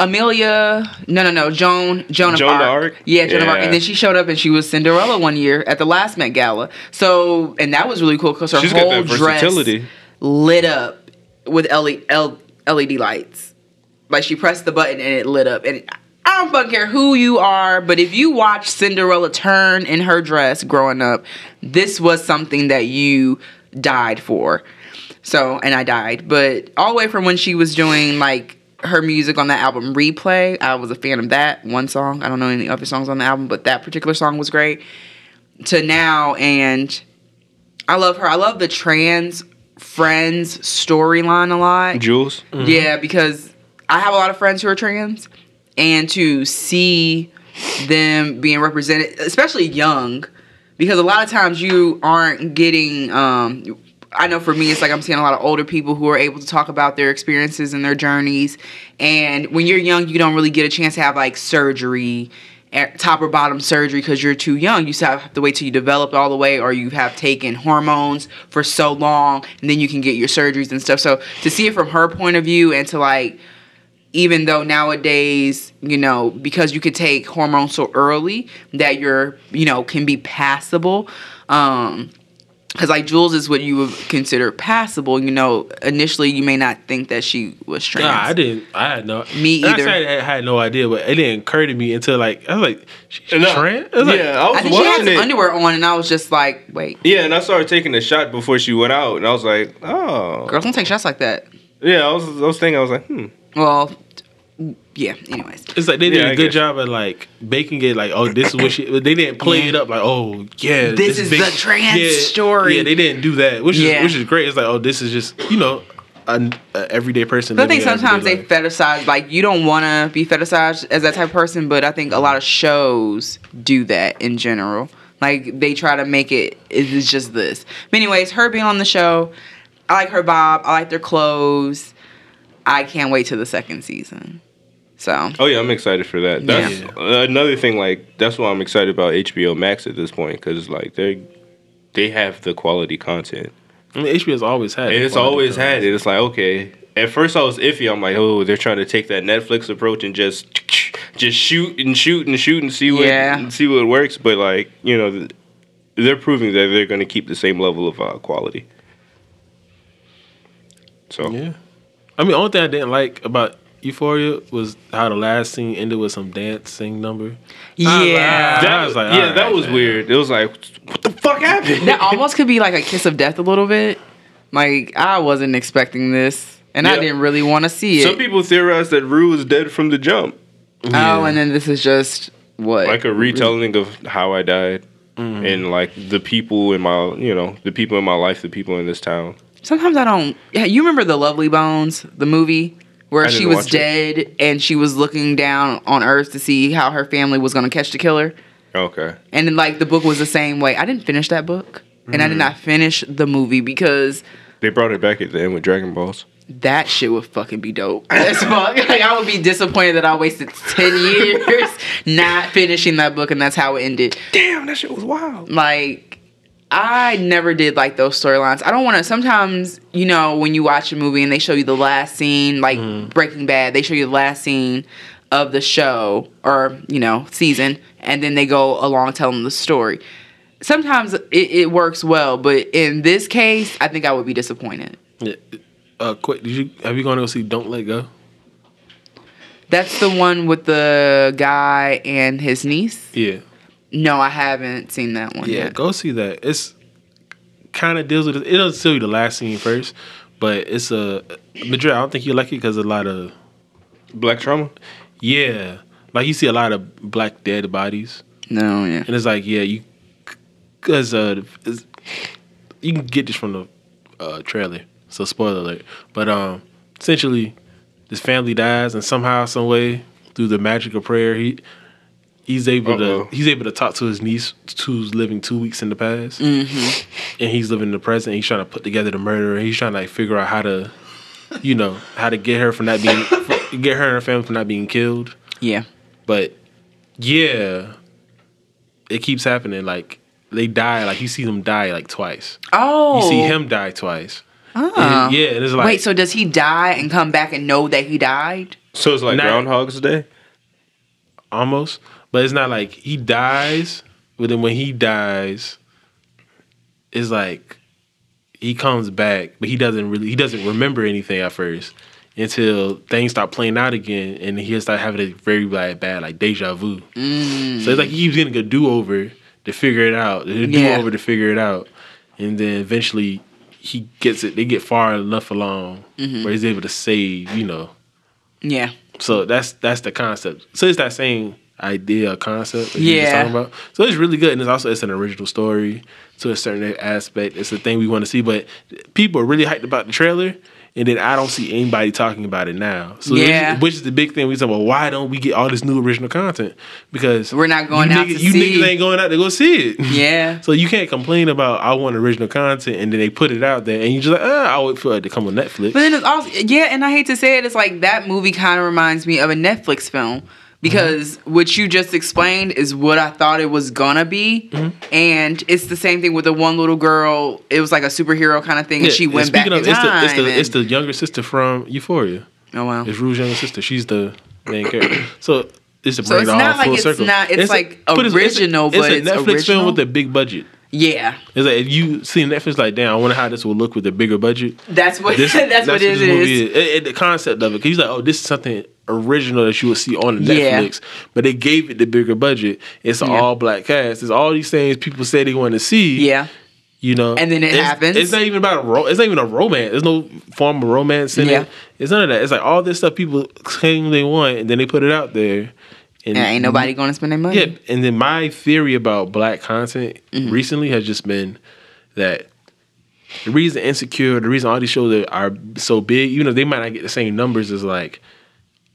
S1: Amelia, no, no, no, Joan, Joan of
S3: Joan
S1: Arc.
S3: d'Arc?
S1: Yeah, Joan of Arc.
S3: Yeah.
S1: And then she showed up and she was Cinderella one year at the last Met Gala. So, and that was really cool because her
S3: She's got
S1: whole
S3: that versatility.
S1: dress lit up with LED, L- LED lights. Like she pressed the button and it lit up. And I don't fucking care who you are, but if you watch Cinderella turn in her dress growing up, this was something that you died for. So, and I died, but all the way from when she was doing like her music on that album Replay, I was a fan of that one song. I don't know any other songs on the album, but that particular song was great. To now and I love her. I love the trans friends storyline a lot.
S3: Jules.
S1: Yeah, because I have a lot of friends who are trans, and to see them being represented, especially young, because a lot of times you aren't getting. Um, I know for me, it's like I'm seeing a lot of older people who are able to talk about their experiences and their journeys. And when you're young, you don't really get a chance to have like surgery, eh, top or bottom surgery, because you're too young. You still have to wait till you develop all the way, or you have taken hormones for so long, and then you can get your surgeries and stuff. So to see it from her point of view and to like even though nowadays, you know, because you could take hormones so early that you're, you know, can be passable. Um, because like Jules is what you would consider passable. You know, initially you may not think that she was trans.
S2: Nah, I didn't. I had no.
S1: Me
S2: and I
S1: either.
S2: said I had no idea, but it didn't occur to me until like I was like, she's
S3: No.
S2: trans. I was like,
S3: yeah, I was
S1: I think she had
S3: watching
S1: some
S3: it.
S1: underwear on, and I was just like, "Wait,
S3: yeah, and I started taking a shot before she went out, and I was like, oh.
S1: girls don't take shots like that."
S3: Yeah, I was, I was thinking, I was like, hmm.
S1: Well, yeah. Anyways,
S2: It's like they
S3: Yeah,
S2: did
S3: I
S2: a good
S3: guess.
S2: job at like baking it like oh this is what she they didn't play it up like oh yeah
S1: This is the trans
S2: yeah,
S1: story.
S2: yeah they didn't do that which is
S1: Yeah.
S2: which is great it's like oh this is just you know an a everyday person
S1: But I think
S2: living an
S1: sometimes they
S2: everyday life.
S1: fetishize. Like you don't want to be fetishized as that type of person, but I think a lot of shows do that in general. Like they try to make it it is just this. But anyways, her being on the show, I like her vibe. I like their clothes. I can't wait to the second season. So
S3: Oh yeah, I'm excited for that. That's another thing. Like that's why I'm excited about HBO Max at this point because like they they have the quality content.
S2: I mean, HBO's always had
S3: And it's always had it. It's like okay. At first, I was iffy. I'm like, oh, they're trying to take that Netflix approach and just just shoot and shoot and shoot and see what
S1: Yeah.
S3: and see what works. But like you know, th- they're proving that they're going to keep the same level of uh, quality. So
S2: yeah I mean only thing I didn't like about Euphoria was how the last scene ended with some dancing number
S1: yeah,
S3: that
S2: I
S3: was
S2: was like,
S3: yeah,
S2: all
S3: that
S2: right,
S3: was
S2: man.
S3: weird. It was like, what the fuck happened?
S1: that almost could be like a kiss of death a little bit. Like I wasn't expecting this, and I
S3: Yeah.
S1: didn't really want to see it.
S3: Some people theorize that Rue is dead from the jump.
S1: Oh, and then this is just what
S3: Like a retelling of how I died. And like the people in my, you know, the people in my life, the people in this town.
S1: Sometimes I don't. Yeah, you remember the Lovely Bones, the movie where
S3: I
S1: she
S3: didn't
S1: was
S3: watch it.
S1: dead and she was looking down on Earth to see how her family was gonna catch the killer,
S3: Okay.
S1: and then like the book was the same way. I didn't finish that book, and
S3: Mm.
S1: I did not finish the movie because
S3: They brought it back at the end with Dragon Balls.
S1: that shit would fucking be dope as fuck. Like I would be disappointed that I wasted ten years not finishing that book, and that's how it ended.
S3: Damn, that shit was wild.
S1: Like I never did like those storylines. I don't want to. Sometimes, you know, when you watch a movie and they show you the last scene, like
S2: Mm-hmm.
S1: Breaking Bad, they show you the last scene of the show or, you know, season, and then they go along telling the story. Sometimes it, it works well, but in this case, I think I would be disappointed.
S2: Yeah. Uh, quick, did you have you gone to go see Don't Let Go?
S1: That's the one with the guy and his niece.
S2: Yeah,
S1: No, I haven't seen that one
S2: yeah.
S1: yet.
S2: Go see that. It's kind of deals with it. It doesn't tell you the last scene first, but it's a Madrid. I don't think you like it because a lot of
S3: Black trauma.
S2: yeah, like you see a lot of black dead bodies,
S1: No, yeah.
S2: and it's like yeah, you because uh, it's- you can get this from the uh, trailer. So spoiler alert. But um, essentially, this family dies, and somehow, some way, through the magic of prayer, he he's able
S3: Uh-oh.
S2: to he's able to talk to his niece who's living two weeks in the past, and he's living in the present. He's trying to put together the murderer. He's trying to like, figure out how to, you know, how to get her from not being get her and her family from not being killed.
S1: Yeah.
S2: But yeah, it keeps happening. Like they die. Like you see them die like twice.
S1: Oh.
S2: You see him Mm-hmm. die twice.
S1: Oh.
S2: And- yeah, and it's like
S1: Wait, so does he die and come back and know that he died?
S3: So it's like
S2: Nah.
S3: Groundhog's Day.
S2: almost, but it's not like he dies. But then when he dies, it's like he comes back, but he doesn't really he doesn't remember anything at first until things start playing out again, and he start having a very bad, bad like deja vu. So it's like he keeps getting a do over to figure it out, a do
S1: Yeah.
S2: over to figure it out, and then eventually he gets it. They get far enough along where he's able to save, you know.
S1: Yeah.
S2: So
S1: Mm.
S2: that's that's the concept. So it's that same idea, concept. That you were just
S1: Yeah.
S2: talking about. So it's really good, and it's also it's an original story to a certain aspect. It's the thing we want to see, but people are really hyped about the trailer, and then I don't see anybody talking about it now. So which-
S1: Yeah.
S2: which, is the big thing we talk about. Why don't we get all this new original content? Because
S1: We're not going
S2: you
S1: out
S2: niggas,
S1: to
S2: you
S1: see.
S2: niggas ain't going out to go see it.
S1: Yeah.
S2: So you can't complain about I want original content, and then they put it out there, and you just like, ah, I would feel like to come on Netflix.
S1: But then it's also yeah, and I hate to say it, it's like that movie kind of reminds me of a Netflix film because
S2: Mm-hmm.
S1: what you just explained is what I thought it was gonna be,
S2: Mm-hmm.
S1: and it's the same thing with the one little girl. It was like a superhero kind of thing, and she
S2: Yeah,
S1: went back
S2: speaking
S1: in time.
S2: It's the, it's, the, it's
S1: and-
S2: the younger sister from Euphoria.
S1: oh wow.
S2: It's Rouge's younger sister. She's the main character. So it's to
S1: So
S2: bring
S1: it's
S2: it all
S1: not like
S2: full
S1: it's
S2: circle.
S1: not- it's like original,
S2: It's a,
S1: but
S2: it's
S1: it's
S2: a Netflix
S1: original?
S2: film with a big budget.
S1: yeah,
S2: It's like if you see Netflix, like damn, I wonder how this will look with a bigger budget.
S1: that's what that's, what it
S2: this movie
S1: is.
S2: It- it- the concept of it, because he's like, oh, this is something original that you would see on the
S1: Yeah.
S2: Netflix, but they gave it the bigger budget. It's an
S1: Yeah.
S2: all black cast. It's all these things people say they want to see.
S1: Yeah,
S2: You know,
S1: And then it
S2: It's-
S1: happens.
S2: It's not even about a ro- it's not even a romance. There's no form of romance in
S1: Yeah.
S2: it. It's none of that. It's like all this stuff people claim they want, and then they put it out there, and
S1: and ain't nobody gonna spend their money.
S2: Yeah, and then my theory about black content
S1: Mm-hmm.
S2: recently has just been that the reason Insecure, the reason all these shows that are so big, you know, they might not get the same numbers as like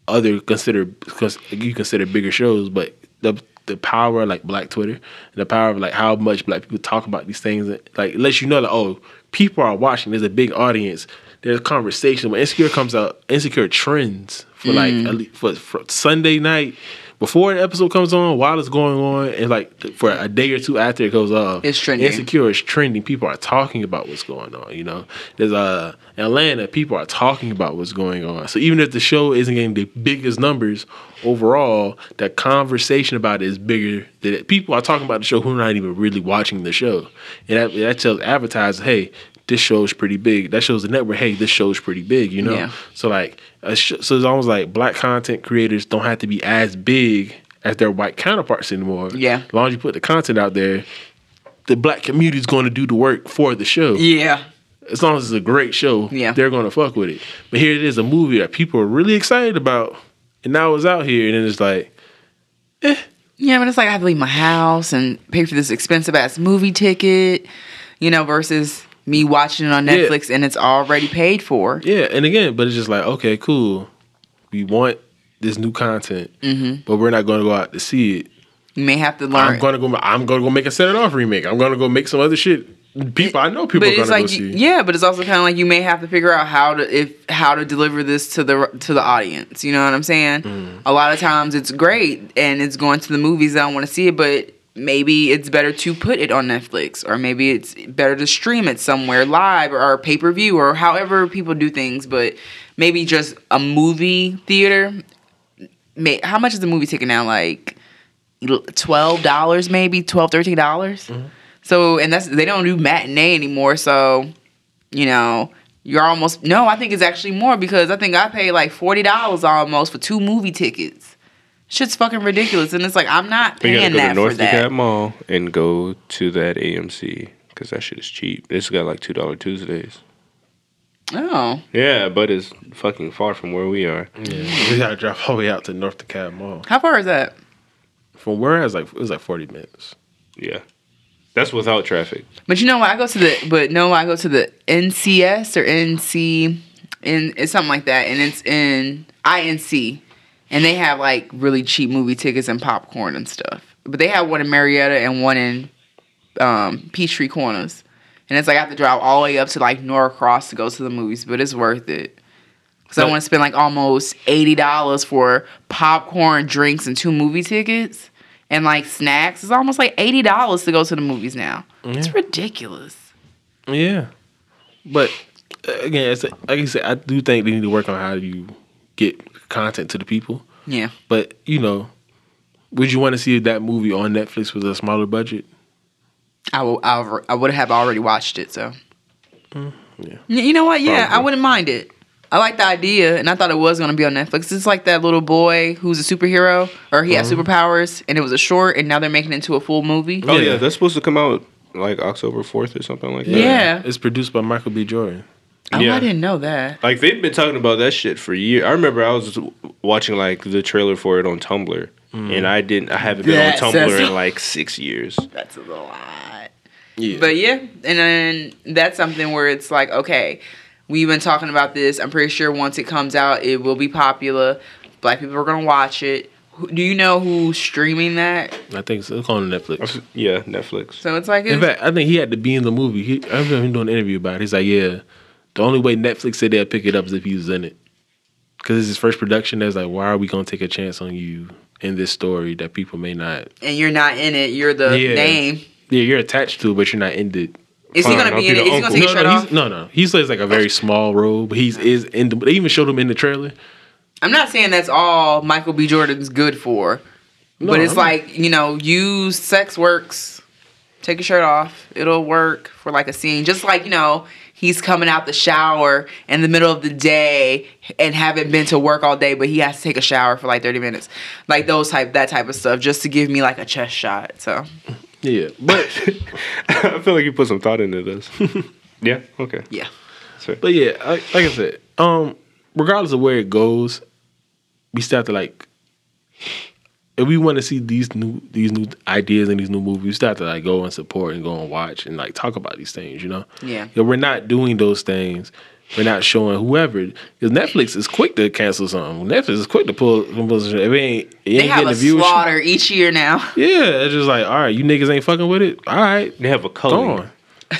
S2: other considered because you consider bigger shows, but the the power of, like Black Twitter, the power of like how much Black people talk about these things, like it lets you know that oh, people are watching. There's a big audience. There's conversation. When Insecure comes out, Insecure trends for like
S1: Mm.
S2: at least for, for Sunday night before an episode comes on, while it's going on, and like for a day or two after it goes off,
S1: It's trending.
S2: Insecure Insecure is trending. People are talking about what's going on. You know, there's uh Atlanta. People are talking about what's going on. So even if the show isn't getting the biggest numbers overall, the conversation about it is bigger. That people are talking about the show who are not even really watching the show, and that, that tells advertisers, hey. This show's pretty big. That shows the network. Hey, this show's pretty big. You know,
S1: Yeah.
S2: so like, a sh- so it's almost like black content creators don't have to be as big as their white counterparts anymore.
S1: Yeah.
S2: as long as you put the content out there, the black community is going to do the work for the show.
S1: yeah,
S2: As long as it's a great show,
S1: Yeah.
S2: they're going to fuck with it. But here it is, a movie that people are really excited about, and now it's out here, and then it's like,
S1: Yeah, but it's like I have to leave my house and pay for this expensive ass movie ticket, you know, versus me watching it on
S2: Yeah.
S1: Netflix and it's already paid for.
S2: yeah. And again, but it's just like, okay, cool. We want this new content,
S1: Mm-hmm.
S2: but we're not going to go out to see it.
S1: You may have to learn.
S2: I'm going to go. I'm going to go make a set it off remake. I'm going to go make some other shit. People, I know people
S1: but
S2: are going
S1: it's
S2: to go
S1: like,
S2: see.
S1: you- yeah, but it's also kind of like you may have to figure out how to if how to deliver this to the to the
S2: Mm.
S1: audience. You know what I'm saying? A lot of times it's great and it's going to the movies that I want to see it, but maybe it's better to put it on Netflix or maybe it's better to stream it somewhere live or pay per view or however people do things. But maybe just a movie theater. May, how much is the movie ticket now? Like twelve dollars, maybe twelve thirteen
S2: Mm-hmm.
S1: dollars. So and that's they don't do matinee anymore. So you know you're almost no. I think it's actually more because I think I paid like forty dollars almost for two movie tickets. Shit's fucking ridiculous, and it's like I'm not
S3: We gotta
S1: paying
S3: go
S1: that
S3: to North
S1: for that.
S3: DeKalb Mall and go to that AMC because that shit is cheap. It's got like two dollar Tuesdays.
S1: Oh,
S3: Yeah, but it's fucking far from where we are.
S2: Yeah, we gotta drive all the way out to North DeKalb Mall.
S1: how far is that?
S2: From where I was like, it was like forty minutes.
S3: Yeah, that's without traffic.
S1: But you know what? I go to the but no, I go to the NCS or NC, and it's something like that, and it's in INC, and they have like really cheap movie tickets and popcorn and stuff. But they have one in Marietta and one in um, Peachtree Corners, and it's like I have to drive all the way up to like Norcross to go to the movies, but it's worth it. Cause I
S2: But-
S1: want to spend like almost eighty dollars for popcorn, drinks, and two movie tickets, and like snacks. It's almost like eighty dollars to go to the movies now. It's ridiculous.
S2: Yeah, but uh, again, it's like you said, I do think they need to work on how you get content to the people.
S1: Yeah,
S2: But you know, would you want to see that movie on Netflix with a smaller budget?
S1: I will. I'll, I would have already watched it. So,
S3: Mm,
S2: yeah.
S1: Y- you know what? Yeah, I
S2: Probably.
S1: wouldn't mind it. I like the idea, and I thought it was gonna be on Netflix. It's like that little boy who's a superhero, or he has superpowers, and it was a short, and now they're making it into a full movie.
S3: Mm-hmm. Oh yeah,
S2: Yeah.
S3: that's supposed to come out like October fourth or something like that.
S1: Yeah.
S2: Uh, it's produced by Michael B. Jordan.
S1: Oh,
S3: Yeah.
S1: I didn't know that.
S3: Like they've been talking about that shit for years. I remember I was watching like the trailer for it on Tumblr, and I didn't. I haven't been
S1: That
S3: on
S1: says-
S3: Tumblr in like six years.
S1: That's a lot.
S2: Yeah,
S1: But yeah, and then that's something where it's like, okay, we've been talking about this. I'm pretty sure once it comes out, it will be popular. Black people are gonna watch it. Who- Do you know who's streaming that?
S2: I think it's, it's on Netflix.
S3: Yeah, Netflix.
S1: So it's like,
S2: In
S1: it's,
S2: fact, I think he had to be in the movie. He, I remember him doing an interview about it. He's like, "Yeah, the only way Netflix said they'll pick it up is if he was in it, because it's his first production. That's like, why are we gonna take a chance on you in this story that people may not?
S1: and you're not in it. You're the
S2: Yeah.
S1: name.
S2: Yeah, you're attached to, but you're not in it.
S1: Is he
S3: Fine,
S1: gonna
S3: I'll
S1: be
S3: be
S1: in it?
S3: the
S1: Is he gonna
S3: uncle.
S1: take
S2: No,
S1: his shirt
S2: no,
S1: off?
S2: he's, no, no. He plays like a very small role, but he's is in the. They even showed him in the trailer.
S1: I'm not saying that's all Michael B. Jordan's good for, but it's
S2: I'm-
S1: like you know, use sex works. Take your shirt off; it'll work for like a scene. Just like you know, he's coming out the shower in the middle of the day and haven't been to work all day, but he has to take a shower for like 30 minutes, like those type that type of stuff, just to give me like a chest shot. So
S2: Yeah, but
S3: I feel like you put some thought into this. yeah. Okay.
S1: yeah,
S2: But yeah, like, like I said, um, regardless of where it goes, we still have to like. If we want to see these new these new ideas and these new movies, we still have to like go and support and go and watch and like talk about these things, you know.
S1: Yeah.
S2: If we're not doing those things. We're not showing whoever because Netflix is quick to cancel something. Netflix is quick to pull. pull some shit. If it ain't, it ain't
S1: they have a
S2: getting the viewership.
S1: slaughter each year now.
S2: Yeah, it's just like all right, you niggas ain't fucking with it. All right,
S3: They have a color.
S2: gone.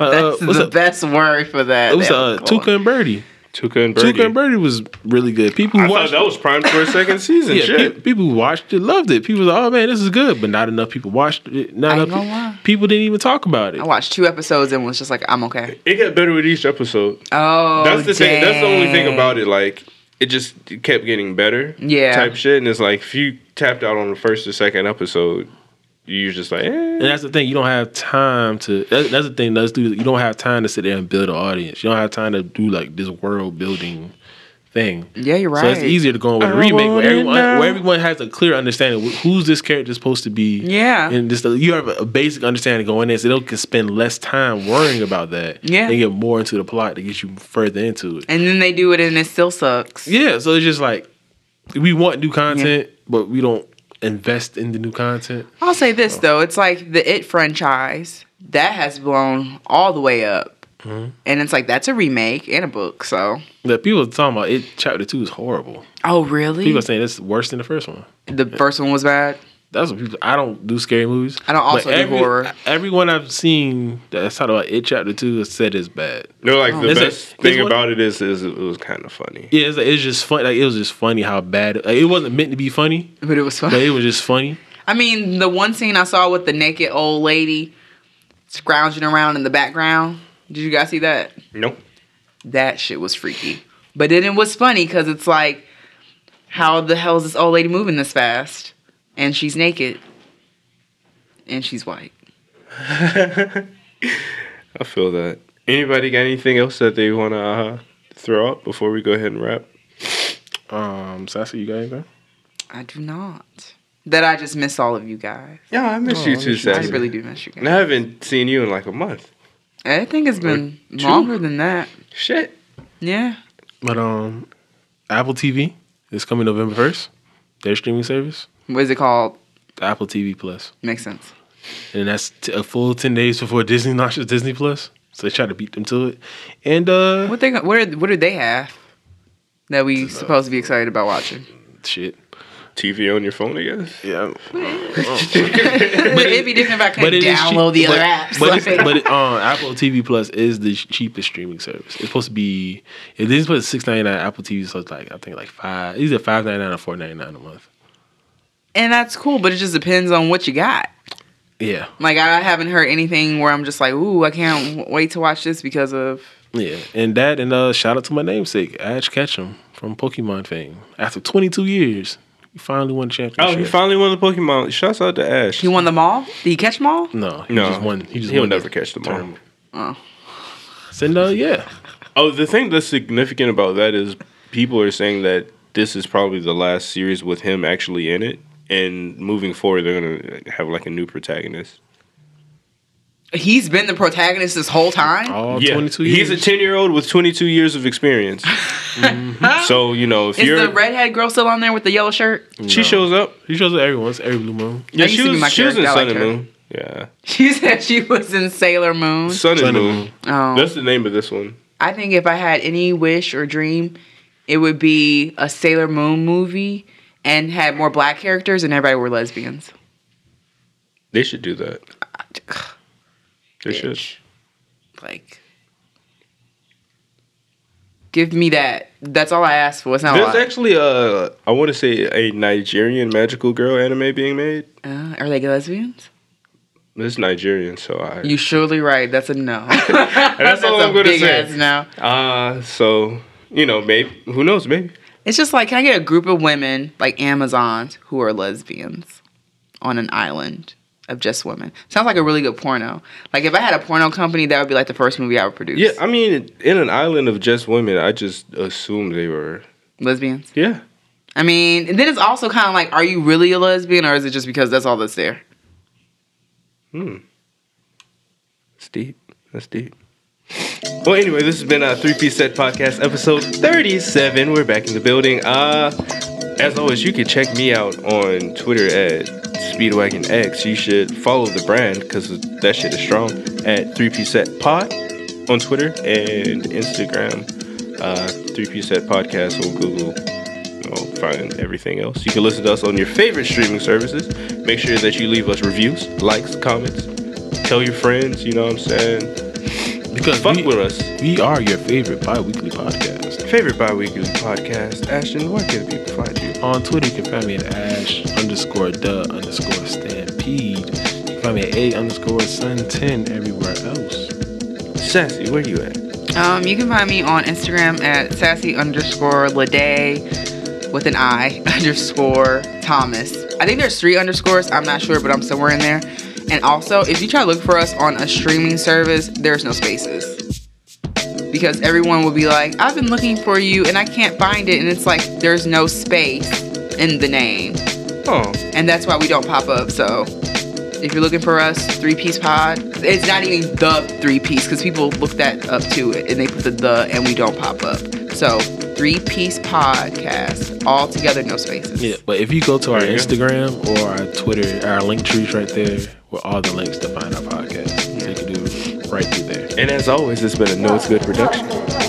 S2: Uh,
S1: That's
S2: what's
S1: the
S2: up?
S1: best word for that.
S2: It was
S1: That
S2: uh,
S1: was cool.
S2: Tuca and Birdie.
S3: Tuca and Birdie.
S2: Tuca and Birdie was really good. People who
S3: I thought
S2: watched
S3: that was primed for a second season.
S2: yeah,
S3: shit.
S2: pe- people who watched it loved it. People was like, oh man, this is good, but not enough people watched it. Not
S1: I ain't
S2: enough
S1: gonna lie.
S2: pe- people didn't even talk about it.
S1: I watched two episodes and was just like, I'm okay.
S3: It got better with each episode.
S1: Oh,
S3: That's the thing. That's the only thing
S1: dang.
S3: about it. Like it just kept getting better.
S1: Yeah.
S3: Type shit, and it's like if you tapped out on the first or second episode, you're just like, eh.
S2: And that's the thing. You don't have time to. That, that's the thing. Let's do. You don't have time to sit there and build an audience. You don't have time to do like this world building thing.
S1: Yeah, you're right.
S2: So it's easier to go in with a
S3: I
S2: remake where
S3: want it
S2: everyone,
S3: now.
S2: where everyone has a clear understanding of who's this character supposed to be.
S1: Yeah.
S2: and just you have a basic understanding going in, so they can spend less time worrying about that.
S1: Yeah.
S2: and get more into the plot to get you further into it.
S1: And then they do it and it still sucks.
S2: Yeah, so it's just like we want new content, but we don't invest in the new content.
S1: I'll say this though, it's like the It franchise that has blown all the way up,
S3: Mm-hmm.
S1: and it's like that's a remake and a book. So,
S2: That people are talking about it. Chapter two is horrible.
S1: oh really?
S2: People are saying it's worse than the first one.
S1: the first one was bad.
S2: That's what people. I don't do scary movies.
S1: I don't also do horror.
S2: Everyone I've seen that's talking about it. Chapter two has said it's bad.
S3: No, like the
S2: Is it-
S3: best
S2: is
S3: thing
S2: what-
S3: about it is, is it was kind of funny.
S2: Yeah, it's, it's just funny. Like it was just funny how bad. Like, it wasn't meant to be funny,
S1: But it was fun.
S2: but it was just funny.
S1: I mean, the one scene I saw with the naked old lady scrounging around in the background. Did you guys see that?
S3: Nope.
S1: That shit was freaky. But then it was funny because it's like, how the hell is this old lady moving this fast? And she's naked. And she's white.
S3: I feel that. Anybody got anything else that they want to uh, throw out before we go ahead and wrap?
S2: Um, Sassy, you got anything?
S1: I do not. That I just miss all of you guys.
S3: Yeah, I miss
S2: Oh, I
S3: you
S2: miss
S3: too,
S2: you
S1: I
S2: That's
S3: Sassy.
S1: really do miss you guys.
S3: And I haven't seen you in like a month.
S1: I think it's been
S3: Or two.
S1: longer than that.
S3: Shit.
S1: Yeah.
S2: But um, Apple TV is coming November first. Their streaming service,
S1: What is it called?
S2: the Apple TV Plus,
S1: Makes sense.
S2: and that's t- a full ten days before Disney launches Disney Plus. So they try to beat them to it. And uh,
S1: What they got- what are, what do they have that we supposed to be excited about watching?
S2: shit.
S3: TV on your phone, I guess.
S2: Yeah.
S1: but it'd be different if I
S2: But
S1: could
S2: it is cheap-
S1: download the other
S2: but-
S1: apps.
S2: But,
S1: like-
S2: it's, but it, um, Apple TV Plus is the cheapest streaming service. It's supposed to be if Disney Plus is six ninety nine, Apple TV is like I think like five either five ninety nine or four ninety nine a month.
S1: and that's cool, but it just depends on what you got.
S2: Yeah.
S1: Like I haven't heard anything where I'm just like, ooh, I can't w- wait to watch this because of
S2: Yeah, and that, and uh, shout out to my namesake Ash Ketchum from Pokemon fame. After 22 years, he finally won the
S3: Oh,
S2: championship.
S3: he finally won the Pokemon. Shouts out to Ash.
S1: he won them all. Did he catch them all?
S2: no, he
S3: No,
S2: just won. He just
S3: he'll
S2: won
S3: never catch them all.
S2: tournament.
S1: Oh.
S2: So, no, yeah,
S3: Oh, the thing that's significant about that is people are saying that this is probably the last series with him actually in it, and moving forward, they're gonna have like a new protagonist.
S1: He's been the protagonist this whole time.
S3: Oh,
S2: all 22 years.
S3: he's a ten-year-old with twenty-two years of experience. So you know, if
S1: Is
S3: you're,
S1: the redhead girl still on there with the yellow shirt?
S3: she shows up.
S2: he shows up every once every blue moon.
S3: Yeah,
S1: used
S3: she
S1: to be my
S3: was, she was in
S1: character. I
S3: Sun
S1: like
S3: and
S1: her.
S3: Moon. Yeah,
S1: She said she was in Sailor Moon.
S3: Sun
S2: Sun
S3: and
S2: and
S3: Moon.
S2: Moon.
S1: Um,
S3: That's the name of this one.
S1: I think if I had any wish or dream, it would be a Sailor Moon movie and had more black characters and everybody were lesbians.
S3: They should do that. They should.
S1: Bitch. Like, give me that. That's all Oh, I asked for. It's not a
S3: There's
S1: lot.
S3: actually a, I want to say a Nigerian magical girl anime being made.
S1: Uh, are they lesbians?
S3: It's Nigerian, so I.
S1: You surely right. That's a no. that's,
S3: all I'm gonna
S1: big
S3: say.
S1: ass no.
S3: Uh, so you know, maybe who knows? Maybe
S1: It's just like, can I get a group of women like Amazons who are lesbians on an island of just women? Sounds like a really good porno. Like if I had a porno company, that would be like the first movie I would produce.
S3: yeah. I mean, in an island of just women, I just assumed they were
S1: lesbians.
S3: yeah.
S1: I mean, and then it's also kind of like, are you really a lesbian, or is it just because that's all that's there?
S3: Hmm. That's deep. That's deep. Well, anyway, this has been a three piece set podcast episode thirty seven. We're back in the building. Uh, as always, you can check me out on Twitter at Speedwagon X. You should follow the brand because that shit is strong at three piece set pod on Twitter and Instagram. Uh, three piece set podcast on Google. I'll find everything else. You can listen to us on your favorite streaming services. Make sure that you leave us reviews, likes, comments. Tell your friends, you know what I'm saying?
S2: Because
S3: Fuck
S2: we,
S3: with us.
S2: we are your favorite bi weekly podcast.
S3: Favorite bi weekly podcast, Ashton, where can people find you?
S2: On Twitter, you can find me at Ash underscore duh underscore stampede. You can find me at A underscore sun 10 everywhere else.
S3: Sassy, where you at?
S1: Um, you can find me on Instagram at sassy underscore lede with an I underscore Thomas. I think there's three underscores. I'm not sure, but I'm somewhere in there. And also, if you try to look for us on a streaming service, there's no spaces. Because everyone will be like, I've been looking for you and I can't find it. And it's like, there's no space in the name.
S3: Oh,
S1: And that's why we don't pop up. So if you're looking for us, Three Piece Pod, it's not even the Three Piece because people look that up to it and they put the the and we don't pop up. So Three Piece Podcast, all together, no spaces.
S2: Yeah, but if you go to our
S3: There you go.
S2: Instagram or our Twitter, our link trees right there with all the links to find our podcast. So you can do it right through there.
S3: and as always, it's been a No It's Good production.